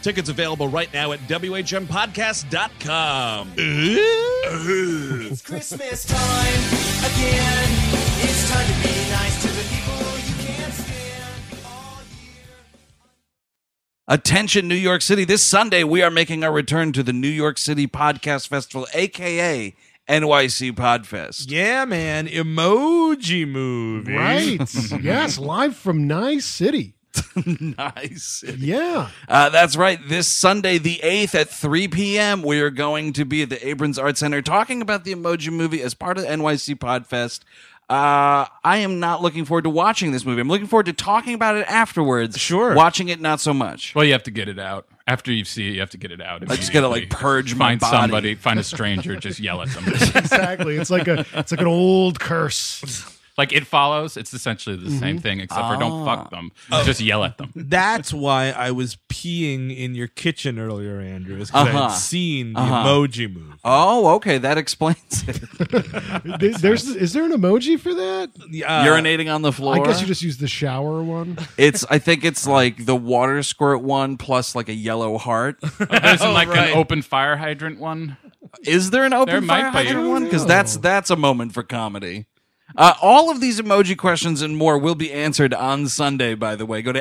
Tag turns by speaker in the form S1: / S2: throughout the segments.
S1: Tickets available right now at WHMPodcast.com.
S2: It's Christmas time again. It's time to be nice to the people you can't stand all year.
S3: Attention, New York City. This Sunday, we are making our return to the New York City Podcast Festival, aka NYC Podfest.
S4: Yeah, man, emoji movie.
S5: Right. yes, live from Nice City.
S3: Nice.
S5: Yeah.
S3: Uh, that's right. This Sunday, the 8th at 3 p.m., we are going to be at the Abrams Art Center talking about the Emoji movie as part of NYC Podfest. Uh, I am not looking forward to watching this movie. I'm looking forward to talking about it afterwards.
S4: Sure.
S3: Watching it, not so much.
S6: Well, you have to get it out after you see it. You have to get it out.
S3: I just gotta, like,
S6: immediately.
S3: purge my
S6: Find
S3: body.
S6: somebody, find a stranger, just yell at them.
S5: exactly. It's like a it's like an old curse.
S6: like it follows. It's essentially the
S3: Mm-hmm.
S6: same thing, except for don't
S3: Ah.
S6: fuck them.
S3: Oh.
S6: Just yell at them.
S4: That's why I was peeing in your kitchen earlier, Andrew, because I had
S3: Uh-huh.
S4: seen the emoji movie.
S3: Oh, okay. That explains it.
S5: There- There's is there an emoji for that?
S4: Yeah,
S3: Urinating on the floor.
S5: I guess you just use the shower one.
S3: It's. I think it's like the water squirt one plus like a yellow heart.
S6: There's like
S4: right.
S6: an open fire hydrant one.
S3: Is there an open
S6: There might
S3: fire
S6: be.
S3: hydrant one? Because that's that's a moment for comedy. Uh, all of these emoji questions and more will be answered on Sunday. By the way, go to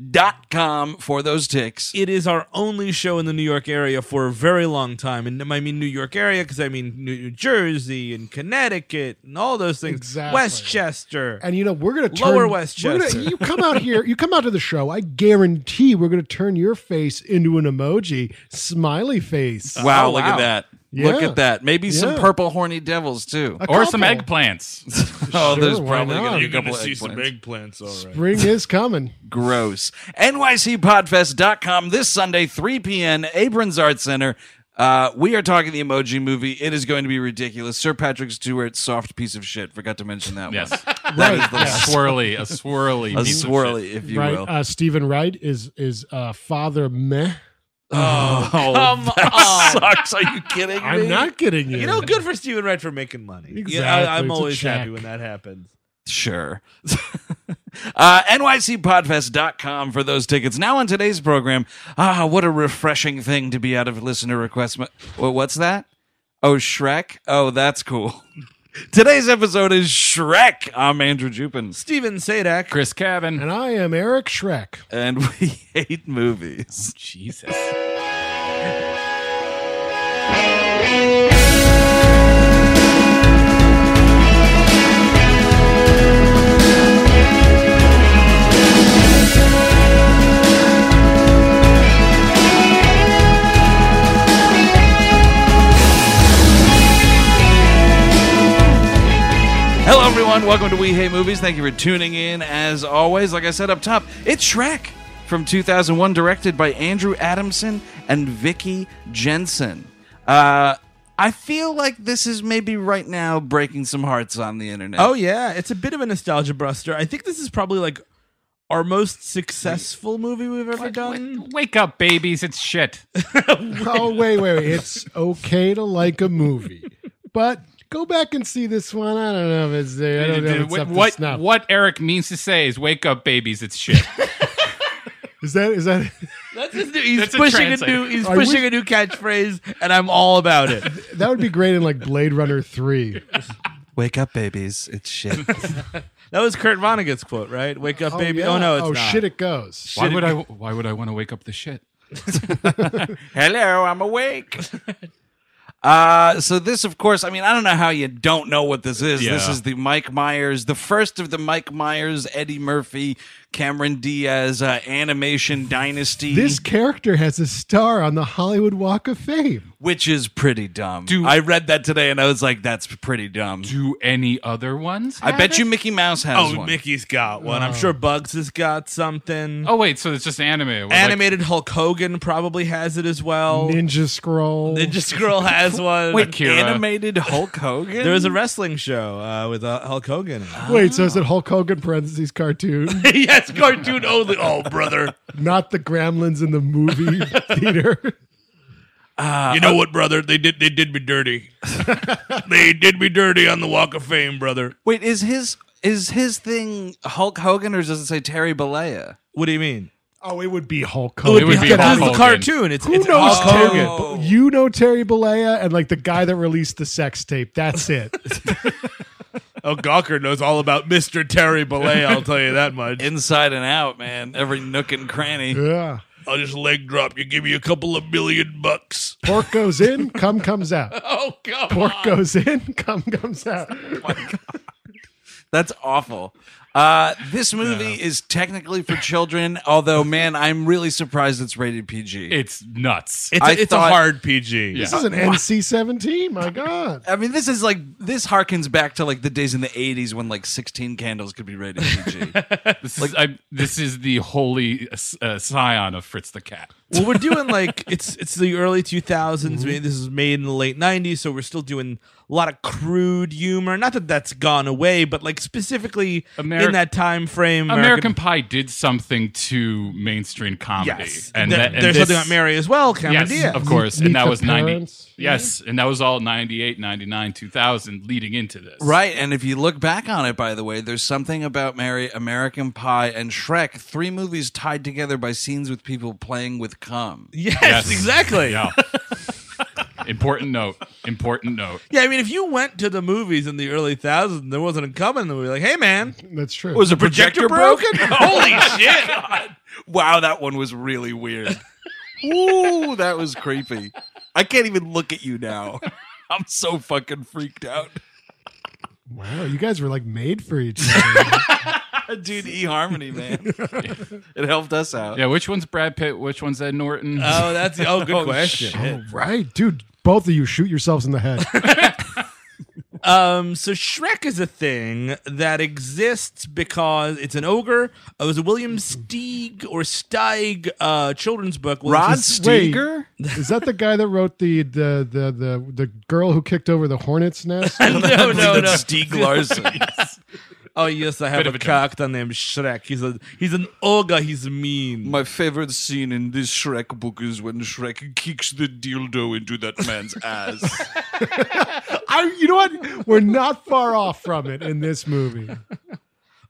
S3: nycpodfest.com for those ticks.
S4: it is our only show in the New York area for a very long time. And I mean New York area because I mean New Jersey and Connecticut and all those things.
S5: Exactly.
S4: Westchester.
S5: And you know we're gonna turn,
S4: Lower
S5: we're
S4: Westchester.
S5: gonna- you come out here, you come out to the show. I guarantee we're gonna turn your face into an emoji smiley face.
S3: Wow,
S4: Oh,
S3: look
S4: wow.
S3: at that. Look
S5: Yeah.
S3: at that. Maybe some
S5: Yeah.
S3: purple horny devils too.
S5: A
S6: Or some
S5: couple.
S6: eggplants.
S3: oh, there's
S5: why
S3: probably
S5: not?
S3: gonna be a
S5: You're
S3: couple eggplants.
S4: eggplants, all right.
S5: Spring is coming.
S3: gross. NYCPodfest.com this Sunday, 3 p.m., Abrams Art Center. Uh, we are talking the emoji movie. It is going to be ridiculous. Sir Patrick Stewart, soft piece of shit. Forgot to mention that
S6: yes,
S3: one.
S6: a
S3: That is the
S6: swirly, a swirly,
S3: a
S6: piece of shit.
S3: swirly, if you
S5: Right.
S3: will.
S5: Uh Stephen Wright is is uh father meh.
S3: oh, that sucks. Are you kidding me?
S5: I'm not kidding you.
S4: You know, good for Steven Wright for making money.
S5: Exactly.
S4: Yeah, I,
S5: It's
S4: I'm
S5: a
S4: always
S5: check.
S4: happy when that happens.
S3: Sure. uh, NYCPodfest.com for those tickets. Now on today's program, ah, what a refreshing thing to be out of listener request. mo- Wha- what's that? Oh, Shrek? Oh, that's cool. today's episode is Shrek. I'm Andrew Jupin,
S4: Steven Sadak.
S6: Chris Cabin.
S5: And I am Eric Shrek.
S3: and we hate movies.
S6: Jesus.
S3: Hello, everyone. Welcome to We Hate Movies. Thank you for tuning in. As always, like I said up top, it's Shrek from 2001, directed by Andrew Adamson and Vicky Jensen. Uh, I feel like this is maybe right now breaking some hearts on the internet.
S4: Oh yeah, it's a bit of a nostalgia buster. I think this is probably like our most successful movie we've ever done.
S6: Wake up, babies! It's shit.
S5: Oh, wait, wait, wait. It's okay to like a movie, but go back and see this one. I don't know if it's there. I don't know if it's up to
S6: what
S5: snuff.
S6: what Eric means to say is "Wake up, babies! It's shit."
S5: Is that? Is that?
S4: That's his new, he's
S6: That's a
S4: pushing a,
S6: translator.
S4: new he's
S5: I
S4: pushing
S5: wish-
S4: a new catchphrase, and I'm all about it.
S5: That would be great in like Blade Runner Three.
S3: Wake up, babies. It's shit.
S4: That was Kurt Vonnegut's quote, right? Wake up, baby.
S5: yeah.
S4: Oh no, it's
S5: oh
S4: not.
S5: shit, it goes.
S6: why would I? Why would I want to wake up the shit?
S3: Hello, I'm awake. Uh, so this, of course, I mean, I don't know how you don't know what this is. This
S6: Yeah.
S3: is the Mike Myers, the first of the Mike Myers, Eddie Murphy, Cameron Diaz uh, animation dynasty,
S5: This character has a star on the Hollywood Walk of Fame.
S3: which is pretty dumb.
S6: Do-
S3: I read that today and I was like, that's pretty dumb.
S6: Do any other ones?
S3: I
S6: have
S3: bet
S6: it?
S3: you Mickey Mouse has
S4: Oh,
S3: one.
S4: Mickey's got one. I'm sure Bugs has got something.
S6: Oh wait, so it's just anime. We're like-
S4: Animated Hulk Hogan probably has it as well.
S5: Ninja Scroll.
S4: Ninja Scroll has one.
S3: Wait,
S6: Akira.
S3: animated Hulk Hogan?
S4: there was a wrestling show uh, with uh, Hulk Hogan. in it.
S5: Wait, so is it Hulk Hogan parentheses cartoon?
S4: yes, cartoon only. Oh, brother.
S5: Not the Gremlins in the movie theater.
S4: you know what, brother? They did. They did me dirty. they did me dirty on the Walk of Fame, brother.
S3: Wait, is his is his thing Hulk Hogan or does it say Terry Bollea?
S4: What do you mean?
S5: Oh, it would be Hulk
S6: It would be
S4: This
S5: Get out of here.
S6: Hulk
S4: is a
S6: Hogan.
S4: cartoon. It's,
S5: Who
S4: it's
S5: knows
S4: Hulk
S5: Terry?
S4: Hogan.
S3: Hogan.
S5: You know Terry Bollea and like the guy that released the sex tape. That's it.
S4: Oh, Gawker knows all about Mr. Terry Belay. I'll tell you that much.
S3: Inside and out, man. Every nook and cranny.
S5: yeah.
S4: I'll just leg drop you. Give me a couple of million bucks.
S5: Pork goes in, cum comes out.
S6: Oh god.
S5: Pork goes in, cum comes out.
S3: That's awful. Uh, this movie is technically for children, although, man, I'm really surprised it's rated PG.
S6: It's nuts.
S4: It's,
S3: I
S4: a it's
S3: thought-
S4: a hard PG.
S6: Yeah.
S5: This is an NC seventeen. My God.
S3: I mean, this is like this harkens back to like the days in the '80s when like 16 candles could be rated PG.
S6: This is I, this is the holy uh, scion of Fritz the Cat.
S4: Well, we're doing like it's it's the early 2000s. Maybe This is made in the late 90s, so we're still doing a lot of crude humor. Not that that's gone away, but like specifically
S6: Ameri-
S4: in that time frame,
S6: American, Pie did something to mainstream comedy,
S4: Yes,
S6: and,
S4: There-
S6: that, and
S4: there's
S6: this,
S4: something about Mary as well. Cameron
S6: Yes,
S4: Diaz.
S6: of course,
S5: Meet
S6: and that
S5: the
S6: was ninety.
S5: parents.
S6: Yes, and that was all 98, 99, 2000 leading into this.
S3: right. And if you look back on it, by the way, there's something about Mary, American Pie, and Shrek, three movies tied together by scenes with people playing with cum.
S4: Yes,
S6: Yes.
S4: exactly. Yeah.
S6: Yeah. important note. Important note.
S4: I mean, if you went to the movies in the early thousands, and there wasn't a coming. Then we were like, "Hey, man,
S5: That's true.
S3: a projector, Oh
S4: Holy shit!
S3: Wow, that one was really weird. Ooh, that was creepy. I can't even look at you now. I'm so fucking freaked out.
S5: wow, you guys were like made for each other.
S3: Uh, Dude, eHarmony, man. It helped us out.
S6: Yeah, which one's Brad Pitt? Which one's Ed Norton?
S4: Oh, that's oh, good question.
S5: oh, right, dude. Both of you shoot yourselves in the head.
S4: Um, so Shrek is a thing that exists because it's an ogre. It was a William Steig or Steig uh, children's book. William
S3: Rod
S4: Steig-
S5: Wait.
S3: Steger?
S5: Is that the guy that wrote the the the the, the girl who kicked over the hornet's nest?
S4: no, no, no.
S3: That's Stieg Larson.
S4: Oh yes, I have
S6: Bit
S4: a,
S6: of a
S4: character named Shrek. He's a he's an ogre. He's mean.
S3: My favorite scene in this Shrek book is when Shrek kicks the dildo into that man's ass.
S5: I, you know what? We're not far off from it in this movie.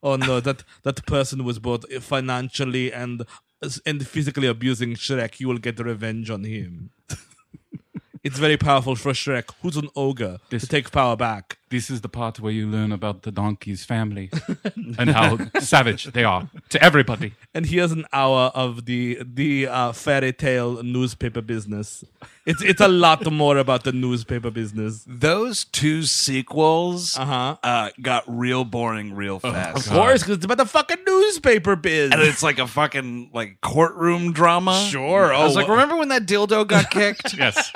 S4: Oh no, that that person was both financially and and physically abusing Shrek. You will get revenge on him. it's very powerful for Shrek, who's an ogre, to take power back.
S6: This is the part where you learn about the donkey's family and how savage they are to everybody.
S4: And here's an hour of the the uh, fairy tale newspaper business. It's it's a lot more about the newspaper business.
S3: Those two sequels
S4: Uh-huh.
S3: uh, got real boring real
S4: Oh,
S3: fast.
S4: Of course, because it's about the fucking newspaper biz.
S3: and it's like a fucking like courtroom drama.
S4: Sure.
S3: I was
S4: Oh,
S3: like,
S4: well-
S3: remember when that dildo got kicked?
S6: Yes.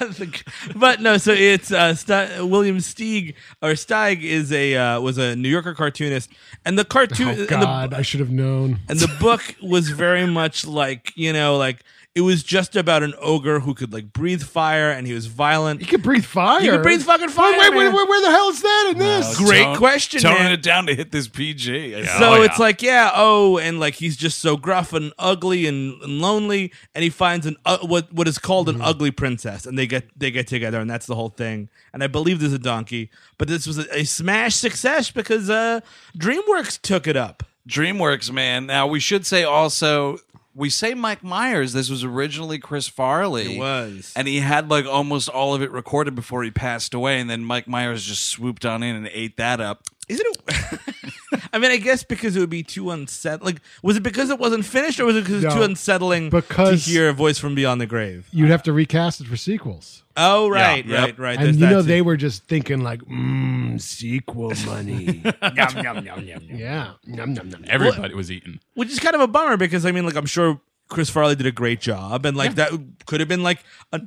S4: I think- but no, so it's uh, Sti- William Stieg or Steig is a uh, was a New Yorker cartoonist, and the cartoon
S5: Oh
S4: and the,
S5: God, I should have known.
S4: and the book was very much like you know like it was just about an ogre who could like breathe fire and he was violent.
S5: He could breathe fire.
S4: He could breathe fucking fire,
S5: Wait, wait, wait,
S4: man.
S5: wait, where the hell is that in this?
S4: Great question,
S3: Toning
S4: man.
S3: it down to hit this PG. I see.
S4: So
S6: Oh,
S4: it's
S6: yeah.
S4: like, yeah, oh, and like he's just so gruff and ugly and, and lonely, and he finds an uh, what what is called
S5: Mm-hmm.
S4: an ugly princess, and they get they get together, and that's the whole thing. And I believe there's a donkey, but this was a, a smash success because uh, DreamWorks took it up.
S3: DreamWorks, man. Now we should say also we say Mike Myers. This was originally Chris Farley.
S4: It was.
S3: and he had like almost all of it recorded before he passed away, and then Mike Myers just swooped on in and ate that up.
S4: Isn't it? I mean, I guess because it would be too unsettling. Like, was it because it wasn't finished, or was it because it's
S5: No,
S4: too unsettling
S5: because-
S4: to hear a voice from beyond the grave?
S5: You'd have to recast it for sequels.
S4: Oh, right,
S3: yep.
S4: right, right.
S5: and
S4: There's
S5: you
S4: that
S5: know
S4: too.
S5: they were just thinking like, mmm, sequel money.
S6: Yum, yum, yum, yum, yum.
S5: yeah. Nom, nom, nom.
S6: Everybody was eaten.
S4: which is kind of a bummer because I mean, like, I'm sure Chris Farley did a great job, and like that could have been like a,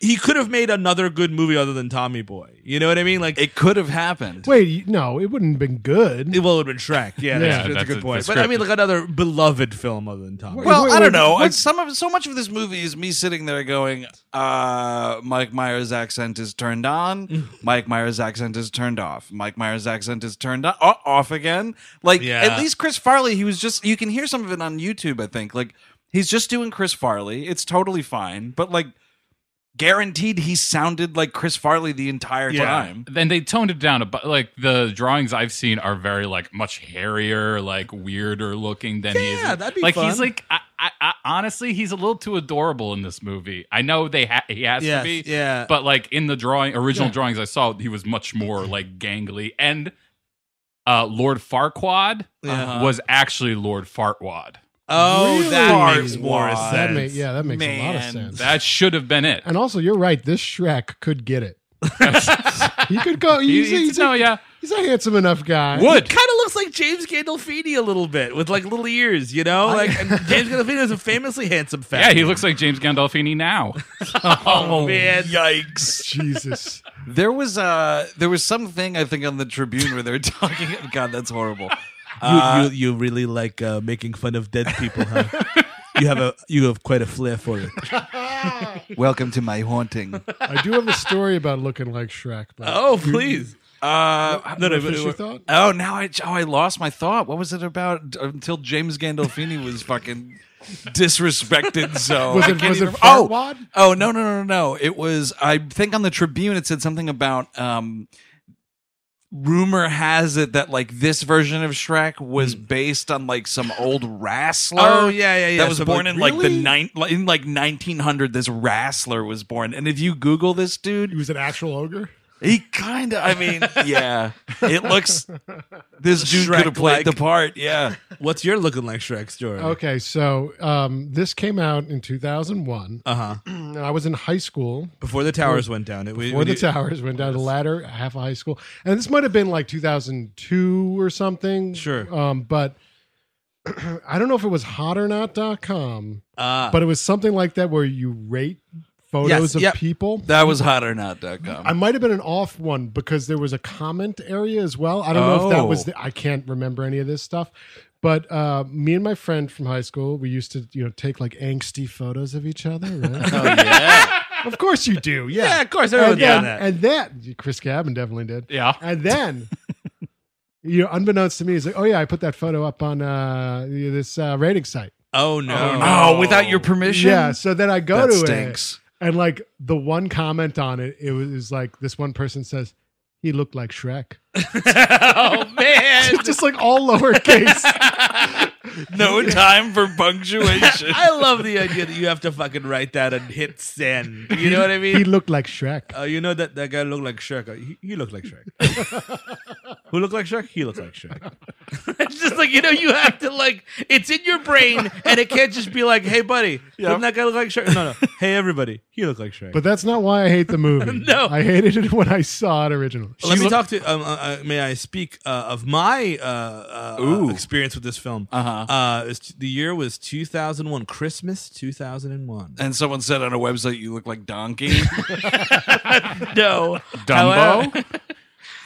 S4: he could have made another good movie other than Tommy Boy. You know what I mean? Like,
S3: It could have happened.
S5: Wait, you- no, it wouldn't have been good.
S4: it, well, it would have been Shrek. Yeah, that's,
S5: Yeah,
S4: that's
S6: that's
S4: a good
S6: a-
S4: point.
S6: that's
S4: But I mean,
S6: scripted.
S4: like another beloved film other than Tommy.
S3: well,
S5: Wait,
S3: I
S5: wait,
S3: don't know.
S5: what-
S3: Some of so much of this movie is me sitting there going, uh, Mike Myers' accent is turned on, Mike Myers' accent is turned off, Mike Myers' accent is turned on, oh, off again. Like
S4: Yeah.
S3: at least Chris Farley, he was just you can hear some of it on YouTube, I think. Like he's just doing Chris Farley. It's totally fine, but like guaranteed he sounded like Chris Farley the entire time.
S6: Then they toned it down, but like the drawings I've seen are very like much hairier, like weirder looking than he is.
S4: Yeah, that'd be
S6: like
S4: fun.
S6: he's like I, I, I, honestly, he's a little too adorable in this movie. I know they ha- he has
S4: Yes,
S6: to be,
S4: yeah.
S6: But like in the drawing, original drawings I saw, he was much more like gangly and. Uh, Lord Farquaad
S4: Yeah.
S6: was actually Lord Fartwad.
S4: oh, that
S3: Really?
S4: makes more
S3: Wow.
S4: sense.
S5: That ma- yeah, that makes a lot of
S3: Man,
S5: sense.
S6: That should have been it.
S5: and also, you're right. This Shrek could get it. he could go. He's,
S6: He- he-
S5: he's a-
S6: no, yeah,
S5: he's a handsome enough guy.
S4: Wood kind of looks like James Gandolfini a little bit with like little ears, you know. Like and James Gandolfini is a famously handsome fat.
S6: yeah. He looks like James Gandolfini now.
S4: oh man.
S3: Yikes.
S5: Jesus.
S3: There was uh there was something I think on the Tribune where they were talking God, that's horrible.
S4: You, you, you really like uh, making fun of dead people, huh? you have a you have quite a flair for it.
S3: Welcome to my haunting.
S5: I do have a story about looking like Shrek. But
S4: Oh please!
S3: Uh,
S4: No, no,
S5: Finish your
S4: but,
S5: thought?
S3: oh, now I oh I lost my thought. What was it about until James Gandolfini was fucking disrespected? So
S5: Was
S3: I
S5: it-
S3: can't
S5: was it
S3: even- oh
S5: Fartwad?
S3: oh no no no no it was I think on the Tribune it said something about um. Rumor has it that like this version of Shrek was based on like some old wrestler.
S4: Hmm. Oh, yeah, yeah, yeah.
S3: That was
S4: So,
S3: born
S4: like,
S3: in like the
S4: really?
S3: nine in like 1900. This wrestler was born, and if you Google this dude,
S5: He was an actual ogre.
S3: He kind of, I mean, yeah. It looks, this dude could have played the part. Yeah.
S4: what's your looking like Shrek story?
S5: Okay, so um, this came out in 2001.
S4: Uh
S3: Uh-huh.
S4: huh.
S5: and I was in high school
S4: Before the towers went down, it
S5: before the towers went down the ladder half of high school and this might have been like 2002 or something
S4: Sure.
S5: um but i don't know if it was hot or not.com
S4: Ah.
S5: but it was something like that where you rate photos
S4: Yes,
S5: of
S4: yep.
S5: people
S3: That was hot or not.com.
S5: I might have been an off one because there was a comment area as well. I don't know if that
S3: Oh.
S5: was. The, I can't remember any of this stuff. But uh, me and my friend from high school, we used to you know take like angsty photos of each other. Right? of course you do. Yeah,
S4: Oh, Yeah, of course, everyone
S5: And
S4: did
S5: then,
S4: that.
S5: and then Chris Cabin definitely did.
S6: Yeah.
S5: And then, you know, unbeknownst to me, he's like, "Oh yeah, I put that photo up on uh, this uh, rating site."
S4: oh no!
S3: Oh, without your permission?
S5: Yeah. So then I go
S3: That
S5: to
S3: stinks.
S5: it, and like the one comment on it, it was, is like this one person says, "He looked like Shrek."
S4: oh man!
S5: It's just like all lowercase.
S3: No time for punctuation.
S4: I love the idea that you have to fucking write that and hit send. You know what I
S5: he
S4: mean?
S5: looked like Shrek.
S4: Uh, you know that that guy looked like Shrek. Uh, He, he looked like Shrek. Who looked like Shrek? He looked like Shrek. it's just like you know, you have to like it's in your brain, and it can't just be like, "Hey, buddy, doesn't that guy look like Shrek?" No, no. Hey, everybody, he looked like Shrek.
S5: But that's not why I hate the movie.
S4: No.
S5: I hated it when I saw it originally.
S4: Let me talk to. Um, uh, uh, may I speak uh, of my uh, uh, uh, experience with this film? Uh-huh. Uh, it's- the year was 2001, Christmas 2001.
S3: And someone said on a website, "You look like donkey."
S4: no,
S6: Dumbo?
S4: However,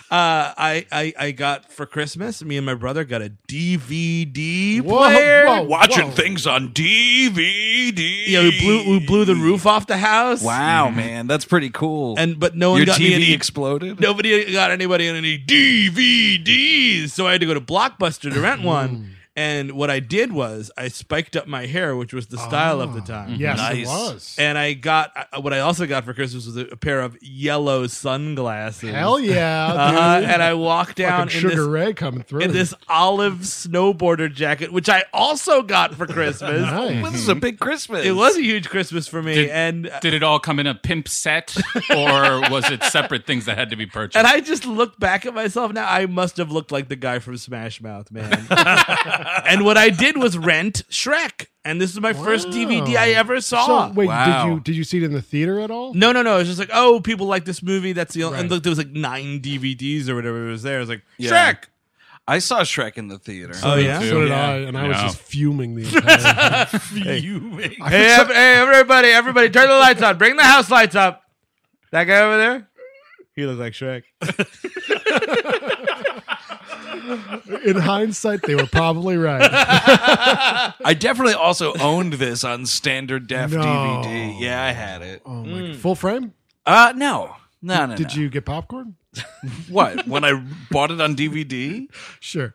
S4: Uh, I, I I got for Christmas. Me and my brother got a DVD
S5: Whoa,
S4: player.
S5: whoa,
S3: Watching
S5: whoa.
S3: things on DVD.
S4: Yeah, we blew we blew the roof off the house.
S3: Wow, man, that's pretty cool.
S4: And but no one
S3: your
S4: got me e- any.
S3: TV exploded.
S4: nobody got anybody any DVDs, so I had to go to Blockbuster to rent one.
S5: Oh.
S4: And what I did was I spiked up my hair, which was the style of the time.
S5: Ah. Yes,
S3: Nice.
S5: it was.
S4: And I got I- what I also got for Christmas was a, a pair of yellow sunglasses.
S5: Hell yeah.
S4: Uh-huh,
S5: dude.
S4: and I walked down
S5: Fucking
S4: in
S5: Sugar
S4: this,
S5: Ray coming through.
S4: in this olive snowboarder jacket, which I also got for Christmas.
S5: Nice.
S3: Well, this is a big Christmas.
S4: It was a huge Christmas for me,
S6: Did-
S4: and
S6: Did it all come in a pimp set, or was it separate things that had to be purchased?
S4: and I just look back at myself now. I must have looked like the guy from Smash Mouth, man. and what I did was rent Shrek, and this is my first DVD I ever saw.
S5: So, wait,
S3: Wow.
S5: did you did you see it in the theater at all?
S4: no, no, no. It's just like, oh, people like this movie. That's the only. And
S5: Right.
S4: look, there was like nine DVDs or whatever it was there. It was like
S3: Yeah.
S4: Shrek.
S3: I saw Shrek in the theater.
S4: Oh yeah.
S5: So did
S4: Yeah.
S5: I, and I was
S6: No.
S5: just fuming the entire time.
S4: Hey, ev- hey, everybody, everybody, turn the lights on. Bring the house lights up. That guy over there. He looks like Shrek.
S5: In hindsight, they were probably right.
S3: I definitely also owned this on standard def
S5: No.
S3: DVD. Yeah, I had it.
S5: Oh my God. Full frame?
S3: Uh no. No, no.
S5: Did
S3: no.
S5: you get popcorn?
S3: what? When I bought it on DVD?
S5: Sure.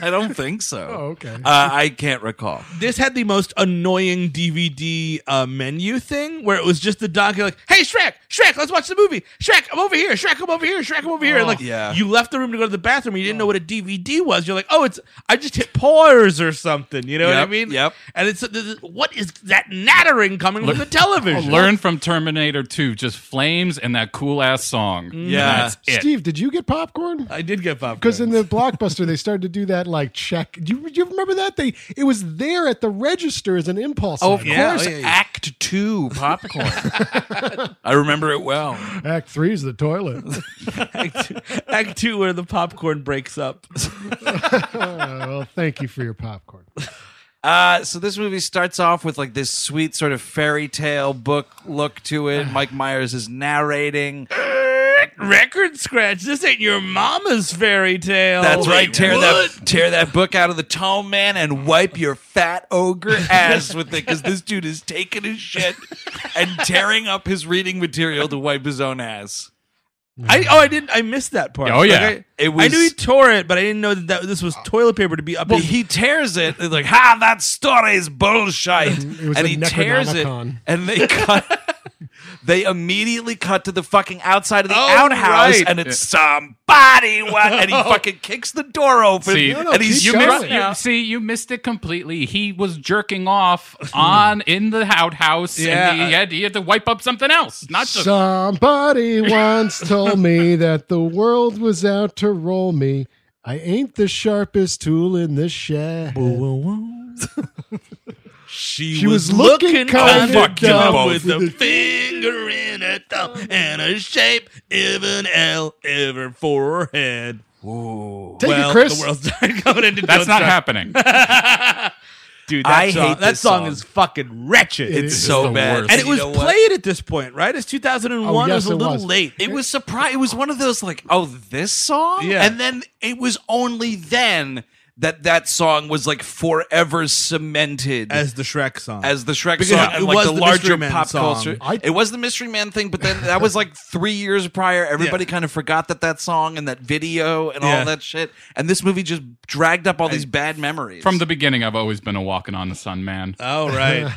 S3: I don't think so.
S5: Oh, okay.
S3: Uh, I can't recall.
S4: This had the most annoying DVD uh, menu thing where it was just the donkey like, "Hey Shrek, Shrek, let's watch the movie. Shrek, I'm over here. Shrek, I'm over here. Shrek, I'm over here." and like,
S3: Oh, yeah.
S4: you left the room to go to the bathroom. You didn't know what a DVD was. You're like, "Oh, it's I just hit pause or something." You know what I
S3: Yep,
S4: mean?
S3: yep.
S4: And it's this is- what is that nattering coming from the television?
S6: Learn from Terminator 2, just flames and that cool ass song.
S3: Yeah.
S6: That's it.
S5: Steve, did you get popcorn?
S4: I did get popcorn.
S5: Because in the blockbuster, they started to do that like check. Do you, do you remember that? They it was there at the register as an impulse.
S3: Oh, of
S5: item.
S4: Yeah,
S3: course.
S4: oh, yeah, yeah.
S3: Act two popcorn. I remember it well.
S5: Act three is the toilet.
S4: act, two, act two where the popcorn breaks up.
S5: Uh, well, thank you for your popcorn.
S3: Uh, so this movie starts off with like this sweet sort of fairy tale book look to it. Mike Myers is narrating.
S4: Oh, record scratch. This ain't your mama's fairy tale.
S3: That's right. Tear that tear that book out of the tome, man, and wipe your fat ogre ass with it because this dude is taking his shit and tearing up his reading material to wipe his own ass.
S4: I oh I didn't I missed that part.
S6: Oh, yeah.
S4: Like, I,
S3: It
S4: I
S3: was-
S4: knew he tore it, but I didn't know that, that this was toilet paper to be up.
S3: Well,
S4: in-
S3: he tears it. It's like, ha, that story is bullshit.
S5: was
S3: and
S5: a
S3: he tears it,
S5: Necronomicon.
S3: and they cut. they immediately cut to the fucking outside of the
S6: Oh,
S3: outhouse,
S6: right.
S3: and it's somebody. What? And he fucking kicks the door open,
S6: See, No,
S5: no,
S3: and he's
S5: keep
S6: You
S5: Shut
S6: missed,
S5: up.
S6: you, see, you missed it completely. He was jerking off on in the outhouse,
S4: Yeah.
S6: and he had, he had to wipe up something else, not just
S5: Somebody once told me that the world was out to roll me. I ain't the sharpest tool in the shed.
S4: she,
S5: she was looking kinda dumb
S4: with
S5: with
S4: a
S5: a-
S4: finger in her thumb and a shape of an L ever for her head.
S5: Take
S4: well,
S5: it, Chris.
S4: the world's going into
S6: That's
S4: Don't
S6: not
S4: Starve.
S6: happening.
S4: Dude, that
S3: I
S4: song,
S3: hate
S4: that
S3: this
S4: song,
S3: song.
S4: is fucking wretched.
S5: It
S3: It's
S5: is
S3: so
S5: the
S3: bad.
S6: worst.
S4: and it
S3: you
S4: was
S3: know what?
S4: played at this point, right? It's 2001.
S5: Oh,
S4: it was
S5: yes,
S4: a
S5: it
S4: little
S5: was.
S4: late.
S3: It was surprise. It was one of those like, oh, this song,
S4: Yeah.
S3: and then it was only then that that song was like forever cemented
S4: as the Shrek song.
S3: as the Shrek
S4: Because
S3: song
S4: it
S3: and like
S4: was
S3: the,
S4: the
S3: larger
S4: Mystery Man
S3: pop
S4: song.
S3: culture.
S5: I-
S3: it was the Mystery Man thing, but then that was like three years prior. Everybody kind of forgot that that song and that video and
S4: Yeah.
S3: all that shit. And this movie just dragged up all these bad memories
S6: From the beginning, I've always been a walking on the sun man.
S4: oh right.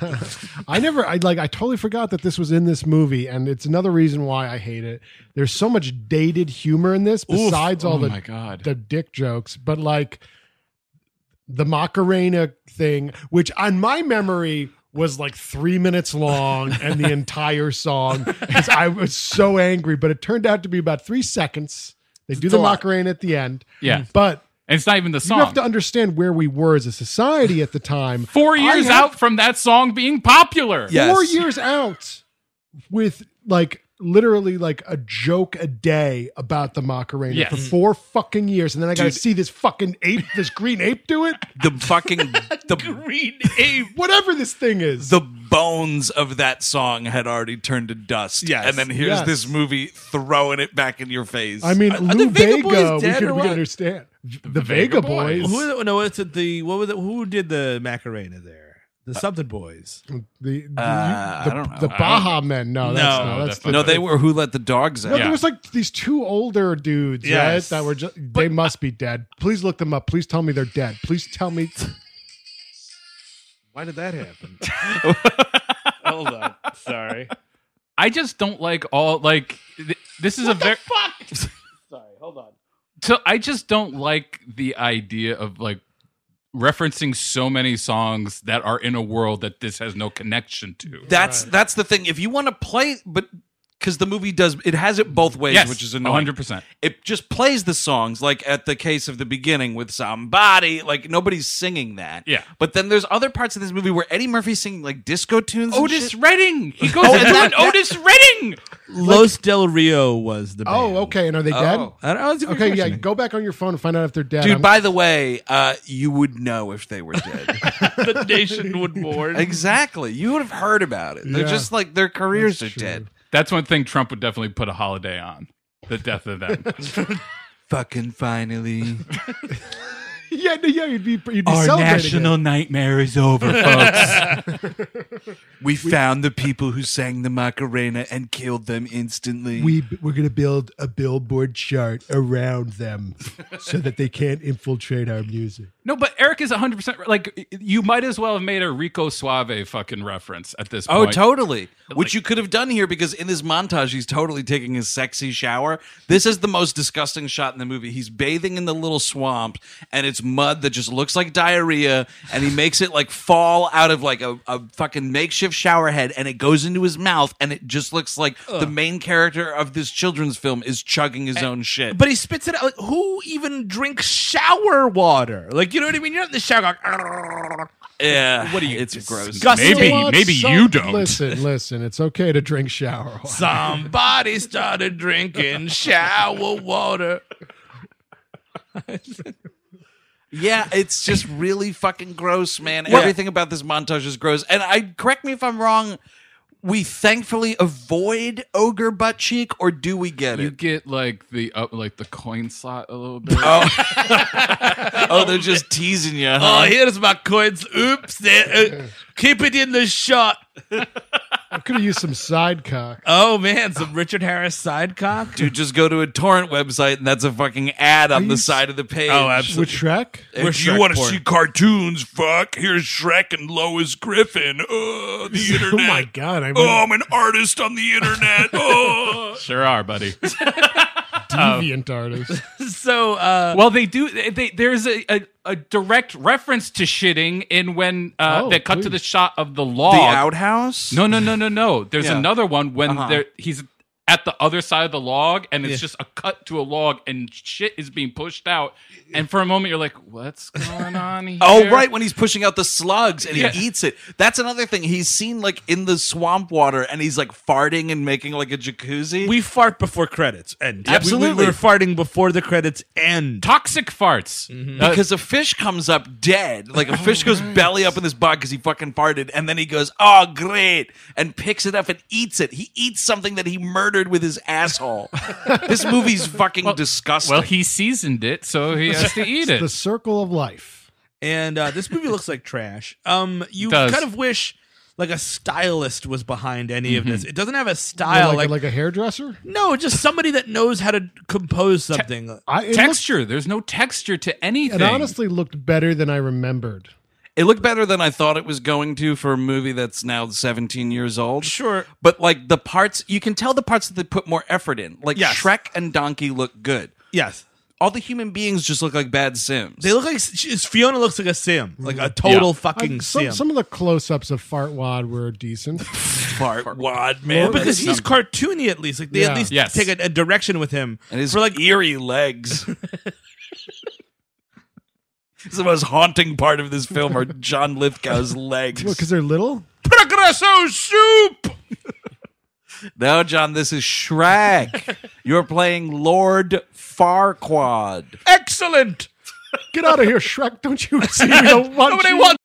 S5: I never, I like, I totally forgot that this was in this movie, and it's another reason why I hate it. There's so much dated humor in this, besides all the
S6: Oh my God.
S5: the dick jokes, but like the Macarena thing, which on my memory was like three minutes long, and the entire song. is- I was so angry, but it turned out to be about three seconds. They do the Macarena at the end,
S6: Yeah.
S5: but
S6: And it's not even the
S5: mm. You
S6: song.
S5: have to understand where we were as a society at the time.
S6: Four
S5: I
S6: years
S5: have
S6: out from that song being popular.
S3: Yes.
S5: four years out with like literally like a joke a day about the Macarena
S6: Yes.
S5: for four fucking years, and then I got to
S3: Dude.
S5: see this fucking ape, this green ape, do it.
S3: The fucking the
S6: Green
S5: Whatever this thing is,
S3: the bones of that song had already turned to dust.
S4: Yes.
S3: And then here's
S5: Yes.
S3: this movie throwing it back in your face.
S5: I mean,
S3: Are uh, the
S5: Lou
S3: Vega
S5: Vega.
S3: Boys
S5: we
S3: dead
S5: could
S3: or
S5: we
S3: what?
S5: could understand the,
S6: Vega
S5: Vega,
S6: Boys.
S5: Boys.
S4: Who, no, it's at the what was it? Who did the Macarena there? The something boys.
S5: The the,
S3: Uh,
S5: the,
S3: I don't know.
S5: the Baja Men. No, that's
S4: No,
S5: no, that's the,
S3: no, they were who let the dogs out.
S5: No,
S6: Oh, Yeah.
S5: there was like these two older dudes,
S4: Yes.
S5: right? That were just they must be dead. Please look them up. Please tell me they're dead. Please tell me.
S4: Why did that happen? Hold on. Sorry.
S6: I just don't like all like th- this is a very
S4: Sorry. Hold on.
S6: so I just don't like the idea of like referencing so many songs that are in a world that this has no connection to.
S3: That's that's the thing. If you want to play, but because the movie does, it has it both ways,
S6: yes,
S3: which is
S6: one
S3: annoying.
S6: hundred percent.
S3: It just plays the songs, like at the case of the beginning with somebody, like nobody's singing that.
S6: Yeah.
S3: But then there's other parts of this movie where Eddie Murphy's singing like disco tunes.
S4: Oh,
S3: and
S6: Otis
S3: Oh, shit.
S6: Redding. He goes
S3: Oh,
S6: and
S3: and that-
S6: doing Otis Redding.
S4: Los Del Rio was the. Band.
S5: Oh, okay. And are they dead?
S3: Oh.
S4: I don't know, it's a good
S5: Okay, yeah.
S4: question.
S5: Go back on your phone and find out if they're dead.
S3: Dude,
S5: I'm-
S3: by the way, uh, you would know if they were dead.
S4: the nation would mourn.
S3: exactly. You would have heard about it. They're
S5: Yeah.
S3: just like their careers
S5: That's
S3: are
S5: true.
S3: dead.
S6: That's one thing Trump would definitely put a holiday on. The death of them.
S3: Fucking finally.
S5: yeah, no, yeah, you'd be you'd be celebrating. it.
S3: nightmare is over, folks. we found the people who sang the Macarena and killed them instantly.
S5: We we're gonna build a billboard chart around them so that they can't infiltrate our music.
S6: No, but Eric is 100% right. like you might as well have made a Rico Suave fucking reference at this
S3: Oh,
S6: point.
S3: totally. Which you could have done here because in this montage, he's totally taking his sexy shower. This is the most disgusting shot in the movie. He's bathing in the little swamp, and it's mud that just looks like diarrhea, and he makes it like fall out of like a, a fucking makeshift shower head, and it goes into his mouth, and it just looks like the main character of this children's film is chugging his own shit.
S4: But he spits it out. Like, who even drinks shower water? Like, you know what I mean? You're not in the shower. Like, "Arrgh."
S3: yeah, what are you? It's gross.
S4: Disgusting.
S6: Maybe-
S5: Watch
S6: maybe
S5: some-
S6: you don't.
S5: Listen, listen. It's okay to drink shower. water.
S4: Somebody started drinking shower water.
S3: Yeah, it's just really fucking gross, man. Everything about this montage is gross. And I correct me if I'm wrong. We thankfully avoid ogre butt cheek, or do we get
S6: You
S3: it?
S6: get like the up like the coin slot a little bit.
S3: Oh, they're just teasing you.
S4: Oh,
S3: Huh?
S4: here's my coins. Oops. There, uh, keep it in the shot.
S5: I could have used some side cock.
S4: Oh, man. Some Richard Harris side cock.
S3: Dude, just go to a torrent website, and that's a fucking ad on
S5: Are
S3: the
S5: you
S3: side of the page.
S4: Oh,
S5: With
S4: absolutely.
S5: Shrek?
S4: we're
S3: If you
S4: Shrek
S3: want to
S4: porn.
S3: see cartoons, fuck. Here's Shrek and Lois Griffin. Oh, the internet.
S5: Oh my god! I'm
S3: Oh, I'm an artist on the internet. Oh.
S6: sure are, buddy.
S5: a deviant artist.
S4: So, uh,
S6: Well, they do. They, they- there's a, a, a direct reference to shitting in when uh,
S5: Oh,
S6: they cut to
S5: please.
S6: the shot of the log.
S3: the outhouse?
S6: No, no, no, no, no. There's
S3: Yeah.
S6: another one when
S3: Uh-huh.
S6: there, he's at the other side of the log, and it's
S4: Yeah.
S6: just a cut to a log, and shit is being pushed out. And for a moment, you're like, "What's going on here?"
S3: Oh, right, when he's pushing out the slugs and
S6: Yeah.
S3: he eats it. That's another thing. He's seen like in the swamp water and he's like farting and making like a jacuzzi.
S4: we fart before credits end. We- We,
S3: Absolutely.
S4: were farting before the credits end.
S6: Toxic farts. Uh,
S3: because a fish comes up dead. Like a
S6: Oh,
S3: fish goes belly up in this bog because he fucking farted. And then he goes, oh, great. And picks it up and eats it. He eats something that he murdered with his asshole. this movie's fucking disgusting.
S6: well, he seasoned it, so he has to eat
S5: the
S6: it.
S5: circle of life.
S4: and uh, this movie looks like trash. Um, you
S6: Does.
S4: kind of wish like a stylist was behind any
S3: Mm-hmm.
S4: of this. It doesn't have a
S5: Like,
S4: style,
S5: like,
S4: like,
S5: a hairdresser.
S4: no, just somebody that knows how to compose something.
S5: I, it looked,
S6: Texture. There's no texture to anything.
S5: it honestly looked better than I remembered.
S3: It looked better than I thought it was going to for a movie that's now 17 years old.
S4: Sure.
S3: But like the parts, you can tell the parts that they put more effort in. Like
S4: Yes.
S3: Shrek and Donkey look good.
S4: yes,
S3: All the human beings just look like bad Sims.
S4: they look like she's, Fiona looks like a sim, like a total
S6: Yeah.
S4: fucking
S5: I- some,
S4: sim.
S5: some of the close-ups of Fart Wad were decent.
S3: fart. Wad
S4: well,
S3: man.
S4: because he's cartoony, at least like they
S5: Yeah.
S4: at least
S6: Yes.
S4: take a, a direction with him.
S3: and his
S4: for like
S3: eerie legs. It's the most haunting part of this film are John Lithgow's legs.
S5: because they're little.
S3: Progresso soup. no, John, this is Shrek. You're playing Lord Farquaad.
S6: Excellent.
S5: Get out of here, Shrek! Don't you see we don't want
S6: Nobody
S5: you?
S6: wants.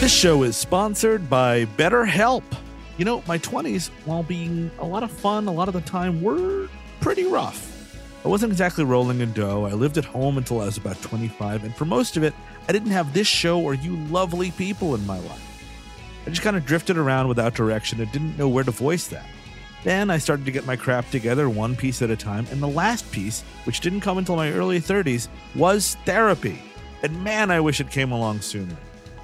S4: This show is sponsored by BetterHelp. You know, my 20s, while being a lot of fun, a lot of the time, were pretty rough. I wasn't exactly rolling in dough. I lived at home until I was about 25, and for most of it, I didn't have this show or you lovely people in my life. I just kind of drifted around without direction and didn't know where to voice that. Then I started to get my crap together one piece at a time, and the last piece, which didn't come until my early 30s, was therapy. And man, I wish it came along sooner.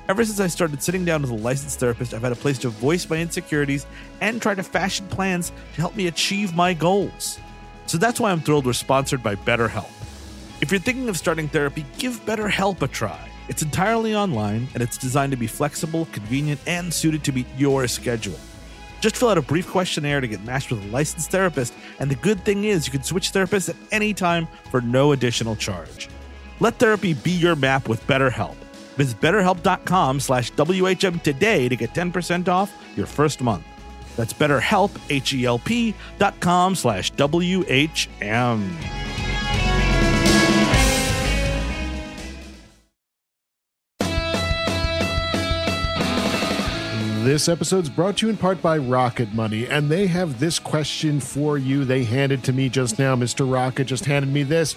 S4: Ever since I started sitting down with a licensed therapist, I've had a place to voice my insecurities and try to fashion plans to help me achieve my goals. So that's why I'm thrilled we're sponsored by BetterHelp. If you're thinking of starting therapy, give BetterHelp a try. It's entirely online and it's designed to be flexible, convenient, and suited to meet your schedule. Just fill out a brief questionnaire to get matched with a licensed therapist, and the good thing is you can switch therapists at any time for no additional charge. Let therapy be your map with BetterHelp. Visit betterhelp.com slash WHM today to get 10% off your first month. That's betterhelp, H-E-L-P dot com slash W-H-M.
S5: This episode's brought to you in part by Rocket Money, and they have this question for you. They handed to me just now. Mr. Rocket just handed me this.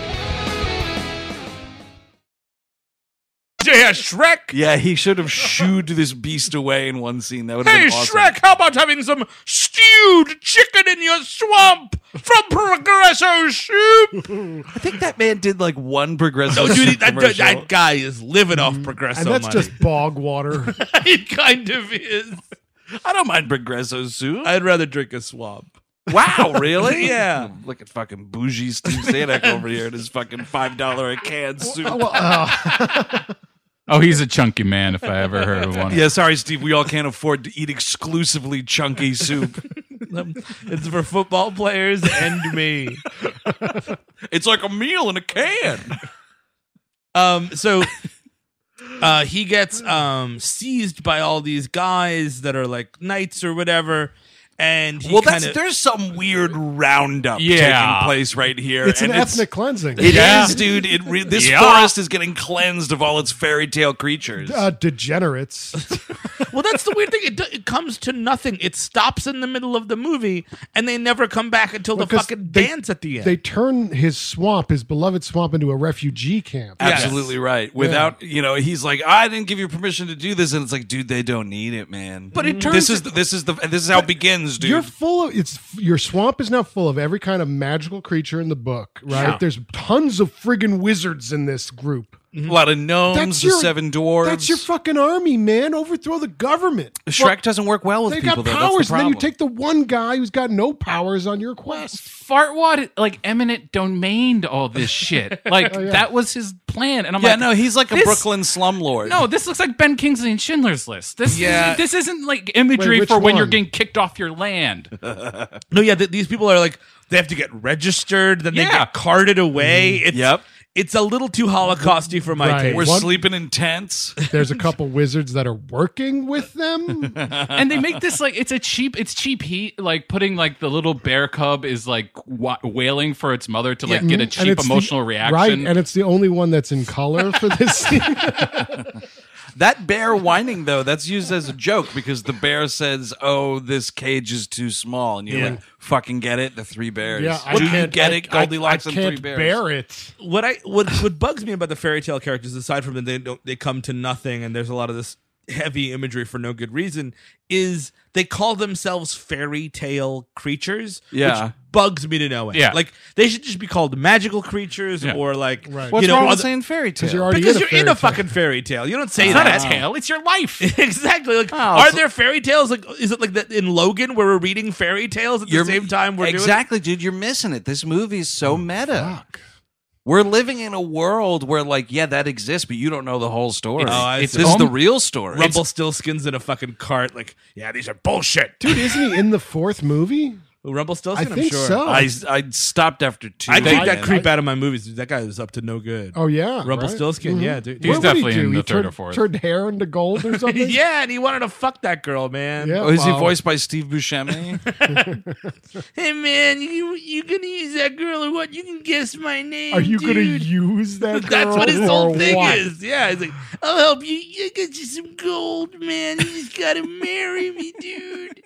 S6: Yeah, Shrek.
S3: Yeah, he should have shooed this beast away in one scene. That would have
S6: Hey,
S3: been awesome.
S6: Shrek, how about having some stewed chicken in your swamp from Progresso Soup?
S3: I think that man did like one progressive.
S7: Oh, dude, that, that,
S3: commercial.
S7: that guy is living off Progresso
S5: And that's
S7: money.
S5: just bog water.
S7: he kind of is.
S3: I don't mind Progresso soup.
S7: I'd rather drink a swamp.
S3: wow, really? yeah. Look at fucking bougie Steve Zanuck over here and his fucking five dollar a can soup.
S8: Oh, he's a chunky man if I ever heard of one.
S3: Yeah, sorry, Steve. We all can't afford to eat exclusively chunky soup.
S7: It's for football players and me.
S3: It's like a meal in a can.
S7: Um, so uh, he gets um, seized by all these guys that are like knights or whatever, and he
S3: well, that's
S7: kind of
S3: there's some weird roundup
S8: Yeah.
S3: taking place right here.
S5: It's an
S3: and
S5: ethnic cleansing.
S3: It is,
S8: Yeah.
S3: dude. It re- this
S8: Yeah.
S3: forest is getting cleansed of all its fairy tale creatures.
S5: Uh, degenerates.
S7: well, that's the weird thing. It, do- it comes to nothing. It stops in the middle of the movie, and they never come back until the
S5: 'cause
S7: fucking
S5: they-
S7: dance at the end.
S5: they turn his swamp, his beloved swamp, into a refugee camp.
S3: Absolutely right. Without you know, he's like, I didn't give you permission to do this, and it's like, dude, they don't need it, man. But
S8: it turns
S3: Mm. this is this is the this is how it begins, dude.
S5: You're full of it's your swamp is now full of every kind of magical creature in the book, right? There's tons of friggin' wizards in this group.
S3: A lot of gnomes,
S9: Mm-hmm. That's
S3: the
S9: your-
S3: seven dwarves.
S9: That's your fucking army, man. Overthrow the government.
S3: Shrek doesn't work well with
S9: They
S3: people.
S9: got
S3: though. That's
S9: powers,
S3: the
S9: and then you
S3: problem.
S9: take the one guy who's got no powers on your quest.
S6: Fartwad like eminent domained all this shit. Like that was his plan, and I'm
S3: Yeah,
S6: like,
S3: no, he's like a
S6: this-
S3: Brooklyn slumlord.
S6: No, this looks like Ben Kingsley and Schindler's List. This
S3: Yeah.
S6: is, this isn't like imagery
S9: Wait, which
S6: for when you're
S9: one?
S6: getting kicked off your land.
S4: No, yeah, th- these people are like they have to get registered, then they
S6: Yeah.
S4: get carted away. It's,
S3: Yep.
S4: it's a little too holocausty for my
S9: Mm-hmm. Right.
S4: taste.
S3: we're
S9: What?
S3: sleeping in tents.
S9: There's a couple wizards that are working with them.
S6: and they make this like it's a cheap it's cheap heat like putting like the little bear cub is like wa- wailing for its mother to like get a
S9: Mhm. And
S6: cheap
S9: it's the-
S6: emotional
S9: Right,
S6: reaction.
S9: and it's the only one that's in color for this scene.
S3: That bear whining though, that's used as a joke because the bear says, "Oh, this cage is too small," and you're like, "Fucking get it, the three bears."
S9: yeah, I
S3: Do you
S9: can't-
S3: get
S9: I-
S3: it, Goldilocks
S9: I, I
S3: and three
S9: can't
S3: bears?
S9: bear it.
S4: what I what what bugs me about the fairy tale characters, aside from that they don't they come to nothing, and there's a lot of this heavy imagery for no good reason, is they call themselves fairy tale creatures.
S3: Yeah.
S4: which bugs me to no end.
S6: Yeah.
S4: like they should just be called magical creatures
S6: Yeah.
S4: or like
S9: Right.
S3: What's
S4: you know
S3: wrong with
S4: other-
S3: saying fairy tale?
S9: Because you're already
S4: because
S9: in a
S4: you're in
S9: fairy
S4: a
S9: tale.
S4: fucking fairy tale. You don't say
S6: it's
S4: that.
S6: not Oh, a tale; it's your life.
S4: exactly. Like, are there fairy tales? Like, is it like that in Logan where we're reading fairy tales at the
S3: You're-
S4: same time we're
S3: exactly, dude. You're missing it. This movie is so meta.
S9: Fuck.
S3: We're living in a world where, like, yeah, that exists, but you don't know the whole story.
S4: It's- Oh, I
S3: this
S4: see.
S3: is the
S6: om-
S3: real story.
S4: doing? Rumpelstiltskin's in a fucking cart. Like, yeah, these are bullshit.
S9: Dude, isn't he in the fourth movie? I
S4: Rumpelstiltskin, I'm
S9: think
S4: sure.
S9: so.
S3: I I stopped after two.
S4: I take that
S3: man.
S4: creep out of my movies. Dude, that guy was up to no good.
S9: oh yeah, Mm-hmm.
S4: Rumpelstiltskin, yeah, dude.
S6: He's
S9: What would he
S6: definitely
S9: do?
S6: in
S9: He
S6: the third
S9: turned-
S6: or fourth.
S9: Turned hair into gold or something.
S4: yeah, and he wanted to fuck that girl, man.
S9: Yeah,
S3: Oh, is he
S9: wow.
S3: voiced by Steve Buscemi?
S4: Hey, man, you you gonna use that girl or what? You can guess my name.
S9: Are you going to
S4: dude.
S9: use that?
S4: That's
S9: girl
S4: what his
S9: or
S4: whole thing
S9: what?
S4: is. Yeah, he's like, I'll help you. I get you some gold, man. You just gotta marry me, dude.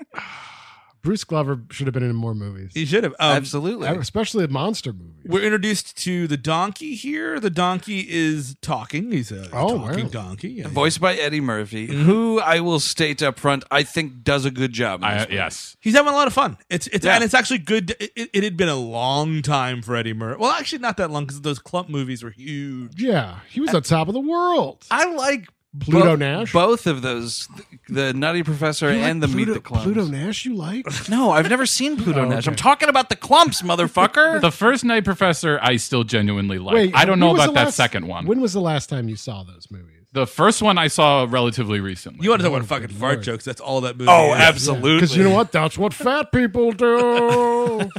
S9: Bruce Glover should have been in more movies,
S4: He should have. um,
S3: Absolutely.
S9: especially a monster movie.
S4: We're introduced to the donkey here. The donkey is talking. He's a
S9: Oh,
S4: talking
S9: wow.
S4: donkey. Yeah.
S3: voiced by Eddie Murphy, who I will state up front, I think does a good job. in
S6: I,
S3: this
S6: Uh, yes,
S4: He's having a lot of fun. It's it's
S3: Yeah.
S4: and it's actually good. It, it, it had been a long time for Eddie Murphy. Well, actually, not that long because those clump movies were huge.
S9: Yeah, he was on top of the world.
S3: I like
S9: Pluto
S3: bo-
S9: Nash?
S3: Both of those, the Nutty Professor
S9: You like
S3: and the
S9: Pluto,
S3: Meet the Clumps.
S9: Pluto Nash, you like?
S3: No, I've never seen Pluto
S9: Oh,
S3: Nash. I'm
S9: okay.
S3: talking about the clumps, motherfucker.
S6: the first Night Professor I still genuinely like. I don't
S9: when
S6: know
S9: was
S6: about
S9: the
S6: that
S9: last-
S6: second one.
S9: When was the last time you saw those movies?
S6: the first one I saw relatively recently.
S4: You want to talk
S9: Oh,
S4: about fucking
S9: good
S4: fart
S9: lord.
S4: jokes? That's all that movie.
S3: oh,
S4: is.
S3: absolutely.
S9: Because you know what? That's what fat people do.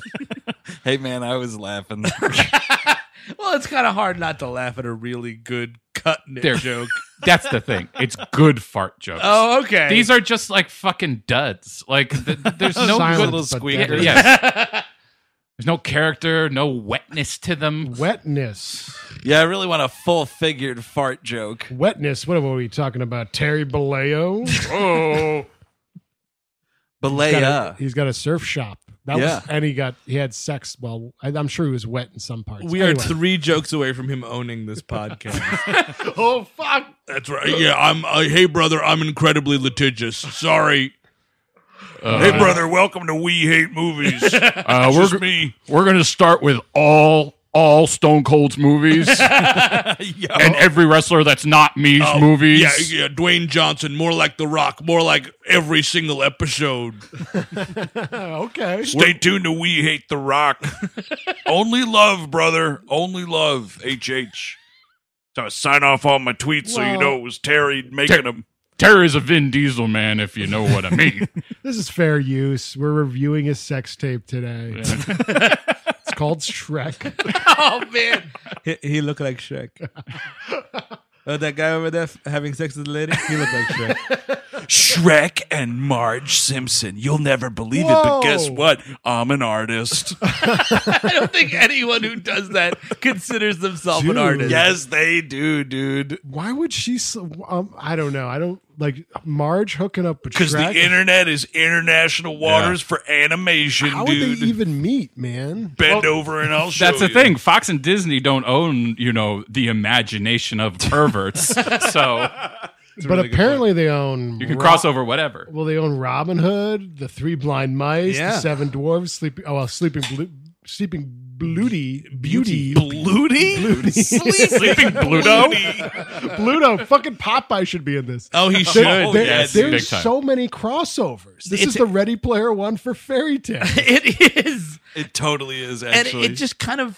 S3: Hey, man, I was laughing.
S4: Well, it's kind of hard not to laugh at a really good cut knit
S6: There.
S4: joke.
S6: That's the thing. It's good fart jokes.
S4: oh, okay.
S6: These are just like fucking duds. Like th- there's no
S9: Silent
S6: good
S3: little
S9: but
S3: squeaker.
S9: deadly.
S6: yes. There's no character, no wetness to them.
S9: Wetness.
S3: yeah, I really want a full figured fart joke.
S9: Wetness. What were we talking about? Terry Baleo? He's got a-
S3: Balea.
S9: He's got a surf shop. That
S3: Yeah.
S9: was, and he got he had sex. Well, I, I'm sure he was wet in some parts.
S4: we are
S9: Anyway.
S4: three jokes away from him owning this podcast.
S9: oh fuck!
S4: That's right. Yeah, I'm. Uh, hey, brother, I'm incredibly litigious. Sorry.
S6: Uh,
S4: brother, welcome to We Hate Movies.
S6: uh, we're g-
S4: me.
S6: we're gonna start with all all Stone Cold's movies and every wrestler that's not me's
S3: Oh,
S6: movies.
S4: Oh, yeah, Dwayne Johnson, more like The Rock, more like every single episode.
S9: Okay.
S3: Stay tuned to We Hate the Rock. Only love, brother. Only love. HH. So I sign off all my tweets so you know it was Terry making them.
S6: Terry's a Vin Diesel man, if you know what I mean.
S9: This is fair use. We're reviewing his sex tape today. it's called Shrek.
S4: oh man, he, he looked like Shrek. Oh, that guy over there f- having sex with the lady, he looked like Shrek.
S3: Shrek and Marge Simpson. You'll never believe it, but guess
S9: Whoa.
S3: what? I'm an artist.
S4: I don't think anyone who does that considers themselves
S9: Dude.
S4: an artist.
S3: yes, they do, dude.
S9: Why would she? s- Um, I don't know. I don't like Marge hooking up with
S3: Because the
S9: Shrek.
S3: internet is international waters for animation,
S9: How would
S3: dude.
S9: they even meet, man?
S3: Bend over and I'll show
S6: That's the
S3: you.
S6: thing. Fox and Disney don't own, you know, the imagination of perverts. so
S9: but apparently they own.
S6: you can cross over whatever.
S9: Well, they own Robin Hood, the Three Blind Mice,
S4: Yeah.
S9: the Seven Dwarves, Sleeping. Oh, well, Sleeping Blue, Sleeping
S5: Bluty. Beauty.
S10: Bluty? Sleeping Bluto?
S5: Pluto. Fucking Popeye should be in this.
S10: Oh, he
S5: There-
S10: should.
S5: there-
S6: yes, big
S5: there's
S6: time.
S5: so many crossovers. This is
S4: It's-
S5: the Ready Player One for fairy tale.
S4: it is.
S3: It totally is actually.
S4: and it just kind of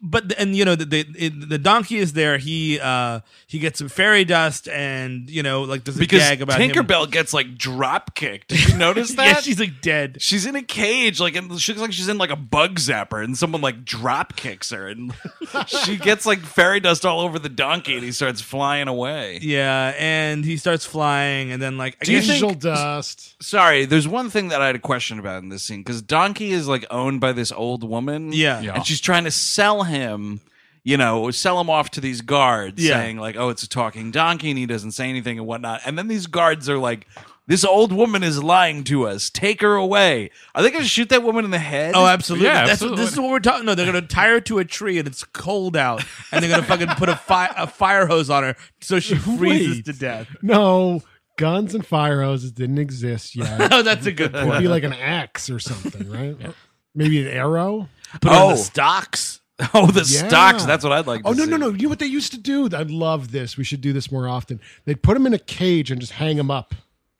S4: but and you know the the, it, the donkey is there he uh he gets some fairy dust and you know like there's a
S3: because
S4: gag about him.
S3: Tinkerbell gets like drop kicked. Did you notice that?
S4: yeah she's like dead
S3: She's in a cage, like and she looks like she's in like a bug zapper, and someone like drop kicks her, and she gets like fairy dust all over the donkey, and he starts flying away.
S4: yeah and he starts flying and then like I guess-
S5: Digital dust.
S3: Sorry, there's one thing that I had a question about in this scene because donkey is like owned by this old woman,
S4: Yeah. Yeah.
S3: and she's trying to sell him. You know, sell him off to these guards,
S4: Yeah.
S3: saying like, "Oh, it's a talking donkey, and he doesn't say anything and whatnot." And then these guards are like, "This old woman is lying to us. Take her away." Are they going to shoot that woman in the head?
S4: Oh, absolutely!
S6: Yeah,
S4: That's
S6: absolutely.
S4: What, this is what we're talking. No, they're gonna tie her to a tree, and it's cold out, and they're gonna fucking put a, fi- a fire hose on her so she freezes
S5: Wait.
S4: to death.
S5: No, guns and fire hoses didn't exist yet.
S4: Oh, that's a good
S5: It'd
S4: point.
S5: be like an axe or something, right? Maybe an arrow.
S4: Put her in
S3: Oh.
S4: the stocks.
S3: Oh, the
S5: Yeah.
S3: stocks. That's what I'd like. To
S5: Oh no
S3: see.
S5: no no! You know what they used to do? I love this. We should do this more often. They'd put them in a cage and just hang them up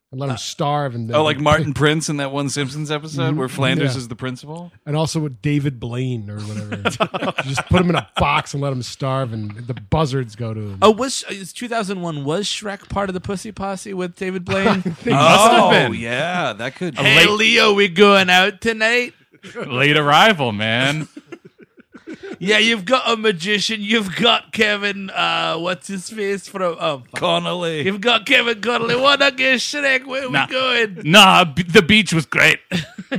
S5: and let them starve. And then-
S3: Oh, like Martin Prince in that one Simpsons episode
S4: Mm,
S3: where Flanders
S5: yeah.
S3: is the principal.
S5: and also with David Blaine or whatever. You just put them in a box and let them starve, and the buzzards go to them.
S4: Oh, was is 2001 was Shrek part of the Pussy Posse with David Blaine?
S3: oh yeah, that could.
S4: Hey Leo, we going out tonight?
S6: Late arrival, man.
S4: Yeah, you've got a magician. You've got Kevin. Uh, what's his face from? Oh, fuck.
S3: Connolly.
S4: you've got Kevin Connolly. What a good Shrek. Where
S6: Nah.
S4: we going?
S6: nah, b- the beach was great.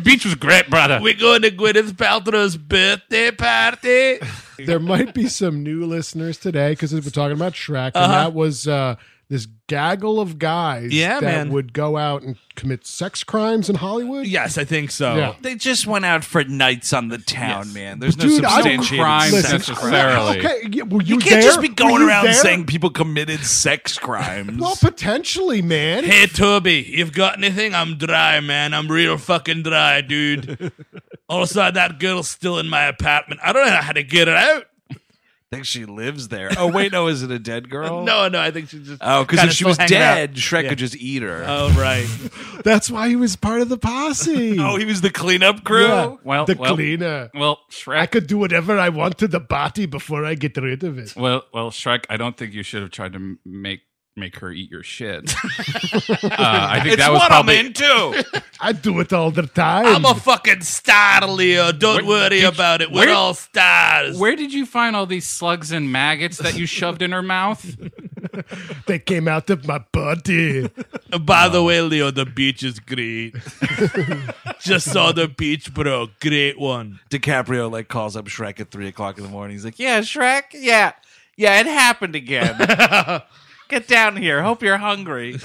S6: beach was great, brother.
S4: We going to Gwyneth Paltrow's birthday party.
S5: There might be some new listeners today because we're talking about Shrek,
S3: Uh-huh.
S5: and that was uh, this gaggle of guys
S4: Yeah,
S5: that
S4: man.
S5: would go out and commit sex crimes in Hollywood.
S4: Yes, I think so.
S5: Yeah.
S3: They just went out for nights on the town, man. There's no
S5: Dude, I don't
S3: substantiated
S6: crime
S3: sex.
S5: Listen,
S6: necessarily.
S5: Okay, yeah, were you,
S3: You can't
S5: there?
S3: just be
S5: Were
S3: going
S5: you
S3: around
S5: there?
S3: saying people committed sex crimes.
S5: Well, potentially, man.
S4: Hey Toby, you've got anything? I'm dry, man. I'm real fucking dry, dude. also, that girl's still in my apartment. I don't know how to get her out.
S3: I think she lives there. Oh wait, no, is it a dead girl?
S4: No, no, I think she just.
S3: Oh, because
S4: kinda
S3: if she
S4: still
S3: was
S4: hanging out.
S3: dead, Shrek
S4: Yeah.
S3: could just eat her.
S4: Oh right.
S5: That's why he was part of the posse.
S3: oh, he was the cleanup crew.
S5: Yeah.
S6: Well,
S5: the
S6: well,
S5: cleaner.
S6: well,
S5: I
S6: Shrek.
S5: could do whatever I want to the body before I get rid of it.
S6: Well, well, Shrek. I don't think you should have tried to m- make make her eat your shit. uh, I think
S3: It's
S6: that was
S3: what
S6: probably.
S3: I'm into.
S5: I do it all the time.
S4: I'm a fucking star, Leo. Don't
S6: Where-
S4: worry
S6: did-
S4: about it. We're
S6: where-
S4: all stars.
S6: Where did you find all these slugs and maggots that you shoved in her mouth?
S5: they came out of my body.
S4: By the way, Leo, the beach is great. Just saw the beach, bro. Great one.
S3: DiCaprio like calls up Shrek at three o'clock in the morning. He's like, "Yeah, Shrek, yeah, yeah, it happened again. Get down here. Hope you're hungry."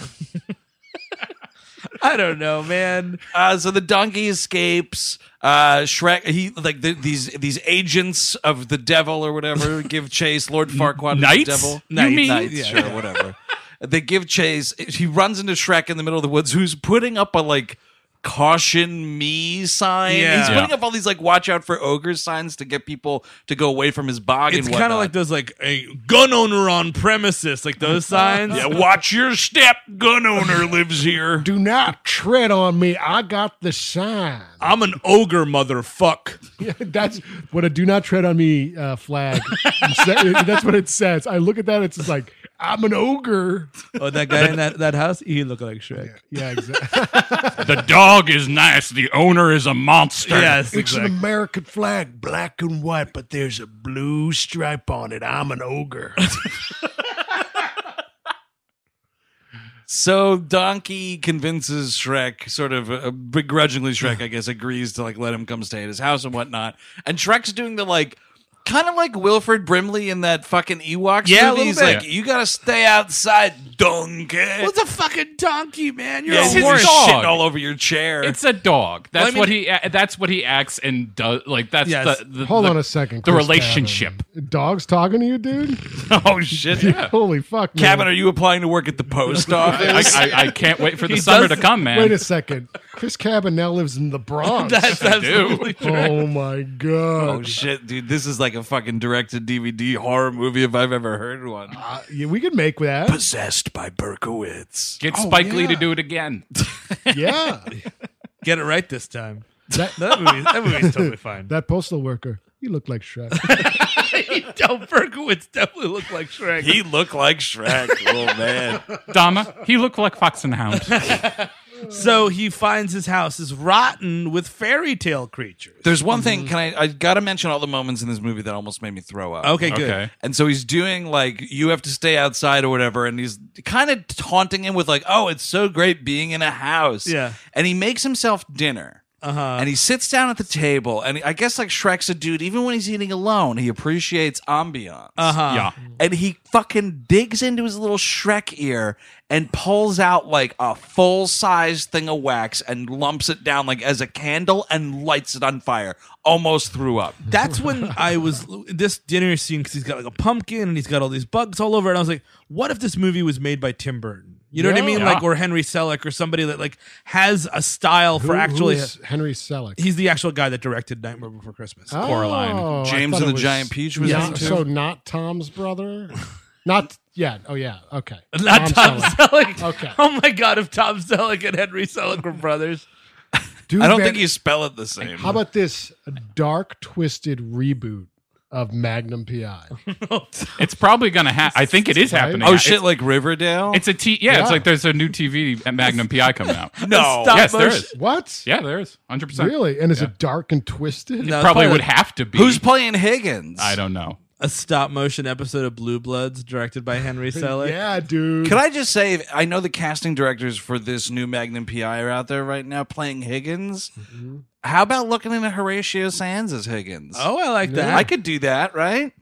S4: I don't know, man.
S3: Uh, so the donkey escapes. Uh, Shrek, he like the, these these agents of the devil or whatever give chase. Lord Farquaad, is the
S6: Knights?
S3: devil,
S6: You mean-
S3: knights,
S6: Yeah.
S3: sure, whatever. they give chase. He runs into Shrek in the middle of the woods, who's putting up a like caution me sign.
S4: Yeah.
S3: He's putting
S6: Yeah.
S3: up all these like watch out for ogres signs to get people to go away from his bog.
S4: It's
S3: kind of
S4: like those like a gun owner on premises, like those signs.
S3: Yeah, watch your step. Gun owner lives here.
S5: do not tread on me. I got the sign.
S4: I'm an ogre, motherfuck.
S5: That's what a do not tread on me uh, flag. sa- That's what it says. I look at that. It's just like, I'm an ogre.
S4: Oh, that guy in that, that house, he looked like Shrek.
S5: Yeah, exactly.
S6: the dog is nice. The owner is a monster.
S4: Yes,
S5: It's an
S4: exactly.
S5: American flag, black and white, but there's a blue stripe on it. I'm an ogre.
S3: So Donkey convinces Shrek, sort of uh, begrudgingly, Shrek, I guess, agrees to like let him come stay at his house and whatnot. And Shrek's doing the like kind of like Wilfred Brimley in that fucking Ewoks
S1: Yeah, a little
S3: movie. He's
S1: bit.
S3: like, you gotta stay outside, donkey.
S4: What's a fucking donkey, man? You're a
S3: yeah,
S6: his
S3: horse
S6: dog.
S3: shitting all over your chair.
S6: It's a dog. That's
S4: I mean-
S6: what he. a- That's what he acts and does. Like that's
S4: Yes.
S6: the, the.
S9: Hold
S6: the-
S9: on a second.
S6: The
S9: Chris
S6: relationship.
S9: Cabin. Dogs talking to you, dude?
S3: oh shit.
S9: Holy fuck. man.
S3: Cabin, are you applying to work at the post office?
S6: I, I, I can't wait for the summer to come, man.
S9: Wait a second. Chris Cabin now lives in the Bronx.
S6: I do.
S9: oh my
S3: Oh
S9: god.
S3: shit, dude! This is like a fucking directed DVD horror movie if I've ever heard one.
S9: Uh, yeah, we could make that.
S3: Possessed by Berkowitz.
S6: Get Spike Lee to do it again.
S9: Yeah.
S4: Get it right this time.
S9: That,
S4: That, movie, that movie's totally fine.
S9: that postal worker. He looked like Shrek.
S4: Del Berkowitz definitely looked like Shrek.
S3: He looked like Shrek, little man.
S6: Dama, he looked like Fox and Hound.
S4: So he finds his house is rotten with fairy tale creatures.
S3: There's one thing. Can I? I gotta mention all the moments in this movie that almost made me throw up.
S4: Okay, good.
S6: Okay.
S3: And so he's doing like you have to stay outside or whatever, and he's kind of taunting him with like, "Oh, it's so great being in a house."
S4: Yeah.
S3: And he makes himself dinner. Uh-huh. And he sits down at the table, and I guess like Shrek's a dude. Even when he's eating alone, he appreciates ambiance.
S4: Uh-huh.
S6: Yeah.
S3: And he fucking digs into his little Shrek ear and pulls out like a full size thing of wax and lumps it down like as a candle and lights it on fire. Almost threw up.
S4: That's when I was this dinner scene because he's got like a pumpkin and he's got all these bugs all over, and I was like, what if this movie was made by Tim Burton? You know what I mean?
S6: Yeah.
S4: Like or Henry Selick or somebody that like has a style for actually.
S9: Who's Henry Selick.
S4: He's the actual guy that directed Nightmare Before Christmas.
S6: Coraline.
S9: Oh, I
S3: James
S9: thought
S3: and
S9: it
S3: the Giant Peach was
S9: yeah,
S3: in it, too.
S9: So not Tom's brother? Not yeah. Oh yeah. Okay.
S4: Not Tom,
S9: Selleck.
S4: Selleck.
S9: Okay.
S4: Oh my God, if Tom Selleck and Henry Selleck were brothers.
S9: Dude,
S3: I don't
S9: man,
S3: think you spell it the same.
S9: How about this A dark, twisted reboot of Magnum PI?
S6: It's probably gonna happen. I think it is happening.
S3: Oh
S6: Yeah,
S3: shit,
S6: It's,
S3: like Riverdale?
S6: it's a T. Yeah,
S9: Yeah.
S6: it's like there's a new TV at Magnum PI coming out.
S3: no.
S4: Stop
S6: yes, there
S4: motion.
S6: is.
S9: What?
S6: Yeah, there is. Hundred percent.
S9: Really? And is it dark and twisted?
S4: No, it's
S6: Probably would
S4: like
S6: have to be.
S3: Who's playing Higgins?
S6: I don't know.
S4: a stop motion episode of Blue Bloods directed by Henry Selick.
S9: Yeah, dude.
S3: Could I just say, if- I know the casting directors for this new Magnum PI are out there right now playing Higgins. How about looking into Horatio Sands as Higgins?
S4: Oh, I like that.
S3: I could do that, right?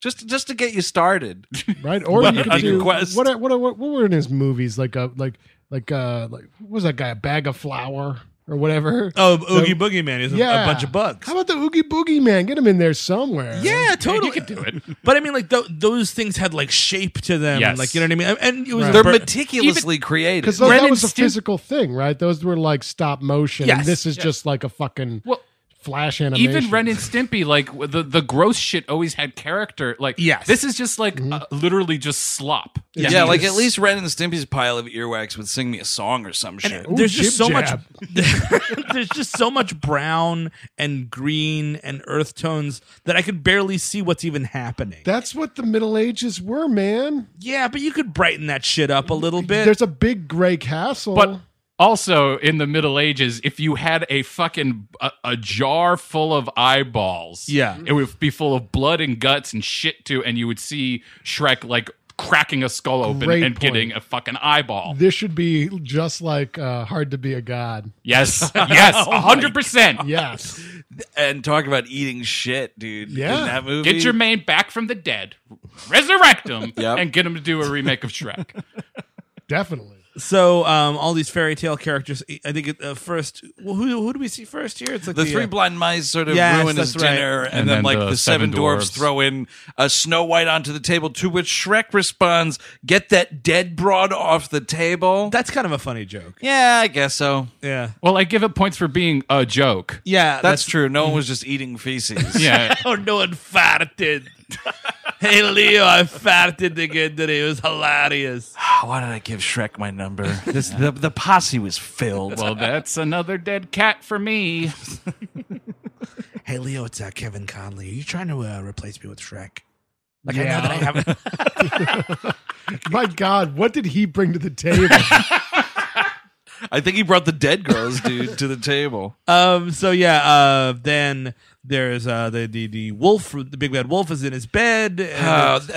S3: Just just to get you started.
S9: right? Or you could
S3: on
S9: do
S3: Quest.
S9: what, what? What? What were in his movies? Like a like like uh like what was that guy? A bag of flour or whatever.
S4: Oh, Oogie Boogie Man is a-
S9: yeah,
S4: a bunch of bugs.
S9: How about the Oogie Boogie Man? Get him in there somewhere.
S4: Yeah, totally.
S6: You could do it.
S4: But I mean, like th- those things had like shape to them.
S6: Yes.
S4: Like you know what I mean. And it was
S9: Right.
S3: They're
S4: Bur-
S3: meticulously created.
S9: because that
S6: Ren
S9: was a
S6: and Stimpy-
S9: physical thing, right? Those were like stop motion, and
S4: Yes,
S9: this is just like a fucking
S6: Well,
S9: flash animation.
S6: even Ren and Stimpy, like w- the the gross shit, always had character. Like
S4: Yes.
S6: this is just like uh, literally just slop.
S3: yeah, like at least Ren and Stimpy's pile of earwax would sing me a song or some shit.
S9: Ooh,
S4: there's just
S9: jib
S4: so much.
S9: jab.
S4: there's just so much brown and green and earth tones that I could barely see what's even happening.
S9: That's what the Middle Ages were, man.
S4: yeah, but you could brighten that shit up a little bit.
S9: There's a big gray castle.
S6: But also in the Middle Ages, if you had a fucking a, a jar full of eyeballs,
S4: Yeah.
S6: it would be full of blood and guts and shit too, and you would see Shrek like cracking a skull open
S9: Great
S6: and
S9: point.
S6: getting a fucking eyeball.
S9: this should be just like uh, Hard to Be a God.
S6: yes,
S9: Oh
S6: yes, hundred percent.
S9: Yes.
S3: and talk about eating shit, dude.
S9: Yeah.
S3: In that movie.
S6: Get your man back from the dead, resurrect him,
S3: Yep.
S6: and get him to do a remake of Shrek.
S9: Definitely.
S4: so um, all these fairy tale characters. I think it, uh, first, well, who who do we see first here? It's like
S3: the
S4: the,
S3: three
S4: uh,
S3: blind mice sort of
S4: Yes,
S3: ruin his
S4: that's right.
S3: dinner, and,
S6: And
S3: then,
S6: then
S3: like the,
S6: the
S3: seven
S6: seven
S3: dwarfs
S6: dwarves.
S3: throw in a Snow White onto the table. To which Shrek responds, "Get that dead broad off the table."
S4: that's kind of a funny joke.
S3: yeah, I guess so.
S4: Yeah,
S6: well, I give it points for being a joke.
S4: yeah.
S3: That's, mm-hmm. true. No one was just eating feces.
S6: Yeah,
S4: Oh, no one farted. hey, Leo, I farted again today. It was hilarious.
S3: Why did I give Shrek my number? This, the, the posse was filled.
S6: well, that's another dead cat for me.
S4: Hey, Leo, it's uh, Kevin Conley. Are you trying to uh, replace me with Shrek? Like,
S9: Yeah.
S4: I know that I haven't.
S9: My God, what did he bring to the table?
S3: I think he brought the dead girls, dude, to the table.
S4: um, so, yeah, uh, then there's uh, the, the, the wolf, the big bad wolf is in his bed. and-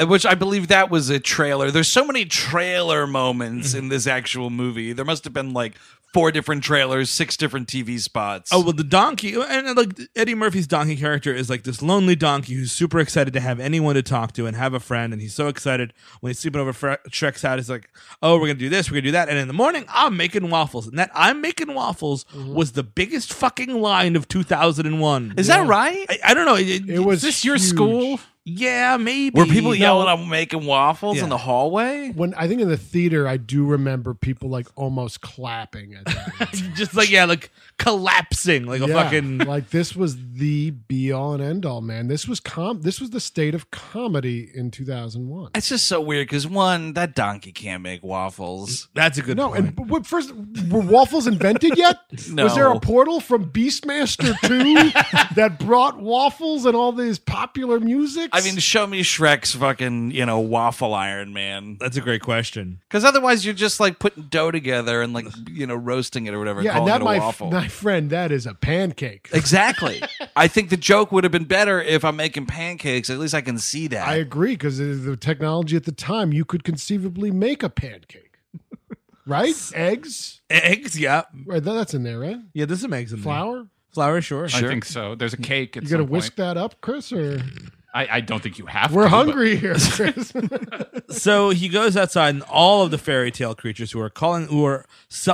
S3: Uh, which I believe that was a trailer. There's so many trailer moments in this actual movie. There must have been like four different trailers, six different TV spots.
S4: Oh well, the donkey and and, like Eddie Murphy's donkey character is like this lonely donkey who's super excited to have anyone to talk to and have a friend, and he's so excited when he's sleeping over Fre- Shrek's house. He's like, "Oh, we're gonna do this, we're gonna do that," and in the morning, I'm making waffles, and that I'm making waffles was the biggest fucking line of 2001.
S3: Mm-hmm. is that right?
S4: I, I don't know. It,
S9: It was
S6: Is this your
S9: huge.
S6: school?
S4: yeah, maybe.
S3: Were people
S4: No.
S3: yelling, "I'm making waffles" in the hallway?
S9: When I think in the theater, I do remember people like almost clapping at that.
S4: just like yeah, like collapsing like a
S9: Yeah,
S4: fucking
S9: like this was the be all and end all, man. This was com. This was the state of comedy in two thousand one.
S3: It's just so weird because one, that donkey can't make waffles.
S4: That's a good
S9: No,
S4: point.
S9: and but what- first, were waffles invented yet? Was there
S3: No.
S9: a portal from Beastmaster 2 that brought waffles and all these popular music?
S3: I mean, show me Shrek's fucking, you know, waffle iron, man.
S4: That's a great question.
S3: Because otherwise, you're just like putting dough together and like, you know, roasting it or whatever.
S9: yeah, and
S3: calling
S9: that
S3: it a
S9: my f-
S3: waffle.
S9: my friend, that is a pancake.
S3: exactly. I think the joke would have been better if I'm making pancakes. At least I can see that.
S9: I agree because the technology at the time, you could conceivably make a pancake, right? Eggs,
S4: Eggs, yeah,
S9: right? that- That's in there, right?
S4: yeah. There's some eggs in there.
S9: Flour.
S4: flour, sure.
S6: I think so. There's a cake. At
S9: You gonna
S6: some
S9: whisk
S6: point.
S9: that up, Chris? Or
S6: I, I don't think you have.
S9: we're
S6: to, but-
S9: hungry here, Chris.
S4: So he goes outside, and all of the fairy tale creatures who are calling, who are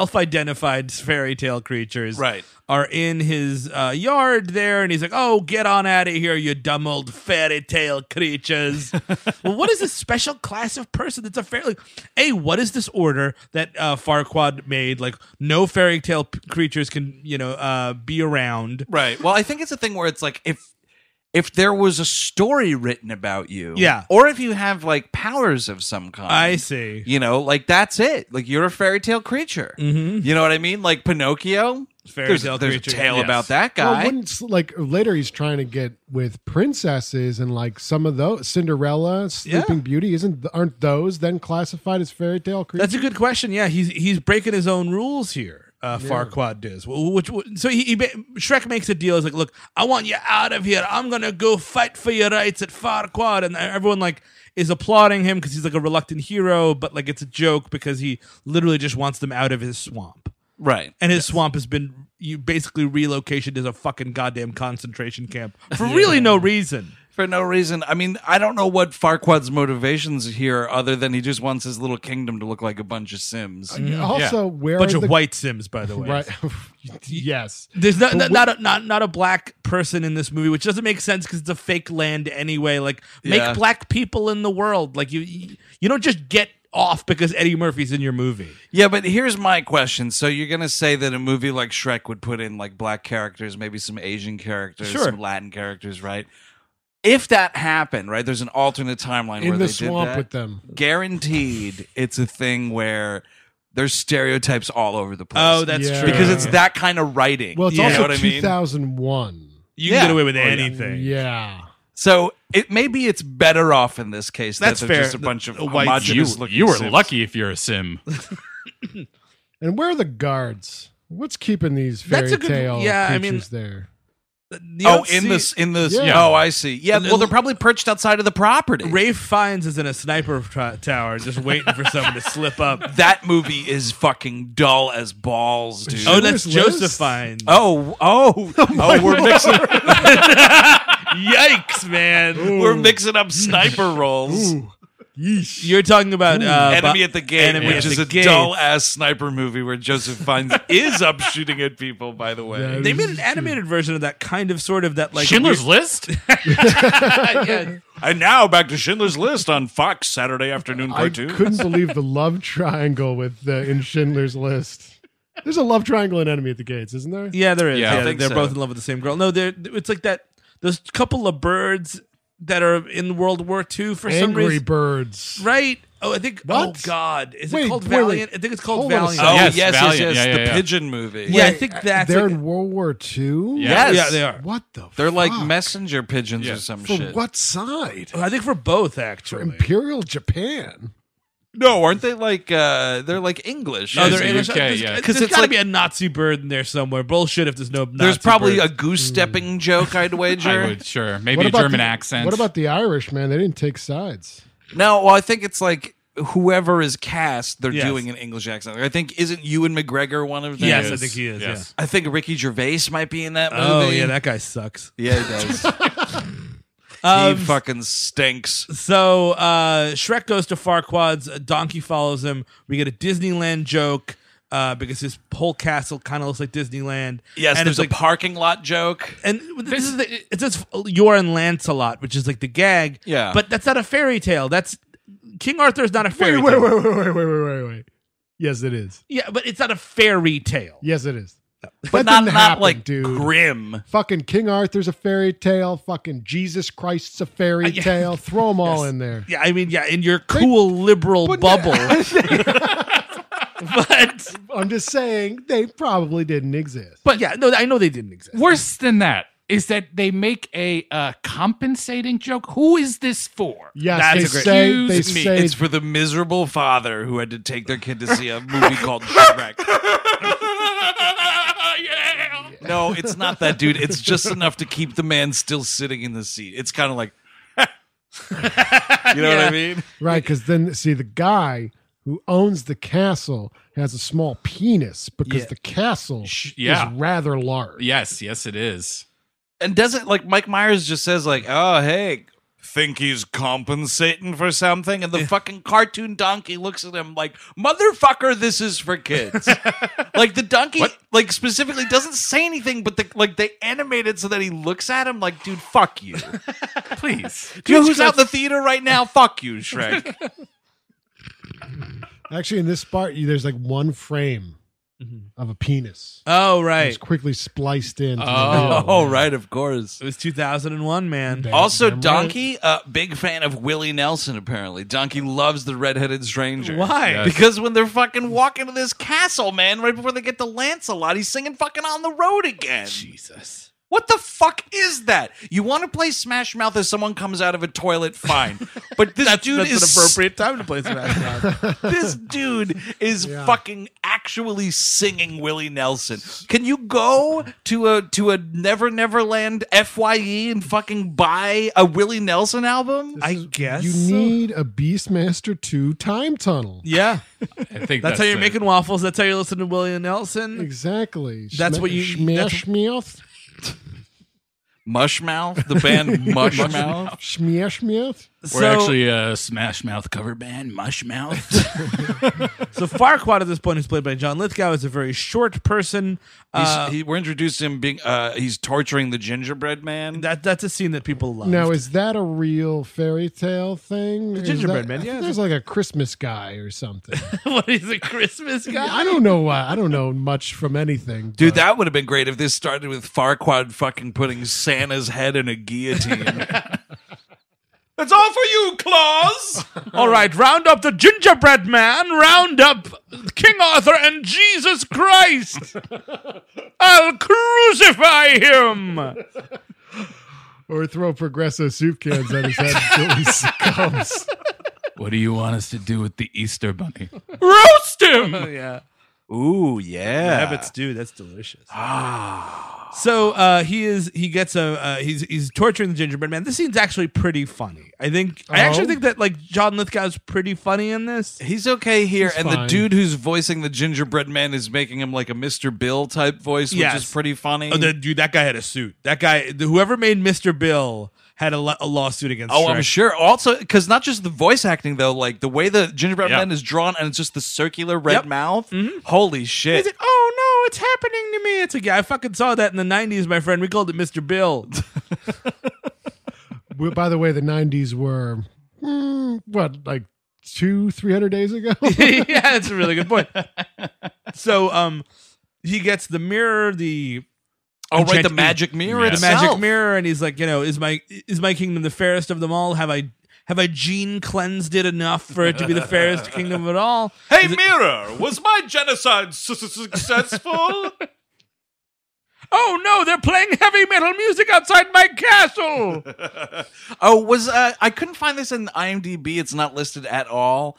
S4: self-identified fairy tale creatures,
S3: Right.
S4: are in his uh, yard there, and he's like, "Oh, get on out of here, you dumb old fairy tale creatures!" well, what is this special class of person that's a fairy? Like, a, what is this order that uh, Farquaad made? Like, no fairy tale p- creatures can, you know, uh, be around.
S3: Right. Well, I think it's a thing where it's like if if there was a story written about you,
S4: Yeah.
S3: or if you have like powers of some kind,
S4: I see.
S3: You know, like that's it. Like you're a fairy tale creature. Mm-hmm. You know what I mean? Like Pinocchio.
S4: Fairy
S3: there's,
S4: tale
S3: there's
S4: creature,
S3: a tale
S4: yes.
S3: about that
S9: well,
S3: guy.
S9: wouldn't like later he's trying to get with princesses and like some of those Cinderella, Sleeping Beauty, isn't aren't those then classified as fairy tale creatures?
S4: That's a good question. Yeah, he's he's breaking his own rules here. Uh, Farquad does. Wh- Which, wh- so he, he ba- Shrek makes a deal. He's like, "Look, I want you out of here. I'm gonna go fight for your rights at Farquad." And everyone like is applauding him because he's like a reluctant hero, but like it's a joke because he literally just wants them out of his swamp.
S3: right.
S4: And his swamp has been you basically relocated as a fucking goddamn concentration camp for really no reason.
S3: For no reason. I mean, I don't know what Farquad's motivations here other than he just wants his little kingdom to look like a bunch of Sims.
S9: also where
S4: Mm, Bunch
S9: are
S4: of
S9: the-
S4: white Sims, by the way.
S9: right? yes,
S4: There's not not, not, a, not not a black person in this movie, which doesn't make sense because it's a fake land anyway. Like make
S3: Yeah.
S4: black people in the world. Like you you don't just get off because Eddie Murphy's in your movie.
S3: Yeah, but here's my question. So you're gonna say that a movie like Shrek would put in like black characters, maybe some Asian characters,
S4: Sure.
S3: some Latin characters, right? If that happened, right, there's an alternate timeline where
S9: in
S3: they
S9: the
S3: did
S9: swamp
S3: that.
S9: with them.
S3: Guaranteed, it's a thing where there's stereotypes all over the place.
S4: Oh,
S9: that's Yeah. true.
S3: because it's that kind of writing.
S9: Well, it's
S3: you know
S9: also
S3: what I
S9: two
S3: mean.
S9: thousand one.
S4: You
S3: Yeah.
S4: can get away with anything.
S9: Yeah,
S3: So it maybe it's better off in this case.
S4: That's
S3: that
S4: fair.
S3: they're Just a bunch of
S4: A white
S6: You,
S3: homogenous looking
S6: you were
S3: Sims.
S6: lucky if you're a sim.
S9: and where are the guards? What's keeping these fairy
S4: That's a good-
S9: tale
S4: yeah, I mean-
S9: creatures there?
S4: You
S3: Oh,
S4: don't
S3: in
S4: see-
S3: this, in this.
S9: Yeah.
S3: Oh, I see. Yeah.
S4: And-
S3: Well, they're probably perched outside of the property.
S4: Rafe Fiennes is in a sniper t- tower, just waiting for someone to slip up.
S3: that movie is fucking dull as balls, dude.
S4: Oh, that's
S9: Liz?
S4: Joseph Fiennes.
S3: Oh, oh, oh, we're mixing,
S4: Yikes, man!
S3: we're mixing up sniper roles.
S4: You're talking about uh,
S3: Enemy
S4: Bo-
S3: at the Gate,
S4: Enemy
S3: which
S4: at
S3: is
S4: the
S3: a
S4: Gate.
S3: dull ass sniper movie where Joseph Fiennes is up shooting at people. By the way,
S9: Yeah.
S4: They made an animated version of that kind of, sort of that, like
S6: Schindler's List.
S4: Yeah.
S3: and now back to Schindler's List on Fox Saturday afternoon
S9: I
S3: cartoon.
S9: couldn't believe the love triangle with the in Schindler's List. There's a love triangle in Enemy at the Gates, isn't there?
S4: Yeah, there is.
S3: Yeah, I
S4: Yeah,
S3: think
S4: they're
S3: so.
S4: both in love with the same girl. No, they're it's like that. Those couple of birds that are in World War II for some
S9: Angry
S4: reason,
S9: Birds.
S4: right? Oh, I think. Oh
S9: What?
S4: God, is it
S9: Wait,
S4: called
S9: wait, wait.
S4: Valiant? I think it's called
S9: Hold on a
S4: Valiant.
S3: oh yes,
S9: second.
S3: yes,
S6: Yes,
S3: yes,
S6: Valiant. Yeah,
S3: the
S6: yeah, yeah.
S3: pigeon movie.
S4: yeah, I think that's
S9: They're
S4: it.
S9: in World War II.
S6: Yeah.
S3: Yes.
S4: yeah, they are.
S9: What the?
S3: They're like
S9: fuck?
S3: messenger pigeons
S6: Yeah.
S3: or some
S9: For
S3: shit.
S9: what side?
S4: Oh, I think for both
S9: For
S4: actually.
S9: Imperial Japan.
S3: No, aren't they like uh they're like English?
S6: Yeah,
S4: Oh,
S6: it's
S4: they're
S6: the
S4: English.
S6: UK,
S4: There's-
S6: yeah. 'Cause
S4: There's
S3: it's
S4: got to
S3: like-
S4: be a Nazi bird in there somewhere. Bullshit if there's no. Nazi
S3: There's probably
S4: bird.
S3: a goose stepping joke I'd wager.
S6: I would sure maybe a German
S9: the,
S6: accent.
S9: What about the Irish man? They didn't take sides.
S3: No, well, I think it's like whoever is cast, they're
S4: Yes.
S3: doing an English accent. Like, I think isn't Ewan McGregor one of them?
S4: Yes, I think he is.
S6: Yes.
S3: I think Ricky Gervais might be in that
S4: Yeah.
S3: movie.
S4: Oh yeah, that guy sucks.
S3: yeah, he does.
S4: Um,
S3: he fucking stinks.
S4: So uh, Shrek goes to Farquaad's. a Donkey follows him. We get a Disneyland joke uh, because his whole castle kind of looks like Disneyland.
S3: Yes,
S4: and
S3: there's
S4: it's like,
S3: a parking lot joke.
S4: and this is the, it says you're in Lancelot, which is like the gag.
S3: Yeah.
S4: but that's not a fairy tale. That's King Arthur is not a fairy
S9: Wait, wait,
S4: tale.
S9: wait, wait, wait, wait, wait, wait, wait. Yes, it is.
S4: Yeah, but it's not a fairy tale.
S9: Yes, it is.
S3: But
S9: That
S3: not
S9: didn't
S3: not
S9: happen,
S3: like
S9: dude.
S3: grim.
S9: Fucking King Arthur's a fairy tale. Fucking Jesus Christ's a fairy
S4: yeah.
S9: tale. Throw them all in there.
S4: Yeah, I mean, yeah, in your cool liberal bubble. but
S9: I'm just saying they probably didn't exist.
S4: but yeah, no, I know they didn't exist.
S6: Worse than that is that they make a uh, compensating joke. Who is this for?
S9: Yes,
S4: That's
S9: they
S4: a great-
S9: say they
S6: Excuse me,
S9: say
S3: It's for the miserable father who had to take their kid to see a movie called Shrek.
S6: yeah.
S3: No, it's not that, dude. It's just enough to keep the man still sitting in the seat. It's kind of like, you know what I mean?
S9: right because then see the guy who owns the castle has a small penis because
S4: Yeah.
S9: the castle
S6: yeah.
S9: is rather large.
S6: Yes, yes, it is.
S3: And doesn't like Mike Myers just says like, oh hey, think he's compensating for something, and the fucking cartoon donkey looks at him like, motherfucker, this is for kids. like the donkey, like specifically doesn't say anything, but the, like they animate it so that he looks at him like, dude, fuck you.
S6: Please.
S3: Do you know who's out in the theater right now? Fuck you, Shrek.
S9: Actually, in this part, you- there's like one frame of a penis.
S1: Uh,
S4: Oh right,
S9: It's quickly spliced in. to the
S6: Oh.
S9: middle.
S3: oh right, of course.
S4: it was 2001, man.
S3: Also,
S9: Damn right.
S3: Donkey, uh, big fan of Willie Nelson. Apparently, Donkey loves the redheaded stranger.
S4: Why?
S6: Yes.
S3: Because when they're fucking walking to this castle, man, right before they get to Lancelot, he's singing fucking on the road again.
S4: Jesus.
S3: What the fuck is that? You want to play Smash Mouth as someone comes out of a toilet, fine. But this dude
S4: That's
S3: is
S4: an appropriate time to play Smash Mouth.
S3: this dude is fucking actually singing Willie Nelson. Can you go to a to a Never Neverland FYE and fucking buy a Willie Nelson album?
S4: I guess
S9: You need a Beastmaster 2 time tunnel.
S4: Yeah,
S6: I think
S4: that's, how you're
S6: the-
S4: making waffles. That's how you're listening to William Nelson.
S9: Exactly.
S4: That's what you- that's-
S9: Smash mouth.
S3: Mushmouth, the band Mushmouth.
S9: Smash mouth.
S6: We're actually a Smash Mouth cover band, Mush Mouth.
S4: so Farquaad at this point is played by John Lithgow. Is a very short person. Uh,
S3: He's, he, we're introduced to him being uh, he's torturing the gingerbread man.
S4: that that's a scene that people love.
S9: Now, is that a real fairy tale thing? The
S11: gingerbread man, yeah.
S9: There's like a Christmas guy or something.
S4: what is a Christmas guy?
S9: I don't know. why- I don't know much from anything.
S3: Dude,
S9: but-
S3: that would have been great if this started with Farquaad fucking putting Santa's head in a guillotine. That's all for you, Claus.
S4: All right, round up the gingerbread man, round up King Arthur and Jesus Christ. I'll crucify him.
S9: or throw progresso soup cans at his head until he succumbs.
S6: what do you want us to do with the Easter Bunny?
S4: Roast him. Oh, yeah.
S3: Ooh, yeah.
S4: Rabbits do. That's delicious. So uh, he is. He gets a. Uh, he's he's torturing the gingerbread man. This scene's actually pretty funny. I think. I actually
S9: Oh.
S4: think that like John Lithgow's pretty funny in this.
S3: He's okay here, and the
S9: fine.
S3: dude who's voicing the gingerbread man is making him like a Mr. Bill type voice, which
S4: Yes.
S3: is pretty funny.
S4: Oh, the, dude, that guy had a suit. That guy, whoever made Mister Bill, had a, la- a lawsuit against.
S3: Oh, I'm
S4: Shrek.
S3: sure. Also, because not just the voice acting though, like the way the gingerbread
S6: Yeah.
S3: man is drawn, and it's just the circular red
S4: Yep. Mm-hmm.
S3: mouth. Holy shit!
S4: He's like, oh no, it's happening to me. It's like, yeah, I fucking saw that in the 90s, my friend. We called it Mr. Bill.
S9: Well, By the way, the '90s were mm, what, like two, three hundred days ago.
S4: yeah, that's a really good point. So, um, he gets the mirror, the
S3: oh, right, the
S4: Enchanted-
S3: magic mirror
S4: the
S3: itself.
S4: magic mirror, and he's like, you know, is my is my kingdom the fairest of them all? Have I have I gene cleansed it enough for it to be the fairest kingdom at all?
S3: Hey, mirror, was my genocide successful?
S4: Oh no, they're playing heavy metal music outside my castle.
S3: oh, was uh, I couldn't find this in IMDb. It's not listed at all.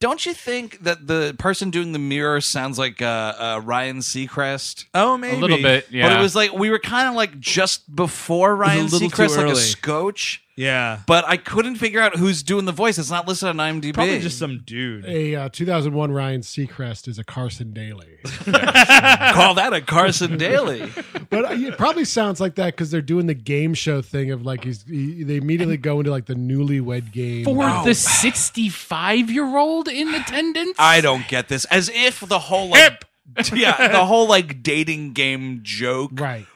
S3: Don't you think that the person doing the mirror sounds like uh, uh, Ryan Seacrest?
S4: oh, maybe
S6: A little bit, yeah.
S3: But it was like we were kind of like just before Ryan
S4: little too
S3: Seacrest, like a
S4: early.
S3: scotch.
S4: Yeah.
S3: But I couldn't figure out who's doing the voice. It's not listed on IMDb.
S4: Probably just some dude.
S9: A uh, 2001 Ryan Seacrest is a Carson Daly,
S3: call that a Carson Daily.
S9: but uh, it probably sounds like that because they're doing the game show thing of like he's he, they immediately go into like the newlywed game.
S6: For the 65 year old in attendance?
S3: I don't get this. As if the whole like, yeah, the whole like dating game joke
S9: right.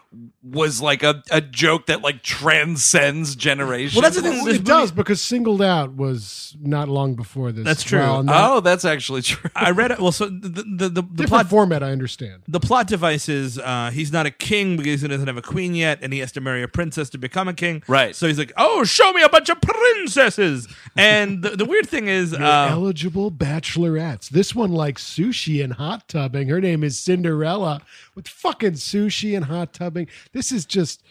S3: was like a, a joke that like transcends generations.
S4: Well, that's the thing.
S9: Well,
S4: This
S9: it does
S4: movie-
S9: because Singled Out was not long before this.
S4: That's true. Uh,
S9: Well, not-
S3: Oh, that's actually true.
S4: I read it. Well, so the the, the, the
S9: different
S4: plot
S9: format, I understand.
S4: the plot device is uh, he's not a king because he doesn't have a queen yet, and he has to marry a princess to become a king.
S3: Right.
S4: So he's like, "Oh, show me a bunch of princesses." And the, the weird thing is, uh,
S9: Eligible bachelorettes. This one likes sushi and hot tubbing. Her name is Cinderella with fucking sushi and hot tubbing. This is just.